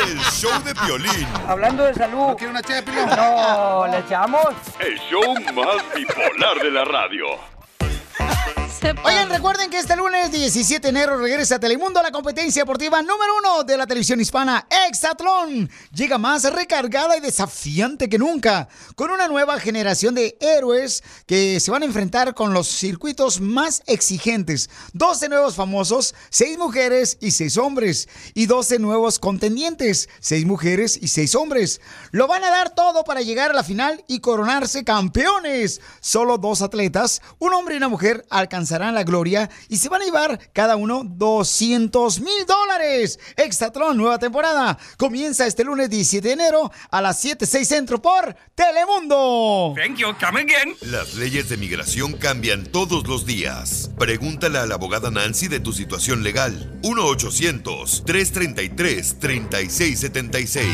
[SPEAKER 14] El show de violín.
[SPEAKER 6] Hablando de salud. ¿No quiere una ché de pilón? No, le echamos.
[SPEAKER 7] El show más bipolar de la radio.
[SPEAKER 1] Oigan, recuerden que este lunes 17 de enero regresa a Telemundo la competencia deportiva número uno de la televisión hispana, Exatlón. Llega más recargada y desafiante que nunca, con una nueva generación de héroes que se van a enfrentar con los circuitos más exigentes. 12 nuevos famosos, 6 mujeres y 6 hombres, y 12 nuevos contendientes, 6 mujeres y 6 hombres. Lo van a dar todo para llegar a la final y coronarse campeones. Solo dos atletas, un hombre y una mujer, alcanzarán la gloria y se van a llevar cada uno 200 mil dólares. Exatlón, nueva temporada. Comienza este lunes 17 de enero a las 7, 6 centro por Telemundo.
[SPEAKER 14] Thank you, come again. Las leyes de migración cambian todos los días. Pregúntale a la abogada Nancy de tu situación legal. 1-800-333-3676.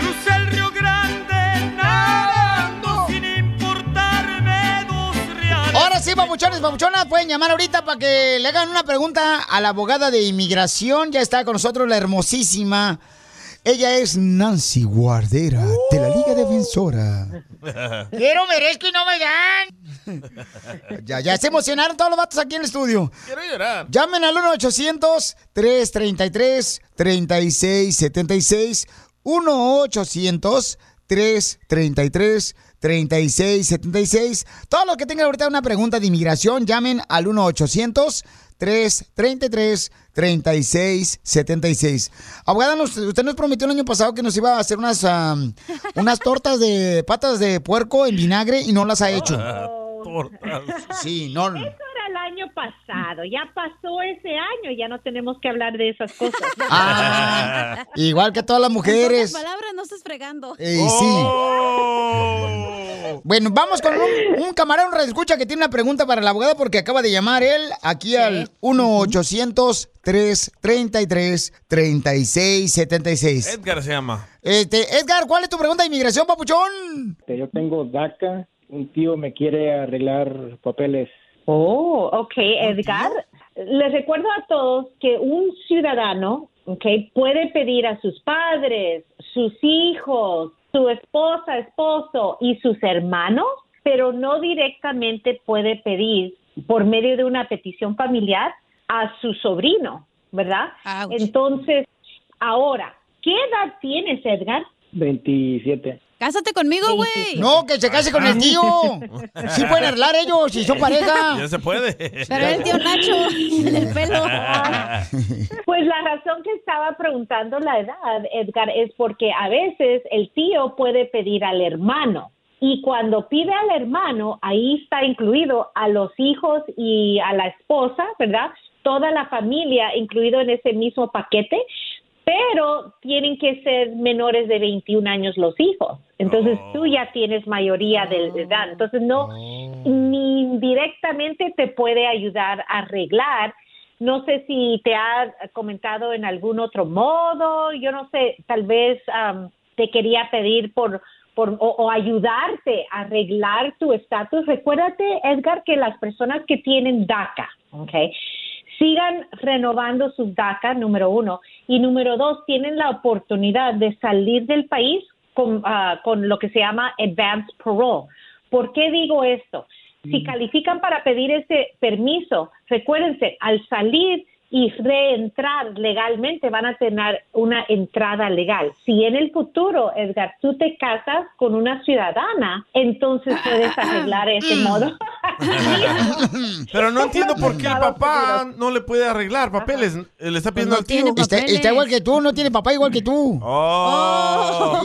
[SPEAKER 19] Crucé el Río Grande nadando sin importarme dos reales.
[SPEAKER 1] Ahora sí, sí, papuchones, papuchonas, pueden llamar ahorita para que le hagan una pregunta a la abogada de inmigración. Ya está con nosotros la hermosísima. Ella es Nancy Guardera, de la Liga Defensora.
[SPEAKER 20] Quiero, merezco y no me dan.
[SPEAKER 1] Ya, ya se emocionaron todos los vatos aquí en el estudio.
[SPEAKER 20] Quiero llorar.
[SPEAKER 1] Llamen al 1-800-333-3676. 1-800-333-3676. Todos los que tengan ahorita una pregunta de inmigración, llamen al 1-800-333-3676. Abogada, nos- usted nos prometió el año pasado que nos iba a hacer unas, am, unas tortas de patas de puerco en vinagre y no las ha hecho.
[SPEAKER 20] Ah,
[SPEAKER 1] Sí, no.
[SPEAKER 21] Eso era el año pasado, ya pasó ese año, ya no tenemos que hablar de esas cosas.
[SPEAKER 1] Ah, igual que todas las
[SPEAKER 4] Mujeres.
[SPEAKER 1] mujeres.
[SPEAKER 4] palabras no estás fregando. Oh.
[SPEAKER 1] Eh, sí. Bueno, vamos con un, un camarón escucha que tiene una pregunta para la abogada porque acaba de llamar él aquí al 1-800-333-3676.
[SPEAKER 3] Edgar se llama.
[SPEAKER 1] Este, Edgar, ¿cuál es tu pregunta de inmigración, papuchón?
[SPEAKER 22] Este, Yo tengo DACA, un tío me quiere arreglar papeles.
[SPEAKER 21] Oh, ok, Edgar. Les recuerdo a todos que un ciudadano ok, puede pedir a sus padres, sus hijos, su esposa, esposo y sus hermanos, pero no directamente puede pedir por medio de una petición familiar a su sobrino, ¿verdad? Entonces, ahora, ¿qué edad tienes, Edgar?
[SPEAKER 22] 27.
[SPEAKER 21] Cásate conmigo, güey.
[SPEAKER 1] No, que se case con
[SPEAKER 22] Ah.
[SPEAKER 1] el tío. Sí pueden arreglar ellos, si son pareja.
[SPEAKER 3] Ya se puede.
[SPEAKER 21] Pero el tío Nacho, en el pelo. Pues la razón que estaba preguntando la edad, Edgar, es porque a veces el tío puede pedir al hermano. Y cuando pide al hermano, ahí está incluido a los hijos y a la esposa, ¿verdad? Toda la familia incluido en ese mismo paquete, pero tienen que ser menores de 21 años los hijos. Entonces
[SPEAKER 1] Oh.
[SPEAKER 21] tú ya tienes mayoría
[SPEAKER 1] Ah.
[SPEAKER 21] de de edad. Entonces no, ni directamente te puede ayudar a arreglar no sé si te ha comentado en algún otro modo, yo no sé, tal vez am, te quería pedir por, por o, o ayudarte a arreglar tu estatus. Recuérdate, Edgar, que las personas que tienen DACA, ¿ok? Sigan renovando sus DACA, número uno. Y número dos, tienen la oportunidad de salir del país con, ah, con lo que se llama advanced parole. ¿Por qué digo esto? Si califican para pedir ese permiso, recuérdense, al salir y reentrar legalmente van a tener una entrada legal. Si en el futuro, Edgar, tú te casas con una ciudadana, entonces puedes arreglar ese modo.
[SPEAKER 3] Pero no entiendo por qué el papá no le puede arreglar papeles. Eh, Le está
[SPEAKER 1] Pues
[SPEAKER 3] pidiendo al tío.
[SPEAKER 1] Está, está igual que tú, no tiene papá igual que tú.
[SPEAKER 3] Oh.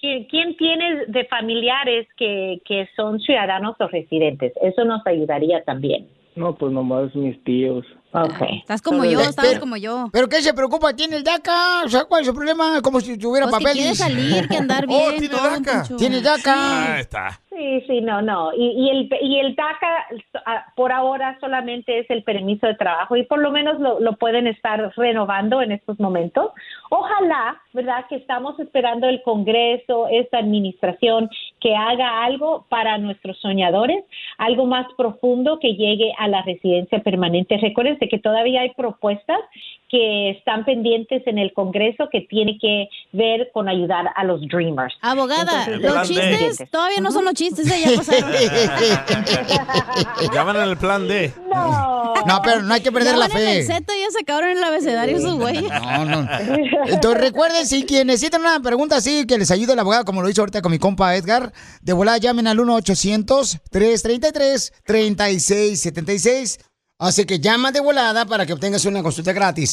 [SPEAKER 21] ¿Quién, quién tienes de familiares que, que son ciudadanos o residentes? Eso nos ayudaría también.
[SPEAKER 22] No, pues nomás mis tíos.
[SPEAKER 21] Okay.
[SPEAKER 4] Estás como yo, estabas como yo.
[SPEAKER 1] ¿Pero qué se preocupa? ¿Tiene el DACA? O sea, ¿cuál es su problema? Como si tuviera
[SPEAKER 4] Pues que
[SPEAKER 1] papeles.
[SPEAKER 4] quiere salir, que andar bien, Oh, tiene todo, DACA. Poncho.
[SPEAKER 1] Tiene DACA.
[SPEAKER 4] Ah,
[SPEAKER 3] está.
[SPEAKER 21] Sí, sí, no, no. Y, y el, y el DACA ah, por ahora solamente es el permiso de trabajo y por lo menos lo, lo pueden estar renovando en estos momentos. Ojalá, ¿verdad? Que estamos esperando el Congreso, esta administración, que haga algo para nuestros soñadores, algo más profundo que llegue a la residencia permanente. Recuérdense que todavía hay propuestas que están pendientes en el Congreso que tiene que ver con ayudar a los Dreamers.
[SPEAKER 4] Abogada,
[SPEAKER 21] Entonces,
[SPEAKER 4] los chistes todavía no son los chistes de allá
[SPEAKER 3] Llaman al plan D.
[SPEAKER 21] No.
[SPEAKER 1] No, pero no hay que perder la fe.
[SPEAKER 4] El Z ya se acabaron en el abecedario esos güeyes.
[SPEAKER 1] No, no. Entonces recuerden, si quienes necesitan una pregunta así, que les ayude la abogada, como lo hizo ahorita con mi compa Edgar, de volada llamen al 1-800-333-3676. Así que llama de volada para que obtengas una consulta gratis.